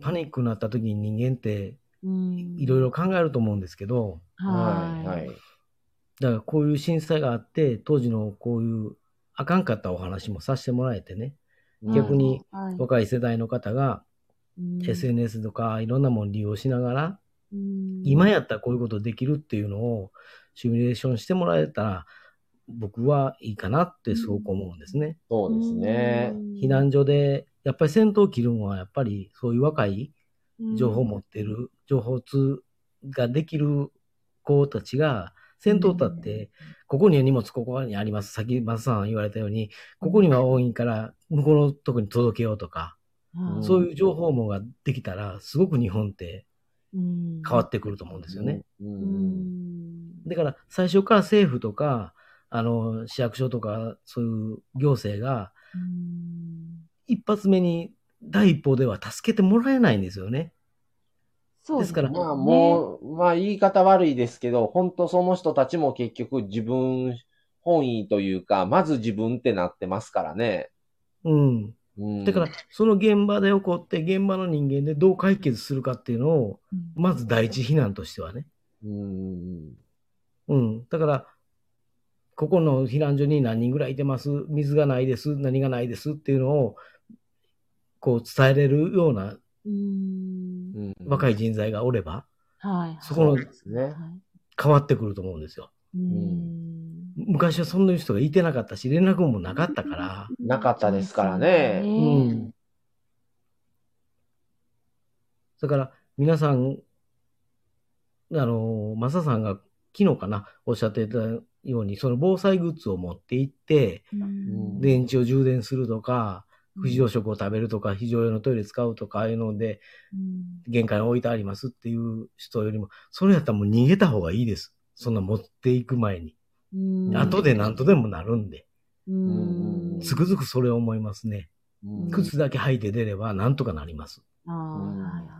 Speaker 3: パニックになった時に人間って、
Speaker 2: うん
Speaker 3: いろいろ考えると思うんですけど、
Speaker 1: はいはい。
Speaker 3: だからこういう震災があって、当時のこういう、あかんかったお話もさせてもらえてね、
Speaker 1: うん
Speaker 3: 逆に、
Speaker 2: はい
Speaker 3: 若い世代の方が、
Speaker 2: うん
Speaker 3: SNS とかいろんなもの利用しながら、今やったらこういうことできるっていうのをシミュレーションしてもらえたら、僕はいいかなってすごく思うんですね。
Speaker 1: そうですね。
Speaker 3: 避難所で、やっぱり戦闘を切るのは、やっぱりそういう若い情報を持ってる、情報通ができる子たちが、戦闘たって、ここには荷物、ここにあります。さっき、松さん言われたように、ここには多いから、向こうのとこに届けようとか、
Speaker 1: うん
Speaker 3: そういう情報網ができたら、すごく日本って
Speaker 2: 変
Speaker 3: 変わってくると思うんですよね。
Speaker 1: うん
Speaker 2: う
Speaker 1: うん。
Speaker 2: ん
Speaker 3: だから最初から政府とか、あの、市役所とか、そういう行政が、
Speaker 2: うん
Speaker 3: 一発目に第一報では助けてもらえないんですよね。
Speaker 2: そう
Speaker 3: ですから
Speaker 2: ね
Speaker 1: まあもう、まあ言い方悪いですけど、本当その人たちも結局自分本位というか、まず自分ってなってますからね。
Speaker 3: うん。
Speaker 1: うん
Speaker 3: だから、その現場で起こって、現場の人間でどう解決するかっていうのを、まず第一避難としてはね。
Speaker 1: うん。
Speaker 3: うん。だから、ここの避難所に何人ぐらいいてます水がないです何がないですっていうのを、こう伝えれるような
Speaker 2: うん。
Speaker 1: うん
Speaker 3: 若い
Speaker 1: 時
Speaker 3: 人材がおれば、
Speaker 2: はい。
Speaker 3: そこの
Speaker 1: ですね。
Speaker 2: はい
Speaker 3: 変わってくると思うんですよ。
Speaker 2: うん。
Speaker 3: 昔はそんな人がいてなかったし、連絡もなかったから、
Speaker 1: なかったですからね
Speaker 2: そう
Speaker 3: う
Speaker 2: ですね
Speaker 3: ん。だから、皆さん、あの、マサさんが昨日かな、おっしゃってたように、その防災グッズを持って行って、
Speaker 2: うん
Speaker 3: 電池を充電するとか、不常食を食べるとか、非常用のトイレ使うとか、ああいうので、
Speaker 2: うん
Speaker 3: 玄関に置いてありますっていう人よりも、それやったらもう逃げた方がいいです。そんな持っていく前に。
Speaker 2: うん
Speaker 3: 後で何とでもなるんで、
Speaker 2: うん
Speaker 3: つくづくそれを思いますね。
Speaker 1: うん
Speaker 3: 靴だけ履いて出れば何とかなります。
Speaker 2: あーはい
Speaker 1: うん
Speaker 2: はいはいはい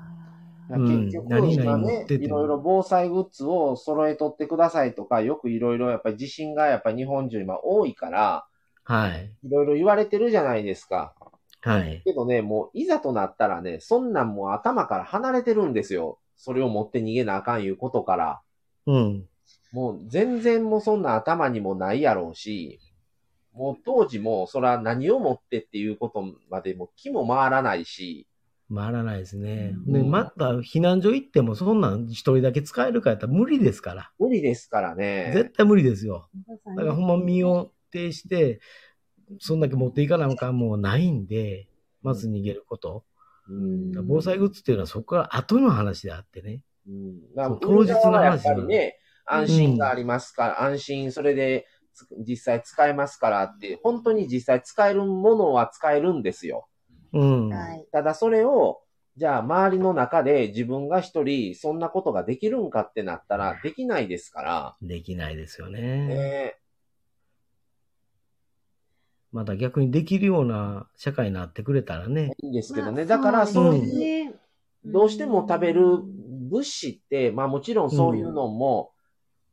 Speaker 3: うん
Speaker 1: 結局、
Speaker 3: 何々
Speaker 1: 今
Speaker 3: 持
Speaker 1: ね
Speaker 3: っ、て
Speaker 1: い
Speaker 3: ても
Speaker 1: ろいろ防災グッズを揃えとってくださいとか、よくいろいろやっぱり地震がやっぱり日本中今多いから、
Speaker 3: はい。
Speaker 1: いろいろ言われてるじゃないですか。
Speaker 3: はい。
Speaker 1: けどね、もういざとなったらね、そんなんもう頭から離れてるんですよ。それを持って逃げなあかんいうことから。
Speaker 3: うん。
Speaker 1: もう全然もうそんな頭にもないやろうし、もう当時もそら何を持ってっていうことまでも気も回らないし、
Speaker 3: 回らないですね。
Speaker 1: うん
Speaker 3: で、また避難所行ってもそんなん一人だけ使えるかやったら無理ですから。
Speaker 1: 無理ですからね。
Speaker 3: 絶対無理ですよ。
Speaker 2: だ
Speaker 3: だからほんま身を挺して、そんだけ持っていかなあかんもんないんで、まず逃げること。
Speaker 1: うん
Speaker 2: うん
Speaker 3: 防災グッズっていうのはそこから後の話であってね。
Speaker 1: うんだから
Speaker 3: そう当日の話
Speaker 1: やっぱりね、安心がありますから、安心、それでつ実際使えますからって、本当に実際使えるものは使えるんですよ。
Speaker 3: うん。
Speaker 2: はい。
Speaker 1: ただそれを、じゃあ周りの中で自分が一人そんなことができるんかってなったらできないですか
Speaker 3: できないですよ
Speaker 1: ら、
Speaker 3: ね。
Speaker 1: ね
Speaker 3: また逆にできるような社会になってくれたらね。
Speaker 1: いいんですけど
Speaker 2: まあ
Speaker 1: ね。だからそう
Speaker 3: です
Speaker 1: いう、
Speaker 2: ね
Speaker 1: どうしても食べる物資って、まあもちろんそういうのも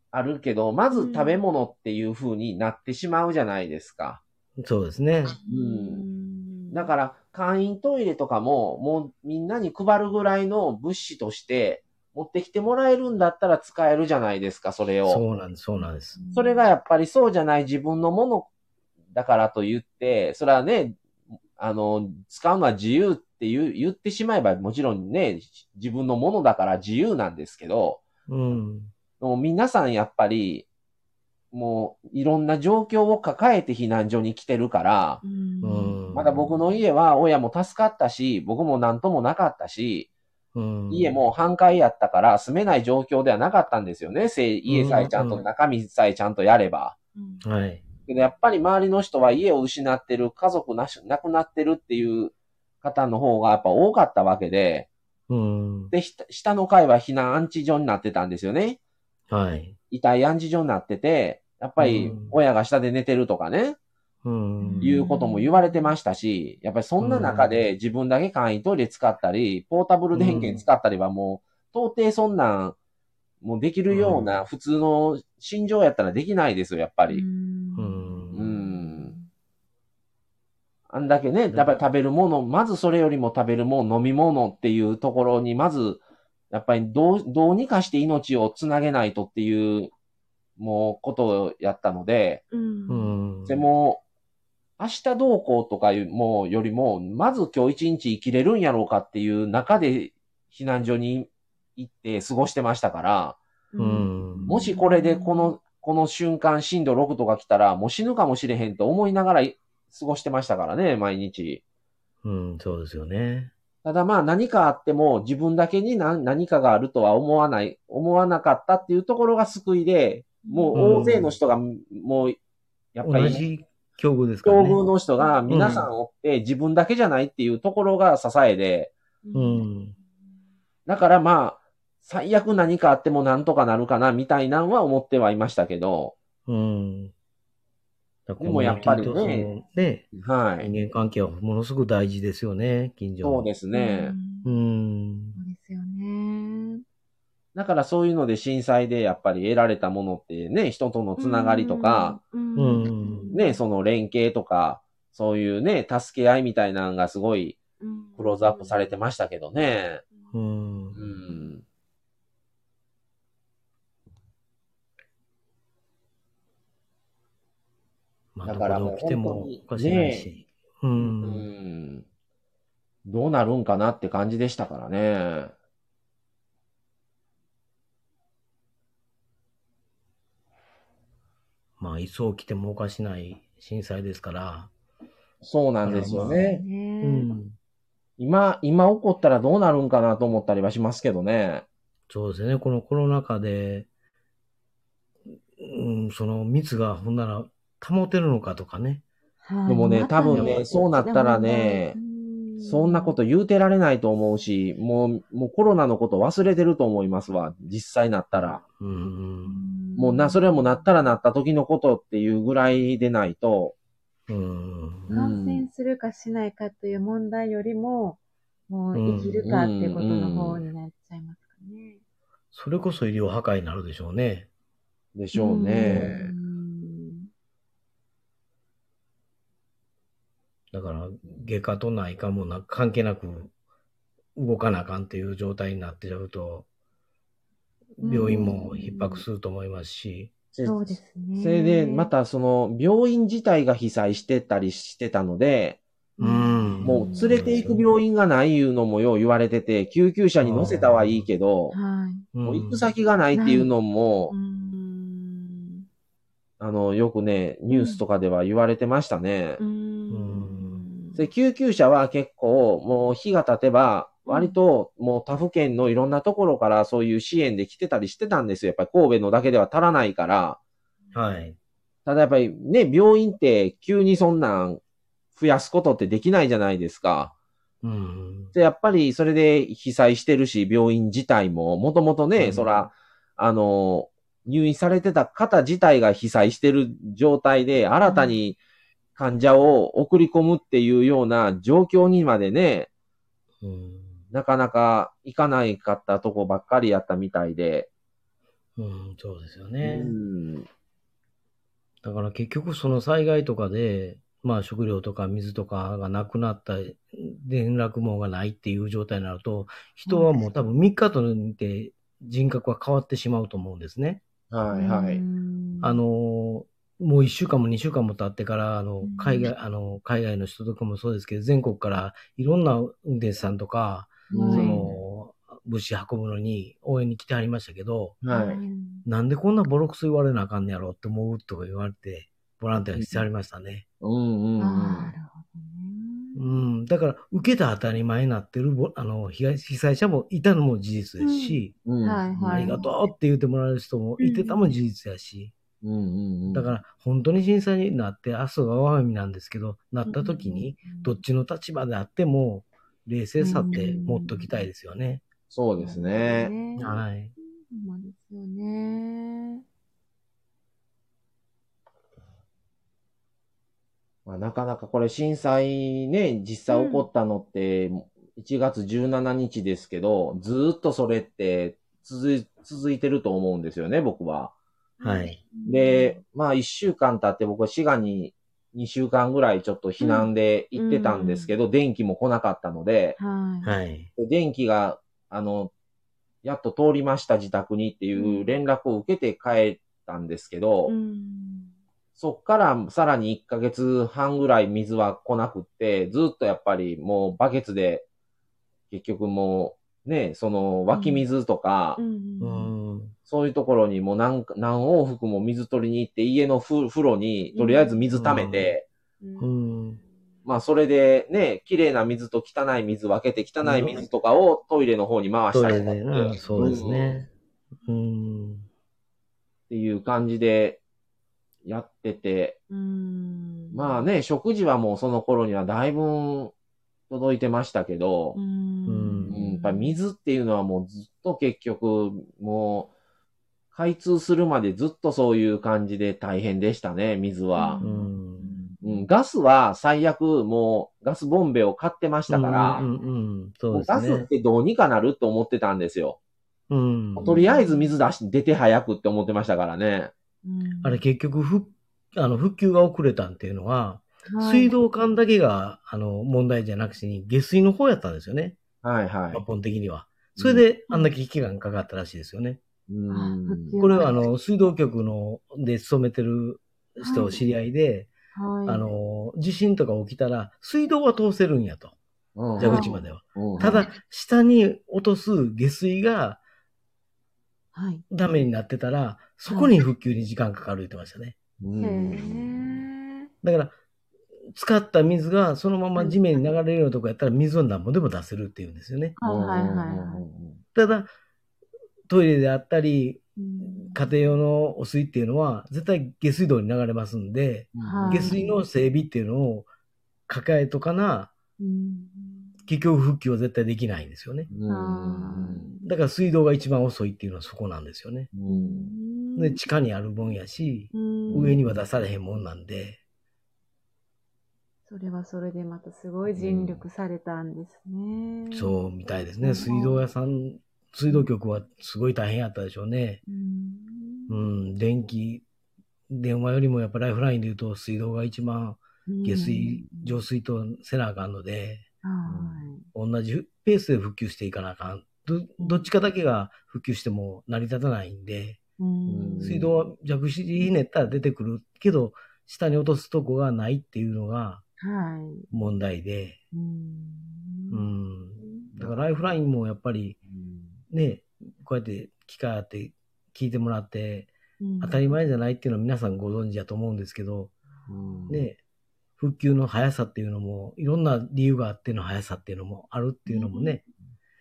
Speaker 1: あるけど、まず食べ物っていう風になってしまうじゃないですか。
Speaker 3: そうですね。
Speaker 2: うん
Speaker 1: だから、簡易トイレとかも、もうみんなに配るぐらいの物資として、持ってきてもらえるんだったら使えるじゃないですか、それを。
Speaker 3: そうなんです。そうなんです。
Speaker 1: それがやっぱりそうじゃない自分のものだからと言って、それはね、あの、使うのは自由って言う言ってしまえば、もちろんね、自分のものだから自由なんですけど、
Speaker 3: うん。
Speaker 1: もう皆さんやっぱり、もういろんな状況を抱えて避難所に来てるから、
Speaker 2: うん
Speaker 3: うん
Speaker 1: まだ僕の家は親も助かったし、僕も何ともなかったし、
Speaker 3: うん、
Speaker 1: 家も半壊やったから住めない状況ではなかったんですよね。せい家さえちゃん
Speaker 3: う
Speaker 1: と、
Speaker 3: ん
Speaker 1: 中身さえちゃんとやれば。
Speaker 2: うん
Speaker 3: はい。
Speaker 1: けどやっぱり周りの人は家を失ってる、家族なし、亡くなってるっていう方の方がやっぱ多かったわけで、
Speaker 3: うん。
Speaker 1: で、ひ下の階は避難安置所になってたんですよね。
Speaker 3: はい。
Speaker 1: 遺体安置所になってて、やっぱり
Speaker 3: うん
Speaker 1: 親が下で寝てるとかね。
Speaker 3: うん。
Speaker 1: いうことも言われてましたし、やっぱりそんな中で自分だけ簡易トイレ使ったり、ポータブル電源使ったりはもう、到底そんなん、もうできるよう
Speaker 3: う
Speaker 1: な普通の心情やったらできないですよ、やっぱり。
Speaker 3: うん
Speaker 1: うんあんだけね、やっぱり食べるもの、まずそれよりも食べるもの、飲み物っていうところに、まず、やっぱりどう、どうにかして命をつなげないとっていう、もう、ことやったので、
Speaker 2: うん
Speaker 3: うん。
Speaker 1: でも、明日どうこうとかいうもうよりも、まず今日一日生きれるんやろうかっていう中で避難所に行って過ごしてましたから、
Speaker 3: うん
Speaker 1: もしこれでこの、この瞬間震度6とか来たらもう死ぬかもしれへんと思いながらい過ごしてましたからね、毎日。
Speaker 3: うん、そうですよね。
Speaker 1: ただまあ何かあっても自分だけに何何かがあるとは思わない、思わなかったっていうところが救いで、もう大勢の人がもう、やっぱり、
Speaker 3: 同じ境遇ですから
Speaker 1: 境
Speaker 3: ね。
Speaker 1: 遇の人が皆さんおって自分だけじゃないっていうところが支えで、
Speaker 3: うん。
Speaker 1: だからまあ、最悪何かあってもなんとかなるかなみたいなんは思ってはいましたけど、
Speaker 3: うん。だから
Speaker 1: でもやっぱりね
Speaker 3: コミュニティとそのね、
Speaker 1: はい。
Speaker 3: 人間関係はものすごく大事ですよね、近所の
Speaker 1: そうですね。
Speaker 2: う
Speaker 3: うんん。
Speaker 2: そうですよね。
Speaker 1: だからそういうので震災でやっぱり得られたものってね、人とのつながりとか、
Speaker 2: うん、
Speaker 3: うん
Speaker 1: ね、その連携とか、そういうね、助け合いみたいなのがすごい
Speaker 2: うん
Speaker 1: クローズアップされてましたけどね。
Speaker 3: う
Speaker 2: うん
Speaker 3: ん
Speaker 1: う。ん。
Speaker 3: まあ、
Speaker 1: だ
Speaker 3: ど
Speaker 1: から
Speaker 3: こ
Speaker 1: もう
Speaker 3: で起きて
Speaker 1: 本
Speaker 3: も
Speaker 1: 当に
Speaker 3: おかしくないし。う。
Speaker 1: うんん。どうなるんかなって感じでしたからね。
Speaker 3: まあ、いつ起きてもおかしない震災ですから。
Speaker 1: そうなんですよね。
Speaker 2: ね
Speaker 3: う
Speaker 2: え
Speaker 3: ん。
Speaker 1: 今、今起こったらどうなるんかなと思ったりはしますけどね。
Speaker 3: そうですね。このコロナ禍で、うん、その密がほんなら保てるのかとかね。
Speaker 2: はい
Speaker 1: でもね、
Speaker 2: ま
Speaker 1: 多
Speaker 2: さに
Speaker 1: 分ね、そうなったらね、
Speaker 2: う
Speaker 1: そんなこと言うてられないと思うし、もう、もうコロナのこと忘れてると思いますわ。実際なったら。
Speaker 3: うんうん。
Speaker 1: もうな、それはもうなったらなった時のことっていうぐらいでないと。
Speaker 3: うん。
Speaker 2: 感染するかしないかという問題よりも、もう生きるかっていうことの方になっちゃいますかね。
Speaker 3: それこそ医療破壊になるでしょうね。
Speaker 1: でしょうね。
Speaker 2: うん
Speaker 3: だから、外科と内科もな関係なく動かなあかんっていう状態になってちゃうと、病院も逼迫すると思いますし、
Speaker 2: そうですね。
Speaker 1: それで、ま、たその、病院自体が被災してたりしてたので、
Speaker 3: うん
Speaker 1: もう連れて行く病院がないいうのもよう言われてて、救急車に乗せたはいいけど、
Speaker 2: はい。
Speaker 1: もう行く
Speaker 3: 先
Speaker 1: 先がないっていうのも
Speaker 2: う、ん。
Speaker 1: あの、よくね、ニュースとかでは言われてましたね
Speaker 2: う。ん。
Speaker 1: で救急車は結構、もう日が経てば、割ともう他府県のいろんなところからそういう支援で来てたりしてたんですよ。やっぱり神戸のだけでは足らないから。
Speaker 3: はい。
Speaker 1: ただやっぱりね、病院って急にそんなん増やすことってできないじゃないですか。
Speaker 3: うん。
Speaker 1: で、やっぱりそれで被災してるし、病院自体も、もともとね、
Speaker 3: うん
Speaker 1: そら、あの、入院されてた方自体が被災してる状態で、新たに患者を送り込むっていうような状況にまでね、
Speaker 3: うん。
Speaker 1: なかなか行かないかったとこばっかりやったみたいで。
Speaker 3: うん、そうですよ
Speaker 1: う
Speaker 3: ね。
Speaker 1: ん。
Speaker 3: だから結局その災害とかで、まあ食料とか水とかがなくなった、連絡網がないっていう状態になると、人はもう多分3日と見て人格は変わってしまうと思うんですね。
Speaker 1: はいは
Speaker 2: う
Speaker 1: い。
Speaker 2: ん
Speaker 3: あ、の、もう1週間も2週間も経ってから、あ
Speaker 2: う
Speaker 3: の
Speaker 2: ん、
Speaker 3: 海外、あの、海外の人とかもそうですけど、全国からいろんな運転手さんとか、
Speaker 2: はい
Speaker 3: その、物資運ぶのに応援に来てありましたけど、
Speaker 1: はい。
Speaker 3: なんでこんなボロクソ言われなあかんねやろって思うとか言われて、ボランティアが必要ありましたね。
Speaker 1: うんうん
Speaker 2: あーなるほ
Speaker 3: う
Speaker 2: どね。
Speaker 3: ん。だから、受けた当たり前になってるボ、あの、被害被災者もいたのも事実ですし、
Speaker 1: うん。うん。
Speaker 2: はいはい
Speaker 3: ありがとうって言ってもらえる人もいてたも事実やし、
Speaker 1: うんうんうん。
Speaker 3: だから、本当に震災になって、明日が我が身なんですけど、なった時に、
Speaker 2: うん、
Speaker 3: どっちの立場であっても、冷静さって持っときたいですよね。
Speaker 1: そうですね。
Speaker 2: はい。
Speaker 3: はい。
Speaker 2: そうですよね。
Speaker 1: まあ、なかなかこれ震災ね、実際起こったのって、1月17日ですけど、ずーっとそれって続い続いてると思うんですよね、僕は。
Speaker 3: はい。
Speaker 1: で、まあ1週間経って僕は滋賀に2週間ぐらいちょっと避難で行ってたんですけど、電気も来なかったので、
Speaker 2: はい。
Speaker 3: はい。
Speaker 1: で電気が、あの、やっと通りました自宅にっていう連絡を受けて帰ったんですけど、
Speaker 2: うん
Speaker 1: そっからさらに1ヶ月半ぐらい水は来なくって、ずっとやっぱりもうバケツで、結局もうね、その湧き水とか、
Speaker 2: うん
Speaker 3: うん。
Speaker 1: そういうところにもう何何往復も水取りに行って、家のふ風呂にとりあえず水溜めて、
Speaker 3: うん。
Speaker 1: まあそれでね、綺麗な水と汚い水分けて、汚い水とかをトイレの方に回し
Speaker 3: そ
Speaker 1: たり
Speaker 3: れ
Speaker 1: とかっ
Speaker 3: で、うん、そうですね。うん。
Speaker 1: ていう感じでやってて、
Speaker 2: うん
Speaker 1: まあ、ね、食事はもうその頃にはだいぶ届いてましたけど
Speaker 2: う、
Speaker 1: うんん、やっぱり水っていうのはもうずっと結局、もう開通するまでずっとそういう感じで大変でしたね、水は
Speaker 3: う。ん。
Speaker 1: うん、ガスは最悪もうガスボンベを買ってましたから、
Speaker 3: うんうんうん、そう
Speaker 1: も
Speaker 3: で
Speaker 1: うガ
Speaker 3: す
Speaker 1: スっ
Speaker 3: ね。
Speaker 1: てどうにかなると思ってたんですよ。
Speaker 3: うん。
Speaker 1: とりあえず水出し、出て早くって思ってましたからね。
Speaker 2: うん
Speaker 3: あれ結局、ふ、あの、復旧が遅れたっていうのは、
Speaker 2: はい
Speaker 3: 水道管だけが、あの、問題じゃなくしに、下水の方やったんですよね。
Speaker 1: はいは
Speaker 3: 抜
Speaker 1: い。
Speaker 3: 本的には。それで、あんだけ期間かかったらしいですよね。
Speaker 1: うん。
Speaker 2: うん
Speaker 3: これは、あの、水道局の、で勤めてる人を知り合いで、
Speaker 2: はい。
Speaker 3: あの、地震とか起きたら、水道は通せるんやと。
Speaker 1: うん
Speaker 3: 蛇口までは。
Speaker 1: うん
Speaker 3: た
Speaker 2: は
Speaker 3: だ
Speaker 2: い、
Speaker 3: 下に落とす下水が
Speaker 2: はい。
Speaker 3: ダメになってたら、そこに復旧に時間かかる言ってましたね。
Speaker 1: うん
Speaker 2: へえ。
Speaker 3: だから、使った水がそのまま地面に流れるようなとこやったら水を何もでも出せるっていうんですよね。
Speaker 2: はいはいはい
Speaker 1: うんうんう
Speaker 2: は
Speaker 1: ん
Speaker 2: い。
Speaker 3: ただ、トイレであったり、
Speaker 2: うん
Speaker 3: 家庭用のお水っていうのは、絶対下水道に流れますんで、
Speaker 1: うん
Speaker 3: 下水の整備っていうのを抱えとかな、
Speaker 2: うん
Speaker 3: 結局復旧は絶対できないんですよね。
Speaker 1: うん
Speaker 3: だから水道が一番遅いっていうのはそこなんですよね。
Speaker 1: う
Speaker 2: うんん
Speaker 3: で、地下にあるもんやし、
Speaker 2: うん
Speaker 3: 上には出されへんもんなんで、
Speaker 2: それはそれでまたすごい尽力されたんですね。
Speaker 3: そうみたいです
Speaker 2: う
Speaker 3: ね。
Speaker 2: ん
Speaker 3: 水道屋さん、水道局はすごい大変やったでしょうね。
Speaker 2: うん。
Speaker 3: うん、電気、電話よりもやっぱライフラインで言うと水道が一番下水、
Speaker 2: 上
Speaker 3: 浄水とせなあかんので、
Speaker 2: はい。
Speaker 3: 同じペースで復旧していかなあかん。どどっちかだけが復旧しても成り立たないんで、
Speaker 2: うん
Speaker 3: 水道は弱視ひねったら出てくるけど、下に落とすとこがないっていうのが
Speaker 2: はい。
Speaker 3: 問題で、
Speaker 2: う。
Speaker 3: うんん。だからライフラインもやっぱりね、こうやって機会あって聞いてもらって、当たり前じゃないっていうのは皆さんご存知だと思うんですけど、
Speaker 1: うん
Speaker 3: ね、復旧の速さっていうのも、いろんな理由があっての速さっていうのもあるっていうのもね、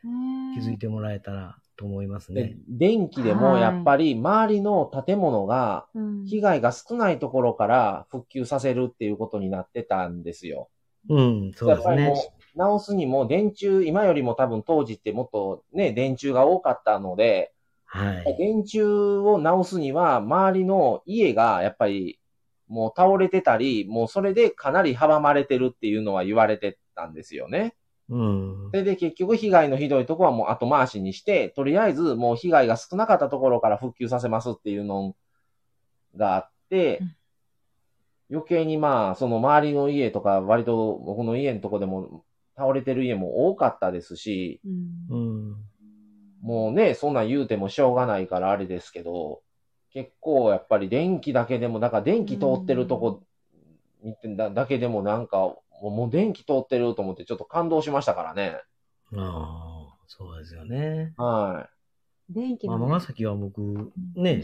Speaker 3: 気づい
Speaker 2: て。
Speaker 3: てもらえたらと思います
Speaker 1: で
Speaker 3: ね。
Speaker 1: 電気でもやっぱり周りの建物が
Speaker 2: うん
Speaker 1: 被害が少ないところから復旧させるっていうことになってたんですよ。
Speaker 3: うん、そうで
Speaker 1: やっ
Speaker 3: す
Speaker 1: ぱり
Speaker 3: ね。
Speaker 1: もう直すにも電柱、今よりも多分当時ってもっとね、電柱が多かったので、
Speaker 3: はい。
Speaker 1: 電柱を直すには周りの家がやっぱりもう倒れてたり、もうそれでかなり阻まれてるっていうのは言われてたんですよね。
Speaker 3: うん
Speaker 1: そ。れで結局被害のひどいとこはもう後回しにして、とりあえずもう被害が少なかったところから復旧させますっていうのがあって
Speaker 2: うん、
Speaker 1: 余計にまあ、その周りの家とか、割と僕の家のとこでも倒れてる家も多かったですし、
Speaker 2: うん
Speaker 3: うん。
Speaker 1: もうね、そんなん言うてもしょうがないからあれですけど、結構やっぱり電気だけでも、だから電気通ってるとこ見てだだけでもなんか、もうもう電気通ってると思ってちょっと感動しましたからね。
Speaker 3: ああ、そうですよね。
Speaker 1: は
Speaker 2: 電気
Speaker 3: まあ、
Speaker 2: の
Speaker 3: 尼崎は僕、ね、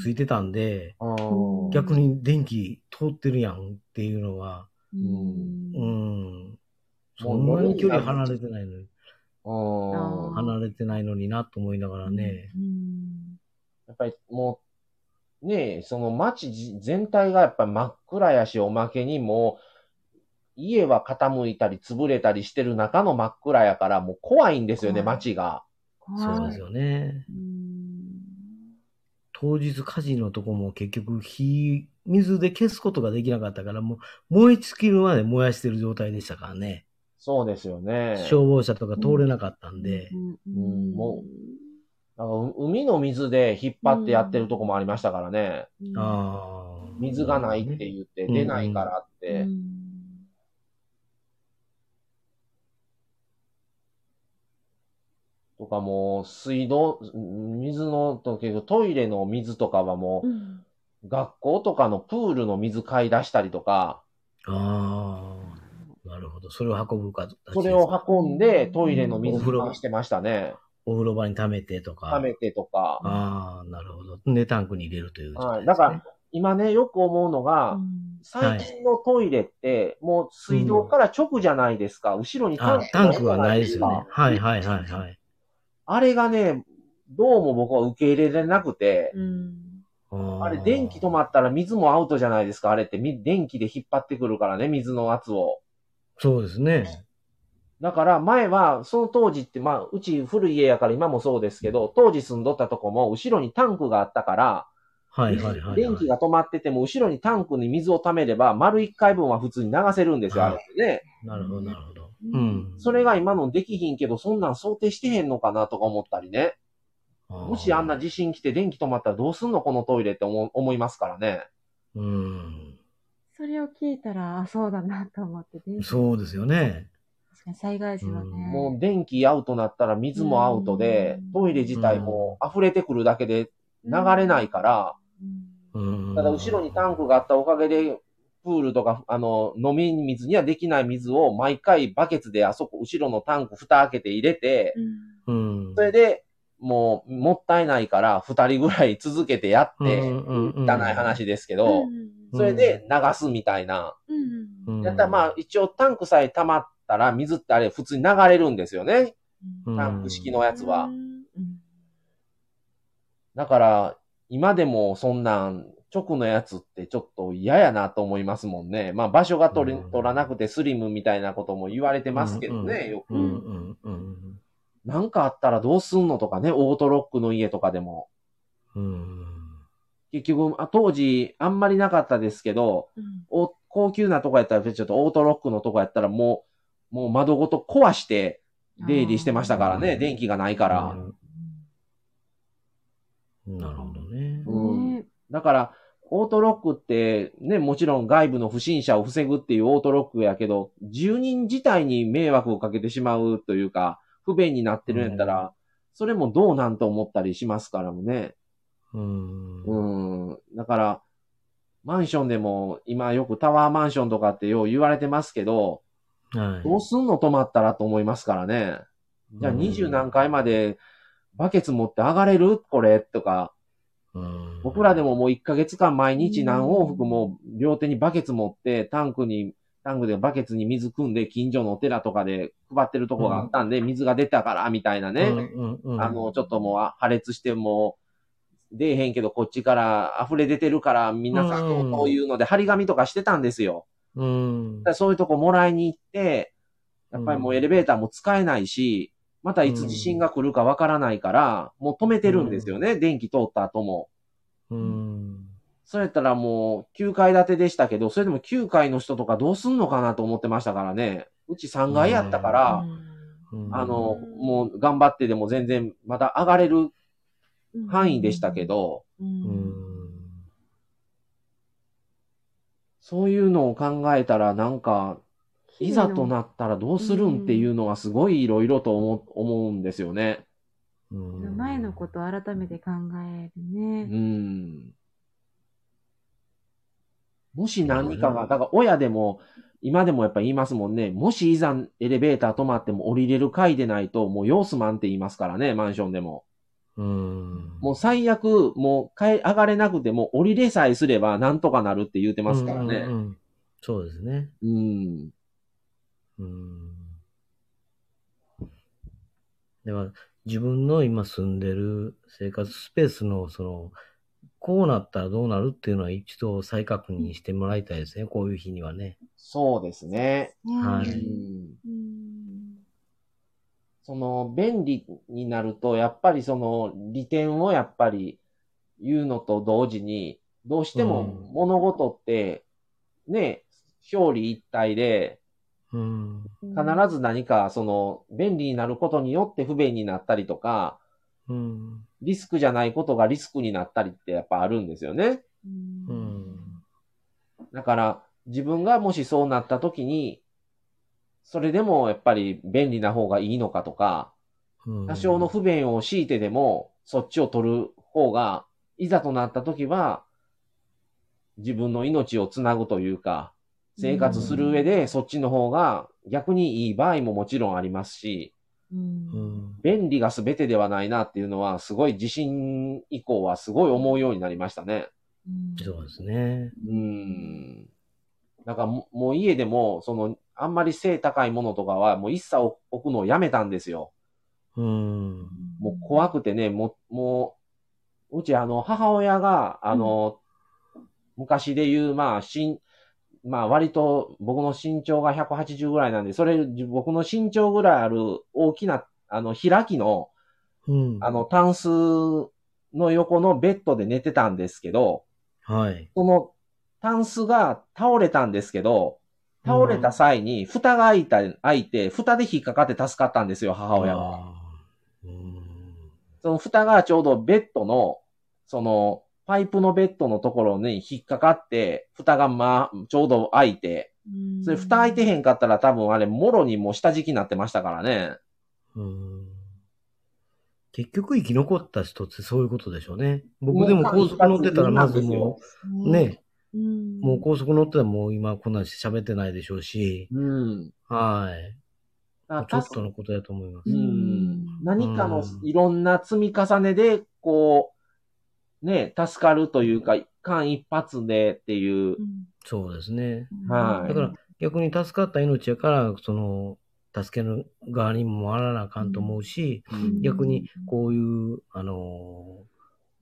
Speaker 3: ついてたんで、
Speaker 1: い。あー
Speaker 3: 逆に電気通ってるやんっていうのは、
Speaker 2: う。
Speaker 3: うんん。そんなに距離離れてないのに、
Speaker 1: うん
Speaker 2: あー
Speaker 3: 離れてないのになと思いながらね。
Speaker 2: うん。
Speaker 1: やっぱりもう、ねえ、その街じ全体がやっぱり真っ暗やし、おまけにもう、家は傾いたり潰れたりしてる中の真っ暗やから、もう怖いんですよね、
Speaker 2: 怖い
Speaker 1: 街が。
Speaker 2: 怖い
Speaker 3: そうですよね。
Speaker 2: うん
Speaker 3: 当日火事のとこも結局火、水で消すことができなかったから、もう燃え尽きるまで燃やしてる状態でしたからね。
Speaker 1: そうですよね。
Speaker 3: 消防車とか通れなかったんで。
Speaker 1: んもなんかう海の水で引っ張ってやってるとこもありましたからね。
Speaker 2: うん
Speaker 3: ああ。
Speaker 1: 水がないって言って、出ないからっ
Speaker 2: う
Speaker 1: て。
Speaker 2: ん
Speaker 1: とかもう、水道、水の、とけどトイレの水とかはもう、
Speaker 2: うん
Speaker 1: 学校とかのプールの水買い出したりとか、
Speaker 3: ああ。なるほど。それを運ぶか。
Speaker 1: それを運んでトイレの
Speaker 3: お
Speaker 1: 水
Speaker 3: 風呂
Speaker 1: にしてましたね。
Speaker 3: お風呂場に溜めてとか。
Speaker 1: はめてとか。
Speaker 3: ああ、なるほど。で、タンクに入れるという、
Speaker 1: はい。だから、、今ね、よく思うのが、最近のトイレって、もう水道から直じゃないですか。後ろにタン
Speaker 3: あ
Speaker 1: ク
Speaker 3: タンクはないです
Speaker 1: か
Speaker 3: よね。はいはいはいはい。
Speaker 1: あれがね、どうも僕は受け入れれなくて、
Speaker 2: うん
Speaker 3: あ
Speaker 1: あれ電気止まったら水もアウトじゃないですか。あれってみ電気で引っ張ってくるからね、水の圧を。
Speaker 3: そうですね。
Speaker 1: だから前は、その当時って、まあ、うち古い家やから今もそうですけど、当時住んどったとこも後ろにタンクがあったから、
Speaker 3: はいはいはい、はい。
Speaker 1: 電気が止まってても後ろにタンクに水を溜めれば、丸1回分は普通に流せるんですよ、あれってね。
Speaker 3: なるほどなるほど。うん。
Speaker 1: それが今のできひんけど、そんなん想定してへんのかなとか思ったりね。もしあんな地震来て電気止まったらどうすんのこのトイレって思思いますからね。
Speaker 3: うん。
Speaker 2: そそれを聞いたら、あ、そうだなと思って、電車
Speaker 3: そうですよね。
Speaker 2: 確かに災害時はね。
Speaker 3: うん
Speaker 1: もう電気アウトなったら水もアウトで
Speaker 2: うん、
Speaker 1: トイレ自体も溢れてくるだけで流れないから、
Speaker 2: うん
Speaker 3: うん
Speaker 1: ただ後ろにタンクがあったおかげで、プールとか、あの、飲み水にはできない水を毎回バケツであそこ、後ろのタンク蓋開けて入れて、
Speaker 3: うん。
Speaker 1: それ
Speaker 3: で、
Speaker 1: で、もう、もったいないから、二人ぐらい続けてやって、汚い話ですけど、
Speaker 3: うん
Speaker 1: それで流すみたいな。
Speaker 3: うん
Speaker 1: やったらまあ、一応タンクさえ溜まったら、水ってあれ普通に流れるんですよね。
Speaker 3: うん
Speaker 1: タンク式のやつは。
Speaker 2: うん
Speaker 1: だから、今でもそんなん、直のやつってちょっと嫌やなと思いますもんね。まあ場所が取り
Speaker 3: うん
Speaker 1: 取らなくてスリムみたいなことも言われてますけどね、よ
Speaker 3: う
Speaker 1: く。
Speaker 3: んうんうん
Speaker 1: なんかあったらどうすんのとかね、オートロックの家とかでも。
Speaker 3: うん。
Speaker 1: 結局、あ当時あんまりなかったですけど、
Speaker 2: うん
Speaker 1: お高級なとこやったら、ちょっとオートロックのとこやったらもう、もう窓ごと壊して出入りしてましたから
Speaker 3: う
Speaker 1: ね、
Speaker 3: ん
Speaker 1: 電気がないから。
Speaker 3: うん。なるほどね。
Speaker 1: うん
Speaker 2: ね
Speaker 1: だから、オートロックって、ね、もちろん外部の不審者を防ぐっていうオートロックやけど、住人自体に迷惑をかけてしまうというか、不便になってるんやったら、それもどうなんと思ったりしますからもね。
Speaker 3: うん。
Speaker 1: うん。だから、マンションでも、今よくタワーマンションとかってよう言われてますけど、
Speaker 3: はい。
Speaker 1: どうすんの止まったらと思いますからね。じゃあ
Speaker 3: うん
Speaker 1: 二十何階までバケツ持って上がれるこれとか。
Speaker 3: うん
Speaker 1: 僕らで、ももう1ヶ月間毎日何往復も両手にバケツ持って、タンクに、タンクでバケツに水汲んで、近所のお寺とかで配ってるとこがあったんで、水が出たから、みたいな
Speaker 3: う
Speaker 1: ね。
Speaker 3: んうんうん
Speaker 1: あの、ちょっともうあ破裂してもう、出えへんけど、こっちから溢れ出てるから、皆さん
Speaker 3: うん
Speaker 1: こういうので、張り紙とかしてたんですよ。
Speaker 3: うん
Speaker 1: だからそういうとこもらいに行って、やっぱりもうエレベーターも使えないし、またいつ地震が来るかわからないから、もう止めてるんですよね、電気通った後も。
Speaker 3: うん。
Speaker 1: それやったらもう9階建てでしたけど、それでも9階の人とかどうすんのかなと思ってましたからね。うち3階やったから、
Speaker 3: うん
Speaker 1: あの、
Speaker 2: うん
Speaker 1: もう頑張ってでも全然また上がれる
Speaker 2: うん
Speaker 1: 範囲でしたけど、
Speaker 2: う
Speaker 3: うんん。
Speaker 1: そういうのを考えたらなんか、いざとなったらどうするんっていうのはすごいいろいろと思思うんですよね。
Speaker 3: うん
Speaker 2: 前のことを改めて考える
Speaker 1: う
Speaker 2: ね。
Speaker 1: ん。もし何かが、だから親でも、今でもやっぱ言いますもんね。もしいざエレベーター止まっても降りれる階でないと、もう様子マンって言いますからね、マンションでも。
Speaker 3: うん。
Speaker 1: もう最悪、もう階上がれなくても降りれさえすればなんとかなるって言ってますから
Speaker 3: うん
Speaker 1: ね
Speaker 3: う。んうんそうですね。
Speaker 1: うん。
Speaker 3: うん。では、自分の今住んでる生活スペースの、その、こうなったらどうなるっていうのは一度再確認してもらいたいですね。こういう日にはね。
Speaker 1: そうですね。
Speaker 3: は
Speaker 1: う
Speaker 3: い
Speaker 1: ん
Speaker 2: うん
Speaker 1: その便利になると、やっぱりその利点をやっぱり言うのと同時に、どうしても
Speaker 3: うん
Speaker 1: 物事って、ね、表裏一体で、
Speaker 3: うん。
Speaker 1: 必ず何かその便利になることによって不便になったりとか、
Speaker 3: うん。
Speaker 1: リスクじゃないことがリスクになったりってやっぱあるんですよね。
Speaker 2: うん
Speaker 3: うん。
Speaker 1: だから自分がもしそうなった時に、それでもやっぱり便利な方がいいのかとか、
Speaker 3: うん
Speaker 1: 多少の不便を強いてでも、そっちを取る方が、いざとなった時は、自分の命をつなぐというか、生活する上でそっちの方が逆にいい場合ももちろんありますし、
Speaker 2: うん
Speaker 3: うん。
Speaker 1: 便利が全てではないなっていうのは、すごい地震以降はすごい思うようになりましたね。
Speaker 2: うん
Speaker 3: そうですね。
Speaker 1: うん。だからももう家でも、その、あんまり背高いものとかはもう一切置くのをやめたんですよ。
Speaker 3: うん。
Speaker 1: もう怖くてね、もう、もう、うちあの、母親が、あの、昔で言う、まあ、しん、まあ、割と僕の身長が180ぐらいなんで、それ、じ僕の身長ぐらいある大きな、あの、開きの、
Speaker 3: うん。
Speaker 1: あの、タンスの横のベッドで寝てたんですけど、
Speaker 3: はい。
Speaker 1: その、タンスが倒れたんですけど、倒れた際に、蓋が開いた、開いて、蓋で引っかかって助かったんですよ、母親は。
Speaker 3: あーうん
Speaker 1: その蓋がちょうどベッドの、その、パイプのベッドのところに引っかかって、蓋がま、ちょうど開いて、それ蓋開いてへんかったら多分あれ、もろにもう下敷きになってましたからね。
Speaker 3: うん結局生き残った人ってそういうことでしょうね。僕でも
Speaker 1: もう
Speaker 3: 高速乗ってたらまずもう、ね、
Speaker 2: うん
Speaker 3: もう高速乗ってたらもう今こんなんして喋ってないでしょうし、
Speaker 1: うん。
Speaker 3: はい。
Speaker 1: だ
Speaker 3: ちょ
Speaker 1: から
Speaker 3: っとのことだと思います
Speaker 1: う。ん何か
Speaker 3: う
Speaker 1: の
Speaker 3: ん
Speaker 1: いろんな積み重ねで、こう、ね、助かるというか、間一髪でっていう
Speaker 2: う。ん
Speaker 3: そうですね。
Speaker 1: はい
Speaker 3: だから逆に助かった命やから、その、助ける側にも回らなあかんと思うし、
Speaker 2: うん
Speaker 3: 逆にこういう、あの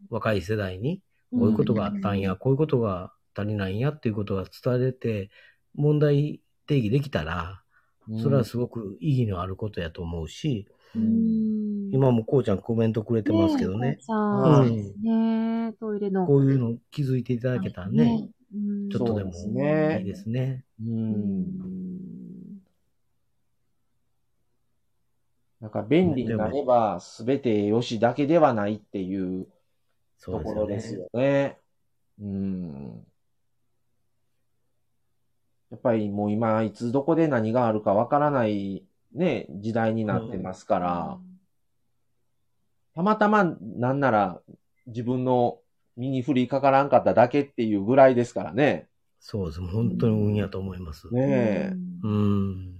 Speaker 3: ー若い世代に、こういうことがあったんや、こういうことが足りないんやっていうことが伝えれて、問題定義できたら、それはすごく意義のあることやと思うし、
Speaker 2: うん
Speaker 3: 今もこうちゃんコメントくれてますけどね、
Speaker 2: さ
Speaker 1: う
Speaker 2: あ、
Speaker 1: ん
Speaker 2: そうですね、トイレの。
Speaker 3: こういうの気づいていただけたらね、
Speaker 2: うん
Speaker 3: ちょっとでも
Speaker 1: そうですね
Speaker 3: いいですね。
Speaker 1: うん。なんか便利になれば、すべて良しだけではないっていう
Speaker 3: そ
Speaker 1: と
Speaker 3: うで
Speaker 1: こ
Speaker 3: す
Speaker 1: ろ
Speaker 3: よ
Speaker 1: です
Speaker 3: ね。
Speaker 1: よね。うん。やっぱりもう今、いつどこで何があるかわからない、ね、時代になってますから、たまたまなんなら自分の身に降りかからんかっただけっていうぐらいですからね。
Speaker 3: そうです。本当に運やと思います。
Speaker 1: ねえ。
Speaker 3: うん。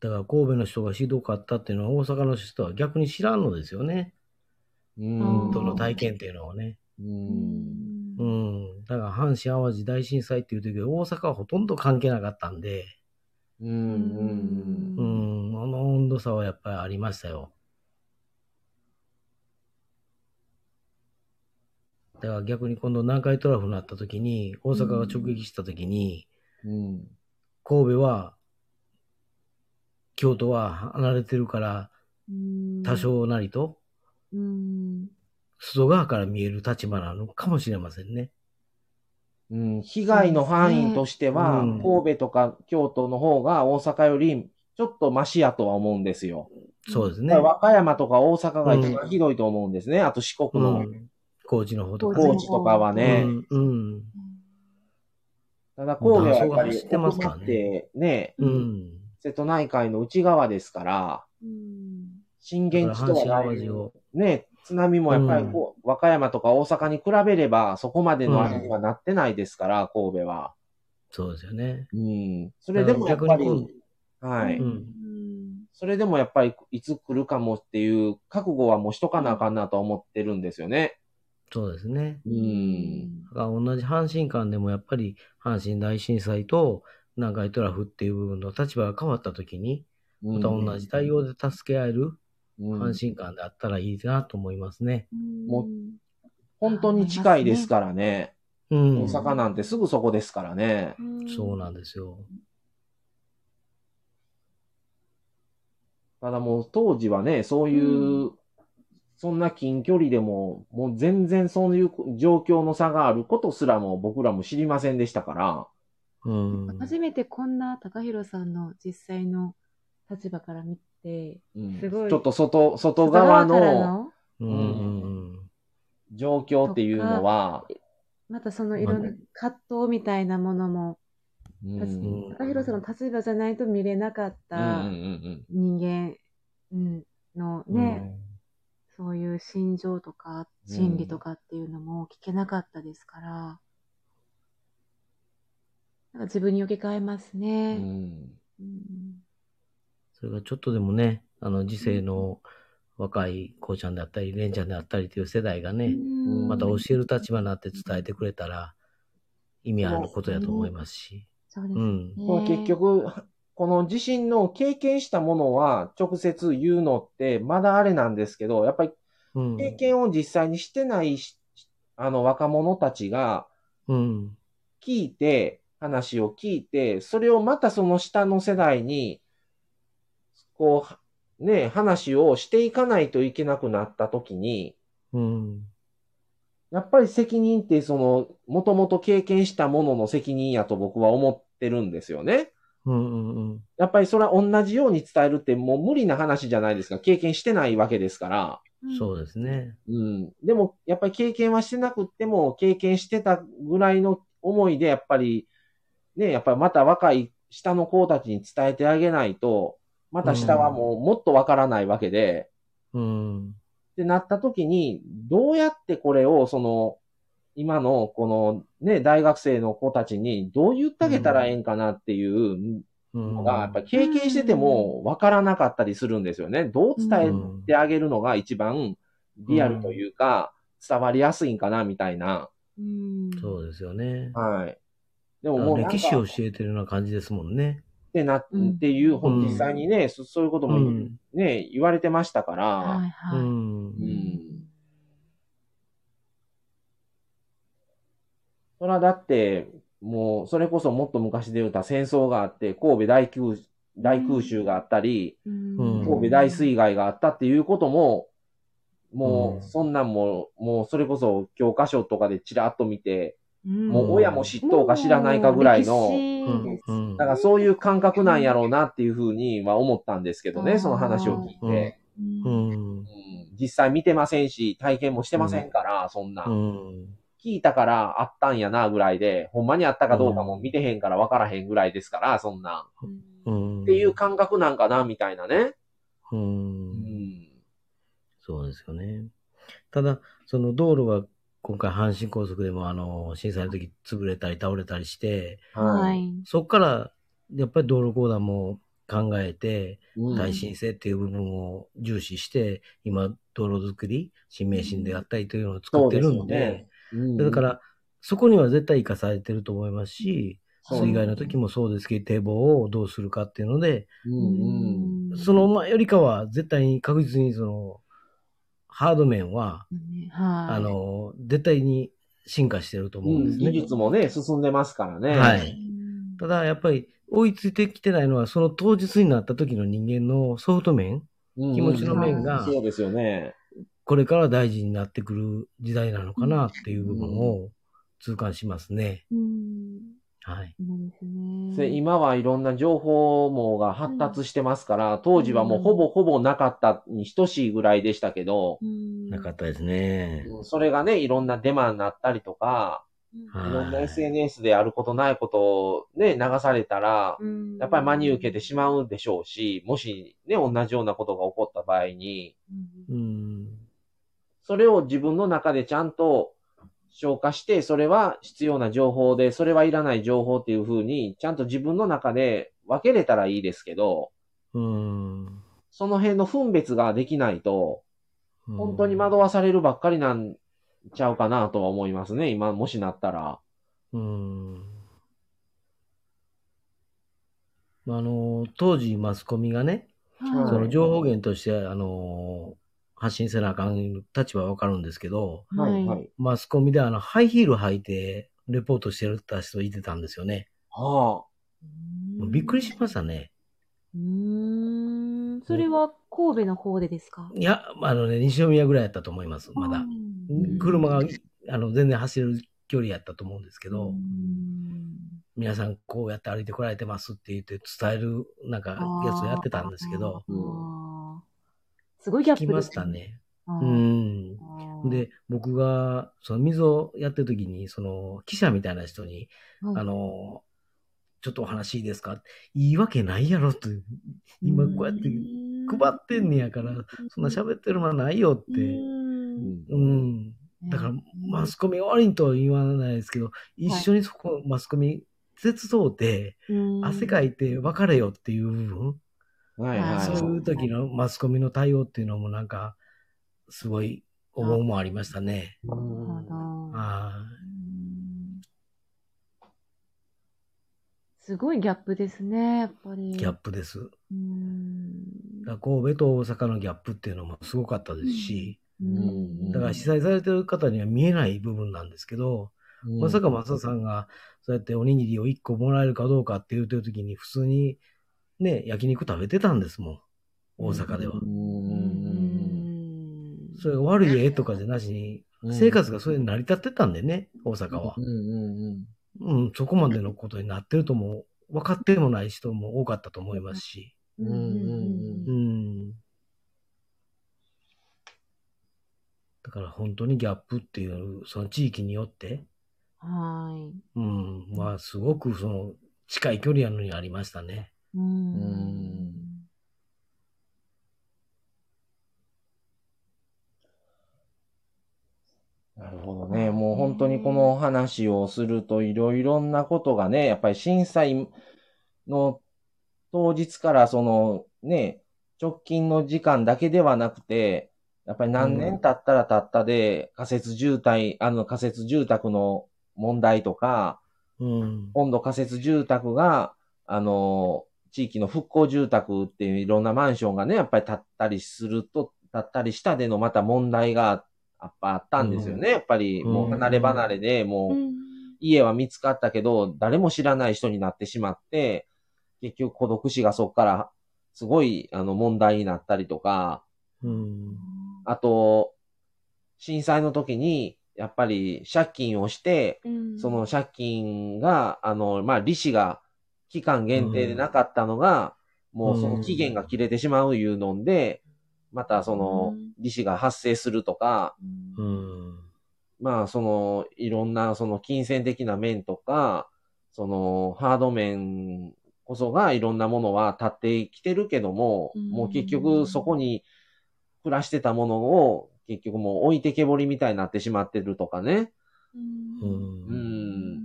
Speaker 3: だから神戸の人がひどかったっていうのは大阪の人は逆に知らんのですよね。
Speaker 1: うん
Speaker 2: 本
Speaker 3: 本当の体験っていうのはね。
Speaker 1: うん。
Speaker 3: う
Speaker 2: うん
Speaker 3: ん。だから阪神淡路大震災っていう時は大阪はほとんど関係なかったんで、
Speaker 1: うん。うん
Speaker 3: う。ん、あの温度差はやっぱりありましたよ。だから逆に今度南海トラフになった時に、大阪が直撃した時に、
Speaker 1: うん。
Speaker 3: 神戸は、京都は離れてるから、多少なりと、
Speaker 2: うん
Speaker 3: 外側から見える立場なのかもしれませんね。
Speaker 1: うん、被害の範囲としては、
Speaker 3: うん
Speaker 1: 神戸とか京都の方が大阪よりちょっとマシやとは思うんですよ。
Speaker 3: そうです
Speaker 1: だ
Speaker 3: ね
Speaker 1: から。和歌山とか大阪が一番ひどいと思うんですね。あと四
Speaker 3: う
Speaker 1: 国の
Speaker 3: ん。高知の方とかね
Speaker 1: 高知とかはね。
Speaker 3: うん。
Speaker 1: ただ神戸はやっぱ
Speaker 3: まあ
Speaker 1: り
Speaker 3: そうか知ってますからね
Speaker 1: 奥まってね、
Speaker 3: うん。うん。
Speaker 1: 瀬戸内海の内側ですから、
Speaker 2: うん
Speaker 1: 震
Speaker 3: だ
Speaker 1: 源
Speaker 3: から
Speaker 1: 地と
Speaker 3: 阪神
Speaker 1: はな
Speaker 3: 淡
Speaker 1: い
Speaker 3: 路。を。
Speaker 1: ね、津波もやっぱりこう、和歌山とか大阪に比べれば、そこまでのあれにはなってないですから、神戸は。
Speaker 3: そうですよね。
Speaker 1: うん。それでもやっぱ
Speaker 3: だから逆に
Speaker 1: り、は
Speaker 3: う
Speaker 1: い。
Speaker 3: ん。
Speaker 1: それでもやっぱり、いつ来るかもっていう覚悟はもうしとかなあかんなとは思ってるんですよね。
Speaker 3: そうですね。
Speaker 1: うん。
Speaker 3: だから同じ阪神間でもやっぱり阪神大震災と南海トラフっていう部分の立場が変わった時に、ま
Speaker 1: ま
Speaker 3: た同じ対応で助け合える
Speaker 1: うん
Speaker 3: 阪神間であったらいいなと思いますね。
Speaker 1: も本当に近いですからね。
Speaker 3: う
Speaker 1: 大
Speaker 3: ん。
Speaker 1: 阪なんてすぐそこですからね。
Speaker 3: そうなん
Speaker 2: で
Speaker 3: ですよ。
Speaker 1: ただもう当時はね、そういう、
Speaker 2: う
Speaker 1: そんな近距離でも、もう全然そういう状況の差があることすらも僕らも知りませんでしたから、
Speaker 3: うん。
Speaker 2: 初めてこんな高弘さんの実際の立場から見て、
Speaker 1: うん
Speaker 2: すごい
Speaker 1: ちょっと外、外側
Speaker 2: 外から
Speaker 1: の
Speaker 3: うん。
Speaker 1: 状況っていうのは、
Speaker 2: またそのいろんな葛藤みたいなものも、
Speaker 1: うん
Speaker 2: 確か
Speaker 1: うん
Speaker 3: うん
Speaker 2: 高弘さんの立場じゃないと見れなかっ
Speaker 1: うんうん
Speaker 2: た人間うんの
Speaker 3: うん
Speaker 2: ね、そういう心情とか心理とかっていうのも聞けなかったですから、なんか自分に置き換えます
Speaker 1: う
Speaker 2: ね。
Speaker 1: ん
Speaker 2: うん
Speaker 3: それがちょっとでもね、あの、時世の若い子ちゃんであったり、レンちゃんであったりという世代がね、
Speaker 1: ん
Speaker 3: また教える立場になって伝えてくれたら、意味あることやと思いますし。
Speaker 2: そうです
Speaker 3: う
Speaker 2: ね。
Speaker 3: ん。
Speaker 1: まあ結局、この地震の経験したものは直接言うのってまだあれなんですけど、やっぱり
Speaker 3: うん。
Speaker 1: 経験を実際にしてないしあの若者たちが
Speaker 3: うん。
Speaker 1: 聞いて、話を聞いて、それをまたその下の世代に、こう、ね、話をしていかないといけなくなった時に、
Speaker 3: うん。
Speaker 1: やっぱり責任ってその、もともと経験したものの責任やと僕は思ってるんですよね。
Speaker 3: うんうんうん。
Speaker 1: やっぱりそれは同じように伝えるってもう無理な話じゃないですか。経験してないわけですから。
Speaker 3: そうですね。
Speaker 1: うん。でも、やっぱり経験はしてなくっても、経験してたぐらいの思いで、やっぱり、ね、やっぱりまた若い下の子たちに伝えてあげないと、また下はもうもっとわからないわけで、
Speaker 3: うん。
Speaker 1: ってなった時に、どうやってこれを、その、今の、この、ね、大学生の子たちに、どう言ってあげたらええんかなっていう
Speaker 3: うん
Speaker 1: のが、やっぱり経験しててもわからなかったりするんですよね。どう伝えてあげるのが一番リアルというか、伝わりやすいんかな、みたいな。
Speaker 2: うん。
Speaker 3: そうですよね。
Speaker 1: はい。で
Speaker 3: あ
Speaker 1: もも
Speaker 3: の
Speaker 1: うなんか、
Speaker 3: 歴史を
Speaker 1: っ
Speaker 3: 教えてるような感じですもんね。
Speaker 1: てなっていう、
Speaker 3: うん
Speaker 1: 実際にね、そそういうこと
Speaker 3: う
Speaker 1: も
Speaker 3: ん。
Speaker 1: ね、言われてましたから、
Speaker 2: はいは
Speaker 3: う
Speaker 2: い。
Speaker 3: ん
Speaker 1: う。んそれはだって、もう、それこそもっと昔で言うたら戦争があって、神戸大空大空襲があったり、
Speaker 3: うん
Speaker 1: 神戸大水害があったっていうことも、
Speaker 3: う
Speaker 1: も
Speaker 3: ん
Speaker 1: う、そんなんも、もう、それこそ教科書とかでちらっと見て、
Speaker 2: うん、
Speaker 1: もう親も知っとうか知らないかぐらいの、
Speaker 2: うん
Speaker 3: うん
Speaker 1: だからそういう感覚なんやろうなっていうふうには思ったんですけど
Speaker 2: う
Speaker 1: ね、
Speaker 2: ん
Speaker 1: その話を聞いて。
Speaker 3: う
Speaker 2: うん
Speaker 3: ん。
Speaker 1: うん実際見てませんし、体験もしてませんから、そんな
Speaker 3: う。ん。
Speaker 1: 聞いたからあったんやなぐらいで、ほんまにあったかどうかも見てへんから分からへんぐらいですから、そんな。
Speaker 3: うん。
Speaker 1: っていう感覚なんかな、みたいなね。う
Speaker 3: う。
Speaker 1: んん。
Speaker 3: そうですよね。ただ、その道路が今回阪神高速でもあの、震災の時潰れたり倒れたりして、
Speaker 2: は。い。
Speaker 3: そこからやっぱり道路公団も考えて、
Speaker 1: うん
Speaker 3: 耐震性っていう部分を重視して、今、道路づくり、新名神であったりというのを作ってるんで、
Speaker 1: そうですよねうん
Speaker 3: だから、そこには絶対生かされてると思いますし、
Speaker 1: そう
Speaker 3: 水害の時もそうですけど、堤防をどうするかっていうので、
Speaker 1: うん
Speaker 2: うん
Speaker 3: その前よりかは絶対に確実にその、ハード面は、
Speaker 2: ね
Speaker 3: あ
Speaker 2: はい。
Speaker 3: の、絶対に進化してると
Speaker 1: う。
Speaker 3: 思うんん
Speaker 1: う
Speaker 3: で
Speaker 1: ん
Speaker 3: す
Speaker 1: 技
Speaker 3: ね。
Speaker 1: 術もね、進んでますからね。
Speaker 3: は
Speaker 2: う
Speaker 3: い
Speaker 2: ん
Speaker 3: ただ、やっぱり、追いついてきてないのは、その当日になった時の人間のソフト面、
Speaker 1: うん
Speaker 3: 気持ちの面が
Speaker 1: そうですよね。
Speaker 3: これから大事になってくる時代なのかなっていう部分を痛感しますね。
Speaker 2: うん。
Speaker 3: はい。
Speaker 2: そうですね。
Speaker 1: で今はいろんな情報網が発達してますから、当時はもうほぼほぼなかったに等しいぐらいでしたけど、
Speaker 2: うん、
Speaker 3: なかったですね。
Speaker 1: うんそれがね、いろんなデマになったりとか、
Speaker 3: はい
Speaker 1: いろんな SNS であることないことをね、流されたら、
Speaker 2: うん
Speaker 1: やっぱり真に受けてしまうでしょうし、もしね、同じようなことが起こった場合に、
Speaker 2: うん
Speaker 3: うん。
Speaker 1: それを自分の中でちゃんと消化して、それは必要な情報で、それはいらない情報っていうふうに、ちゃんと自分の中で分けれたらいいですけど、
Speaker 3: うん。
Speaker 1: その辺の分別ができないと、本当に惑
Speaker 3: わ
Speaker 1: わされるばっかりなんちゃうかなとは思いますね、今、もしなったら。
Speaker 3: うん。あの、当時マスコミがね、
Speaker 1: はい
Speaker 3: その情報源として、あの、発信せなあかん立場はわかるんですけど、
Speaker 1: はい、
Speaker 2: は。
Speaker 1: はいい。
Speaker 3: マスコミであの、ハイヒール履いて、レポートしてた人いてたんですよね。
Speaker 1: はあ。
Speaker 2: うん
Speaker 3: びっくりしましたね。
Speaker 2: うん。それは神戸の方でですか
Speaker 3: いや、あのね、西宮ぐらいやったと思います、まだ。
Speaker 1: ん
Speaker 3: 車があの全然走れる距離やったと思うんですけ
Speaker 2: う
Speaker 3: ど、
Speaker 2: ん
Speaker 3: 皆さんこうやって歩いてこられてますって言って伝える、なんか、やつをやってたんですけど、
Speaker 1: う
Speaker 2: あーすごいギャップ
Speaker 3: 来
Speaker 2: で
Speaker 3: ますした。ね。
Speaker 2: あ
Speaker 3: う
Speaker 2: ー。
Speaker 3: ん。で、僕が、その水をやってる時に、その記者みたいな人に、
Speaker 2: あー、
Speaker 3: あの、ちょっとお話いいですかいいわけないやろと、今こうやって配ってんねやから、そんな喋ってる間ないよって、
Speaker 1: う
Speaker 2: っ
Speaker 1: ん
Speaker 3: うん、だから、マスコミ悪いとは言わないですけど、一緒にそこ、マスコミ、節操で、汗か
Speaker 2: い
Speaker 3: いて別れよっていう部分、
Speaker 1: はい
Speaker 2: あ
Speaker 1: はい。
Speaker 2: ー
Speaker 3: そういう時のマスコミの対応っていうのもなんか、すごい思うもありましたね。
Speaker 1: う
Speaker 2: て
Speaker 1: ん
Speaker 3: あ
Speaker 2: すごいギャップですね、やっぱり。
Speaker 3: ーギャップです。
Speaker 2: うん
Speaker 3: だから神戸と大阪のギャップっていうのもすごかったですし、
Speaker 1: うん
Speaker 3: だから被災されてる方には見えない部分なんですけど、まさかマサさんが、そうやっておにぎりを1個もらえるかどうかって言うてる時に、普通に、ね、焼肉食べてたんですもん。大阪では
Speaker 1: う。
Speaker 2: うんん
Speaker 3: それが悪い絵とかじゃなしに、生活がそれで成り立ってたんでね、大阪は
Speaker 1: うん。うんうん
Speaker 3: うん、そこまでのことになってるとも、分かってもない人も多かったと思いますし。
Speaker 1: うんうんうん
Speaker 3: うん。から本当にギャップっていう、その地域によって、
Speaker 2: はい。
Speaker 3: うん、まあすごくその近い距離やのにありましたね。
Speaker 2: うー
Speaker 1: うー
Speaker 2: ん
Speaker 1: ん。なるほどね。もう本当にこのお話をするといろいろなことがね、やっぱり震災の当日からそのね、直近の時間だけではなくて、やっぱり何年経ったら経ったで、仮設住宅、あの仮設住宅の問題とか、
Speaker 3: うん。
Speaker 1: 今度仮設住宅が、あの、地域の復興住宅っていういろんなマンションがね、やっぱり建ったりすると、建ったりしたでのまた問題がやっぱあったんですよね。
Speaker 3: うん
Speaker 1: やっぱりもう離れ離れで、も
Speaker 2: う
Speaker 1: うん家は見つかったけど、誰も知らない人になってしまって、結局孤独死がそこからすごいあの問題になったりとか、
Speaker 3: うん。
Speaker 1: あと、震災の時に、やっぱり借金をして、
Speaker 2: うん
Speaker 1: その借金が、あの、まあ、利子が期間限定でなかったのが、もうその期限が切れてしまういうので、またその
Speaker 2: うん
Speaker 1: 利子が発生するとか、
Speaker 3: う
Speaker 2: うん
Speaker 3: ん。
Speaker 1: まあそのいろんなその金銭的な面とか、そのハード面こそがいろんなものは立ってきてるけども、
Speaker 2: うん
Speaker 1: もう結局そこに暮らしてたものを結局もう置いてけぼりみたいになってしまってるとかね。う
Speaker 3: う。
Speaker 1: んん。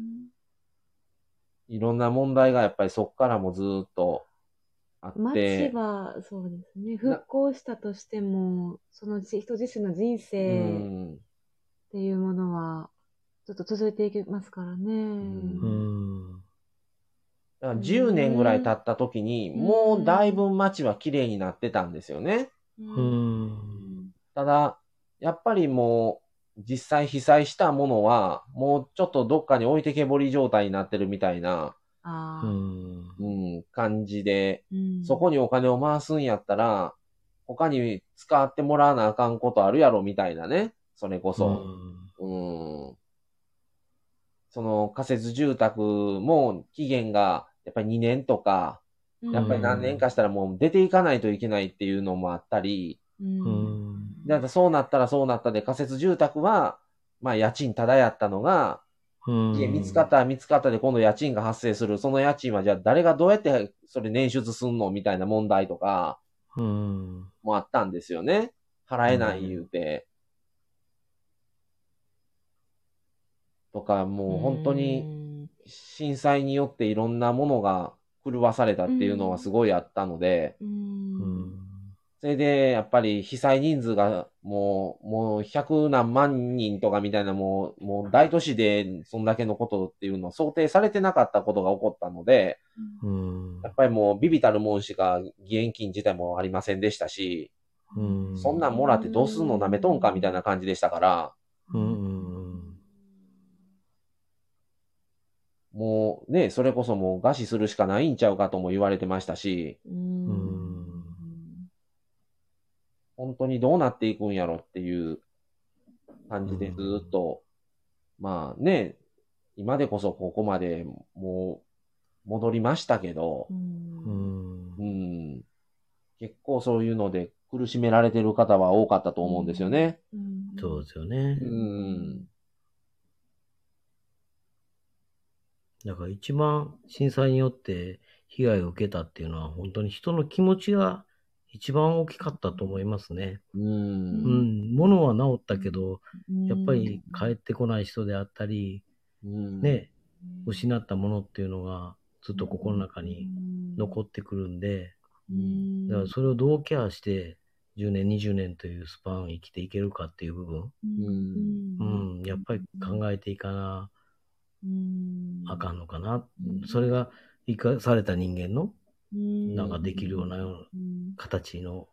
Speaker 1: いろんな問題がやっぱりそこからもずーっとあっ
Speaker 2: 町
Speaker 1: て。
Speaker 2: は、そうですね、復興したとしても、その人自身の人
Speaker 1: う
Speaker 2: 生っ
Speaker 1: ん。
Speaker 2: ていうものは、ちょっと続いていきますからね。
Speaker 3: うんん。
Speaker 1: だから10年ぐらい経った時に、
Speaker 2: うん
Speaker 1: もうだいぶ街は綺麗になってたんですよね。
Speaker 2: うん
Speaker 3: うん。
Speaker 1: ただ、やっぱりもう、実際被災したものは、もうちょっとどっかに置いてけぼり状態になってるみたいな、
Speaker 2: あ
Speaker 3: う
Speaker 2: あ
Speaker 3: ん。
Speaker 1: うん、感じで、
Speaker 2: うん
Speaker 1: そこにお金を回すんやったら、他に使ってもらわなあかんことあるやろみたいなね。それこそ。うんその仮設住宅も期限がやっぱり2年とか、
Speaker 2: うん
Speaker 1: やっぱり何年かしたらもう出ていかないといけないっていうのもあったり、
Speaker 2: う
Speaker 3: うんん。
Speaker 1: だからそうなったらそうなったで仮設住宅は、まあ家賃ただやったのが、
Speaker 3: うん。
Speaker 1: 家見つかったら見つかったで今度家賃が発生する。その家賃はじゃあ誰がどうやってそれ捻出すんのみたいな問題とか
Speaker 3: うん。
Speaker 1: もあったんですよね。払えない言うて。とか、もう本当に、震災によっていろんなものが狂わされたっていうのはすごいあったので、
Speaker 2: う
Speaker 3: うんん。
Speaker 1: それでやっぱり被災人数がもう、もう100何万人とかみたいなもう、もう大都市でそんだけのことっていうのは想定されてなかったことが起こったので、
Speaker 3: うん
Speaker 1: やっぱりもうビビたるもんしか義援金自体もありませんでしたし、
Speaker 3: うん。
Speaker 1: そんなんもらってどうすんの舐めとんかみたいな感じでしたから、
Speaker 3: うん。
Speaker 1: もうね、それこそもう餓死するしかないんちゃうかとも言われてましたし、
Speaker 2: うん
Speaker 1: 本当にどうなっていくんやろっていう感じでずーっと、まあね、今でこそここまでもう戻りましたけど
Speaker 2: う、ん
Speaker 3: うん
Speaker 1: う。ん、結構そういうので苦しめられてる方は多かったと思うんですよね。
Speaker 2: うん
Speaker 3: そうですよね
Speaker 1: う。ん。
Speaker 3: だから一番震災によって被害を受けたっていうのは本当に人の気持ちが一番大きかったと思いますね。
Speaker 1: う。
Speaker 3: うんん。物は治ったけど、
Speaker 2: うん
Speaker 3: やっぱり帰ってこない人であったり、
Speaker 1: うん、
Speaker 3: ね、失ったものっていうのがずっと心の中に残
Speaker 2: っ
Speaker 3: ってくるんで、
Speaker 2: うん
Speaker 3: だからそれをどうケアして10年、20年というスパン生きていけるかっていう部分、
Speaker 1: うん
Speaker 3: うん、やっぱり考えていかな
Speaker 2: うん
Speaker 3: あかんのかな。
Speaker 2: うん
Speaker 3: それが生かされた人間の
Speaker 2: うん
Speaker 3: なんかできるような
Speaker 2: うん
Speaker 3: 形の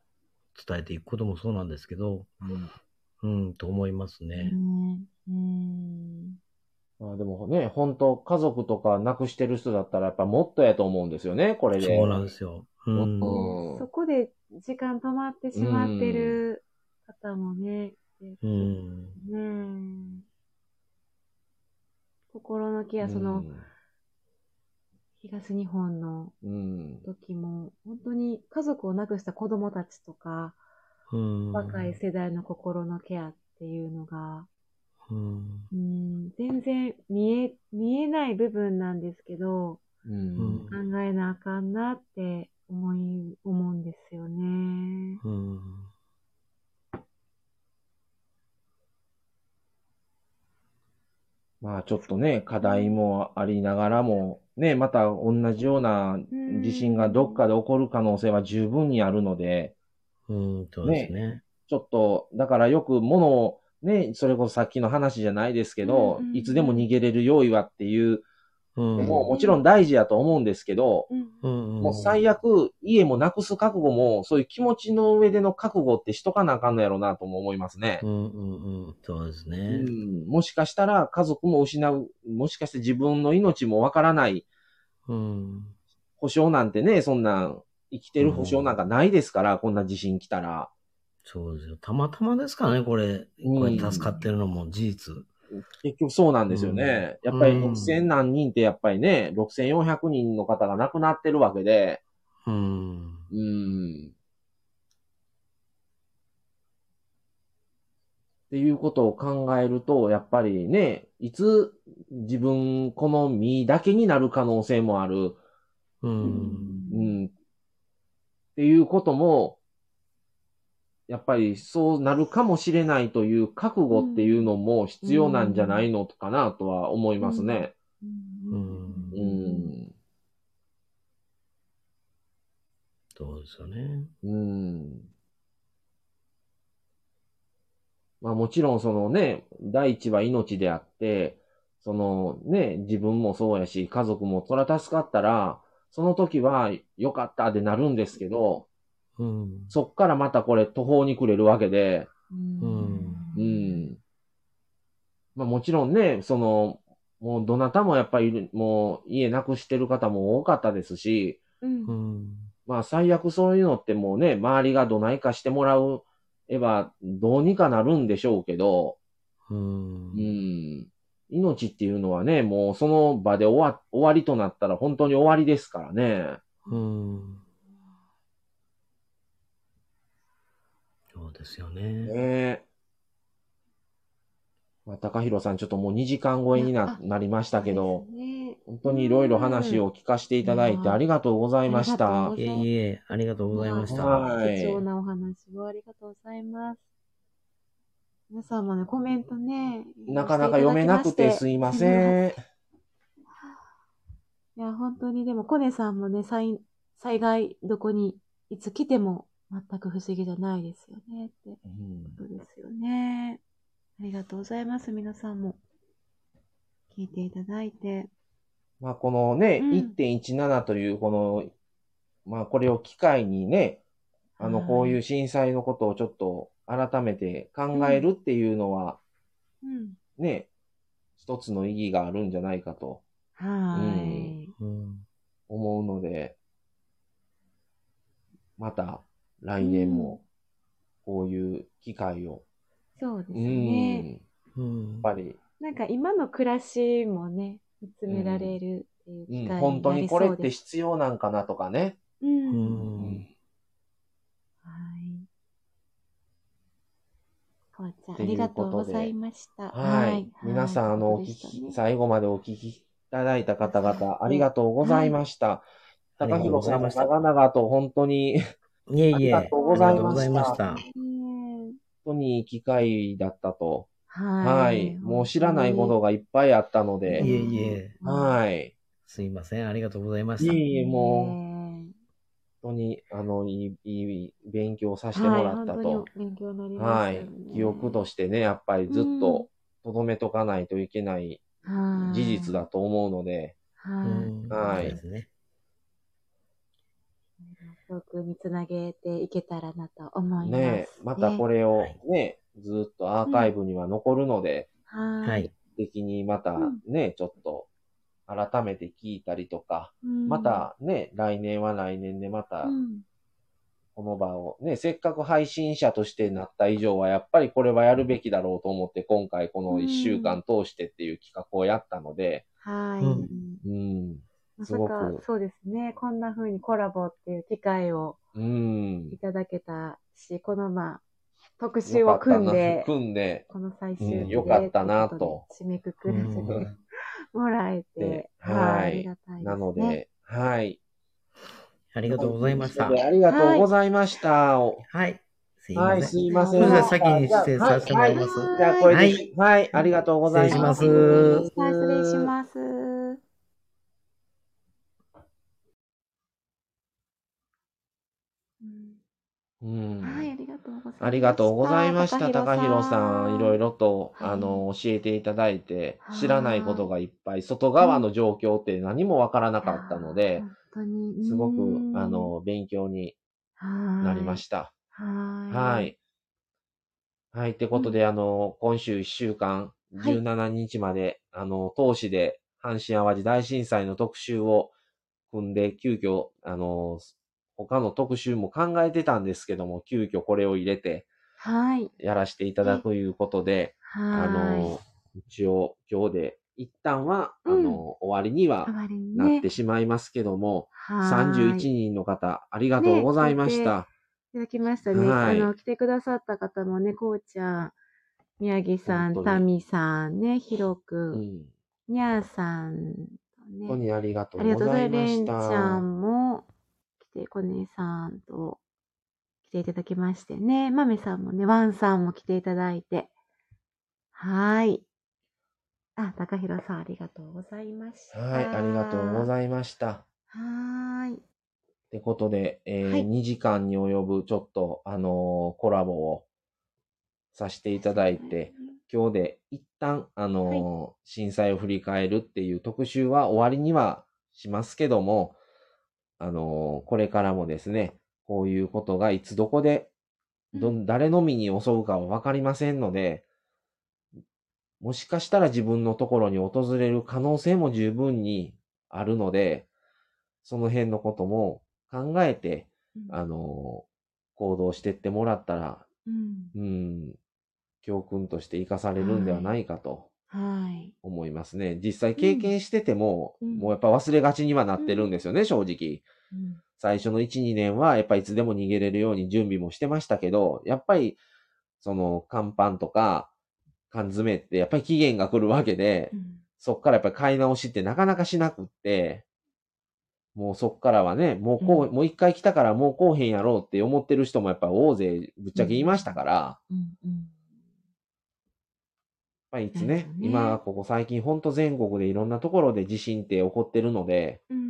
Speaker 3: 伝えていくこともそうなんですけど、
Speaker 1: うん
Speaker 3: うん、と思いますね。
Speaker 2: うん
Speaker 1: まあでもね、本当家族とか亡くしてる人だったらやっぱもっとやと思うんですよね、これで。
Speaker 3: そうなんですよ。うん。
Speaker 1: うん
Speaker 2: そこで時間止まってしまってる方もね、
Speaker 3: うん。
Speaker 2: ねえ心のケア、その、東日本の
Speaker 1: うん。
Speaker 2: 時も、本当に家族を亡くした子供たちとか、
Speaker 3: うん。
Speaker 2: 若い世代の心のケアっっていうのが、
Speaker 3: うん
Speaker 2: うん、全然見え、見えない部分なんですけど、
Speaker 1: うん
Speaker 2: 考えなあかんなって思い、思うんですよね。
Speaker 3: うん
Speaker 1: まあちょっとね、課題もありながらも、ね、また同じような地震がどっかで起こる可能性は十分にあるので、
Speaker 3: うん、そうですね。
Speaker 1: ちょっと、だからよく物を、ね、それこそさっきの話じゃないですけど、
Speaker 2: うんうんうん
Speaker 1: いつでも逃げれる用意はっていう、
Speaker 3: うん
Speaker 1: もうもちろん大事やと思うんですけど、
Speaker 2: うん。
Speaker 3: うん
Speaker 1: もう最悪、家もなくす覚悟も、そういう気持ちの上での覚悟ってしとかなあかんのやろうなとも思いますね。
Speaker 3: うんうんうん、そうです
Speaker 1: う
Speaker 3: ね。
Speaker 1: ん、もしかしたら家族も失う、もしかして自分の命もわからない
Speaker 3: うん。
Speaker 1: 保証なんてね、そんなん、生きてる保証なんかないですから、こんな地震来たら。
Speaker 3: そうですよ。たまたまですかね、これ。これ助かってるのも事実。
Speaker 1: 結局そうなんですよね。
Speaker 3: うん
Speaker 1: やっぱり
Speaker 3: うん
Speaker 1: 6000何人ってやっぱりね、6400人の方が亡くなってるわけで、
Speaker 3: う
Speaker 1: う
Speaker 3: ん。
Speaker 1: ん。っていうことを考えると、やっぱりね、いつ自分好みだけになる可能性もある。
Speaker 3: う。
Speaker 2: うん
Speaker 1: うん。っていうことも、やっぱりそうなるかもしれないという覚悟っていうのも必要なんじゃないのかなとは思いますね。
Speaker 3: うん
Speaker 1: う。ん。
Speaker 3: そうですよね。
Speaker 1: うん。まあもちろんそのね、第一は命であって、そのね、自分もそうやし、家族もそら助かったら、その時は良かったでなるんですけど、
Speaker 3: うん。
Speaker 1: そっからまたこれ途方に暮れるわけで、う
Speaker 2: うん
Speaker 1: ん。まあもちろんね、その、もうどなたもやっぱりいる、もう家なくしてる方も多かったですし、
Speaker 2: うん
Speaker 3: う。ん。
Speaker 1: まあ最悪そういうのってもうね、周りがどないかしてもらうえばどうにかなるんでしょうけど、
Speaker 3: う。
Speaker 1: うんん。命っていうのはね、もうその場で終わ、終わりとなったら本当に終わりですからね。
Speaker 3: うん。そうですよ
Speaker 1: ね
Speaker 3: ね。
Speaker 1: え。まあ、高弘さん、ちょっともう2時間超えにな
Speaker 2: あ
Speaker 1: なりましたけど。
Speaker 2: そうですね
Speaker 1: 本当にいろいろ話を聞かせていただいてありがとうございまし
Speaker 2: う
Speaker 1: た
Speaker 2: ん。
Speaker 3: いえいえ、ありがとうございまし
Speaker 1: はい
Speaker 3: た。
Speaker 1: い
Speaker 2: 貴重なお話をありがとうございます。皆さんもね、コメントね。
Speaker 1: なかなか読めなくてすいません。
Speaker 2: いや、本当にでも、コネさんもね、災災害、どこに、いつ来ても、全く不思議じゃないですよね、って
Speaker 1: うん
Speaker 2: ことですよね。ありがとうございます、皆さんも。聞いていただいて。
Speaker 1: まあ、このね、
Speaker 2: うん
Speaker 1: 1.17という、この、まあ、これを機会にね、あの、
Speaker 2: はい
Speaker 1: こういう震災のことをちょっと改めて考えるっていうのは、
Speaker 2: うん。
Speaker 1: ね、一つの意義があるんじゃないかと
Speaker 2: はーい。
Speaker 3: うん。
Speaker 1: 思うので、また来年もこういう機会を、
Speaker 2: そうです
Speaker 1: う
Speaker 2: ね。
Speaker 1: ん、や
Speaker 3: うん
Speaker 1: っ。ぱり
Speaker 2: なんか今の暮らしもね、見つめられるっていう
Speaker 1: う
Speaker 2: 機
Speaker 1: ん、
Speaker 2: 会
Speaker 1: 本
Speaker 2: に
Speaker 1: 当
Speaker 2: な
Speaker 1: に
Speaker 2: り
Speaker 1: こ
Speaker 2: そ
Speaker 1: れっ
Speaker 2: う
Speaker 1: て
Speaker 2: です。
Speaker 1: 必要なんかなとかね。
Speaker 2: うん
Speaker 3: う。
Speaker 1: うん
Speaker 2: はい。かわちゃん、
Speaker 1: っ
Speaker 2: あ
Speaker 1: ていう
Speaker 2: りが
Speaker 1: ことで
Speaker 2: うございました。
Speaker 1: はい。皆さん、あの、お
Speaker 2: とい
Speaker 1: 聞
Speaker 2: うことでした
Speaker 1: き、
Speaker 2: ね
Speaker 1: 最後までお聞きいただいた方々、ありがとうございました。
Speaker 3: はい
Speaker 1: 高弘さんも
Speaker 3: ありがとうございました
Speaker 1: 長々と本当に、
Speaker 3: いえいえ、
Speaker 1: ありがとうご
Speaker 2: ざいました
Speaker 3: ありがとうございました。
Speaker 2: ね
Speaker 1: 本当にいい機会だったと。
Speaker 2: えはい。
Speaker 1: はい。もう知らないことがいっぱいあったの
Speaker 3: い
Speaker 1: で、
Speaker 3: えいえ、
Speaker 1: はい。
Speaker 3: すいません、ありがとうございまし
Speaker 1: い
Speaker 3: た。
Speaker 1: えいえ、もう、
Speaker 2: も
Speaker 1: 本当に、あの、いい、いい勉強さ
Speaker 2: う
Speaker 1: せてもらったと。
Speaker 2: 勉強になりま
Speaker 1: は
Speaker 2: し
Speaker 1: い
Speaker 2: たね。
Speaker 1: 記憶としてね、やっぱりずっと、とどめとかないといけない
Speaker 2: はい
Speaker 1: 事実だと思うので、
Speaker 3: う
Speaker 2: はい。
Speaker 3: ん
Speaker 1: はい
Speaker 3: そうですね。
Speaker 2: 教訓につなげていけたらなと思います。
Speaker 1: ねえ、またこ
Speaker 2: れ。
Speaker 1: れを
Speaker 3: はい
Speaker 1: ね、ずっとアーカイブには残るので、
Speaker 2: は。
Speaker 3: はいい。
Speaker 1: 的にまた
Speaker 2: うん
Speaker 1: ね、ちょっと改めて聞いたりとか、
Speaker 2: うん
Speaker 1: ま、たね、来年は来年でまた
Speaker 2: うん
Speaker 1: この場をね、せっかく配信者としてなった以上は、やっぱりこれはやるべきだろうと思って、今回この1週間通してっていう企画をやったので、
Speaker 2: はい。
Speaker 3: うん
Speaker 1: うん、
Speaker 2: ますさ
Speaker 1: ごく
Speaker 2: か、そうですね。こんな風にコラボっていう機会を
Speaker 1: うん
Speaker 2: い、ただけたし、このまあ、特集を組んで、
Speaker 1: 組んで、
Speaker 2: この最終
Speaker 3: う
Speaker 2: 日
Speaker 3: ん
Speaker 2: で
Speaker 3: よ
Speaker 1: かったなと
Speaker 2: 締めくくらせ
Speaker 3: う
Speaker 2: てもらえて
Speaker 1: で、
Speaker 2: はい
Speaker 1: はい
Speaker 2: ありがたいですね。
Speaker 1: なので、はい。
Speaker 3: ありがとうございました
Speaker 1: ということ。でありがとうございました。お
Speaker 3: はい。すい
Speaker 1: は
Speaker 3: ま
Speaker 1: い、
Speaker 3: せ
Speaker 1: す
Speaker 3: ん。
Speaker 1: いませ
Speaker 2: それ
Speaker 1: ん。
Speaker 2: では
Speaker 3: 先に失礼させてもらいます
Speaker 1: はじゃあ、これで、
Speaker 3: はい
Speaker 1: はい、ありがとうござい
Speaker 3: 失礼しま
Speaker 1: ますす。
Speaker 2: 失礼します。うん
Speaker 1: うん
Speaker 2: はい、ありがとうございました。
Speaker 1: ありがとうございました、高弘さん。いろい
Speaker 2: ろ。
Speaker 1: ろと、
Speaker 2: はい
Speaker 1: あの、教えていただいて
Speaker 2: は、い
Speaker 1: 知らないことがいっぱい、外側の状況って何もわからなかったので、
Speaker 2: 本当に。
Speaker 1: すごく
Speaker 2: う、ん
Speaker 1: あ、の、勉強に
Speaker 2: な
Speaker 1: なりました。
Speaker 2: た。は。
Speaker 1: はいい。はい、ってことで、あの、今週1週間、
Speaker 2: はい
Speaker 1: 17日まで、あの、投資で、阪神淡路大震災の特集を組んで、急遽、あの、他の特集も考えてたんですけども、急遽これを入れて、
Speaker 2: はい。
Speaker 1: やらせていただくということで、
Speaker 2: はい。
Speaker 1: あの、一応今日で、一旦は、
Speaker 2: うん
Speaker 1: あの、終わりには
Speaker 2: 終わりにね、
Speaker 1: なってしまいますけども、
Speaker 2: はい
Speaker 1: 31人の方、ありがとうございました。
Speaker 2: いただきましたね。
Speaker 1: はい
Speaker 2: あの、来てくださった方もね、こうちゃん、宮城さ
Speaker 1: 本
Speaker 2: ん、
Speaker 1: 当に
Speaker 2: たみさんね、ひろ
Speaker 1: う
Speaker 2: くん、
Speaker 1: ん、
Speaker 2: にゃーさん
Speaker 1: 本
Speaker 2: と
Speaker 1: 当
Speaker 2: ね、
Speaker 1: にありがと
Speaker 2: あり
Speaker 1: うご
Speaker 2: がとうご
Speaker 1: ざ
Speaker 2: ざ
Speaker 1: い
Speaker 2: いま
Speaker 1: ま
Speaker 2: レ
Speaker 1: し
Speaker 2: ンち
Speaker 1: た。
Speaker 2: ゃんも来て、コネさんと来ていただきましてね、まめさんもね、ワンさんも来ていただいて、はーい。あ、高弘さん、ありがとうございました。
Speaker 1: はい、ありがとうご
Speaker 2: い
Speaker 1: ざいました。
Speaker 2: ます。はーい。
Speaker 1: ってことで、えー
Speaker 2: はい
Speaker 1: 2時間に及ぶちょっと、あのーコラボをさせていただいて、今日で一旦、あのー震災を振り返るっていう特集は終わりにはしますけども、あのーこれからもですね、こういうことがいつどこで、どん誰の身に襲うかはわかりませんので、もしかしたら自分のところに訪れる可能性も十分にあるので、その辺のことも考えて、
Speaker 2: うん
Speaker 1: あのー行動してってもらったら、
Speaker 2: うん。
Speaker 1: うん、教訓として生かされるんではないかと
Speaker 2: はい。
Speaker 1: 思いますね。実際経験してても、
Speaker 2: うん
Speaker 1: もうやっぱ忘れがちにはなってるんですよね、正直。
Speaker 2: うん
Speaker 1: 最初の1、2年は、やっぱいつでも逃げれるように準備もしてましたけど、やっぱり、その、乾パンとか、缶詰って、やっぱり期限が来るわけで
Speaker 2: う、ん
Speaker 1: そっからやっぱり買い直しってなかなかしなくって、もうそっからはね、もうこう、
Speaker 2: うん
Speaker 1: もう一回来たからもうこうへんやろうって思ってる人もやっぱ大勢ぶっちゃけいましたから、
Speaker 2: うんうん
Speaker 1: まあいつ
Speaker 2: なる
Speaker 1: ね
Speaker 2: ほど、ね
Speaker 1: 今、ここ最近ほんと全国でいろんなところで地震って起こってるので、
Speaker 2: うん。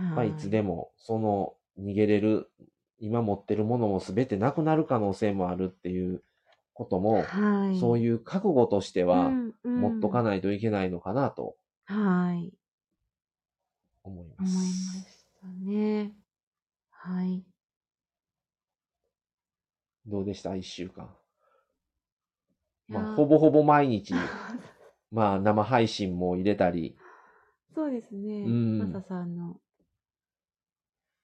Speaker 1: まあいつでもその逃げれる、今持ってるものも全てなくなる可能性もあるっていうことも、
Speaker 2: はい、
Speaker 1: そう
Speaker 2: いう
Speaker 1: いう覚悟としては持っとか
Speaker 2: ない。
Speaker 1: ないといけないのかなと
Speaker 2: はい。
Speaker 1: 思いま。
Speaker 2: 思いますしたね。はい。
Speaker 1: どうでした一週間。
Speaker 2: いや
Speaker 1: まあ、
Speaker 2: ー
Speaker 1: ほぼほぼ毎日、まあ、生配信も入れたり、
Speaker 2: *laughs* そうですね。
Speaker 1: うん
Speaker 2: マサさんの。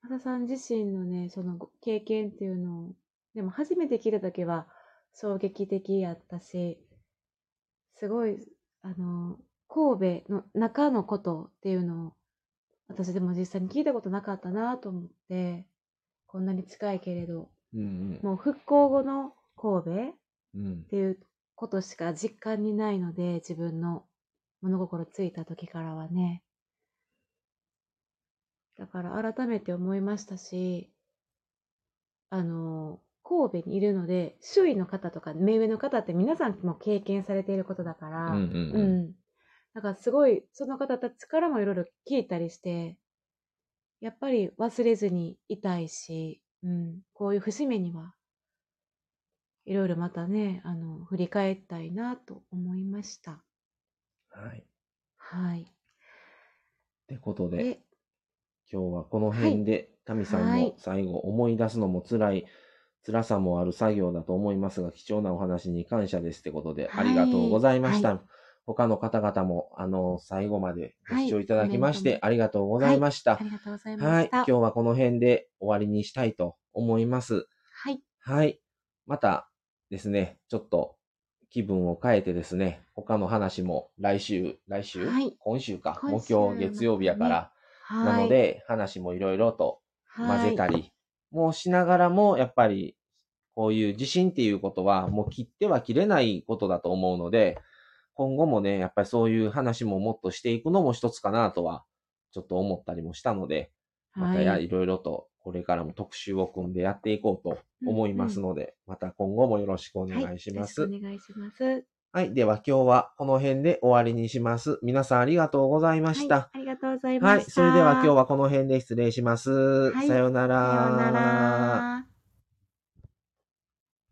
Speaker 2: マサさん自身のね、そのご経験っていうのを、でも初めて聞いた時は衝撃的やったし、すごい、あの、神戸の中のことっていうのを、私でも実際に聞いたことなかったなと思って、こんなに近いけれど、
Speaker 1: うん
Speaker 2: もう復興後の神戸
Speaker 1: うんうん
Speaker 2: っ、ていうことしか実感にないので自分の物心ついた時からはねだから改めて思いましたしあの神戸にいるので周囲の方とか目上の方って皆さんも経験されていることだか
Speaker 1: う
Speaker 2: ら、
Speaker 1: んうん
Speaker 2: う
Speaker 1: うん
Speaker 2: ん。だからすごい、その方たちからもいろいろ聞いたりして、やっぱり忘れずにいたいし、うん。こういう節目には、いろいろまたね、あの、振り返ったいなと思いました。
Speaker 1: はい。っ
Speaker 2: はい。
Speaker 1: てことで、
Speaker 2: で、
Speaker 1: 今日はこの辺で、タミさん
Speaker 2: はい
Speaker 1: も最後思い出すのも辛い、辛さもある作業だと思いますが、貴重なお話に感謝ですってことで、
Speaker 2: は
Speaker 1: あ
Speaker 2: い
Speaker 1: りがとうございました。
Speaker 2: は
Speaker 1: 他の方々も、あの、最後までご視聴いただきまし
Speaker 2: は
Speaker 1: て
Speaker 2: い、
Speaker 1: ありがとうございました
Speaker 2: あ。りがとうございま
Speaker 1: は
Speaker 2: し
Speaker 1: い。
Speaker 2: た。
Speaker 1: 今日はこの辺で終わりにしたいと思います。
Speaker 2: はい。
Speaker 1: はい。またですね、ちょっと気分を変えてですね、他の話も来週、来週、
Speaker 2: はい
Speaker 1: 今週か、
Speaker 2: 今週
Speaker 1: もう今日月曜日やから、
Speaker 2: はい。
Speaker 1: なの、で話もいろいろと
Speaker 2: はい、
Speaker 1: 混ぜたりもしながらも、やっぱりこういう地震っていうことは、もう切っては切れないことだと思うので、今後もね、やっぱりそういう話ももっとしていくのも一つかなとは、ちょっと思ったりもしたので、またや、
Speaker 2: はい
Speaker 1: い、ろいろと、これからも特集を組んでやっていこうと思いますので、また今後もよろしくお願いします。
Speaker 2: はい、よろしくお願いします。
Speaker 1: はい。では今日はこの辺で終わりにします。皆さんありがとうございまし
Speaker 2: はい
Speaker 1: た。、
Speaker 2: ありがとうござい
Speaker 1: はい。
Speaker 2: ました。
Speaker 1: それでは今日はここの辺で失礼します。
Speaker 2: はい
Speaker 1: さようなら。
Speaker 2: さようなら。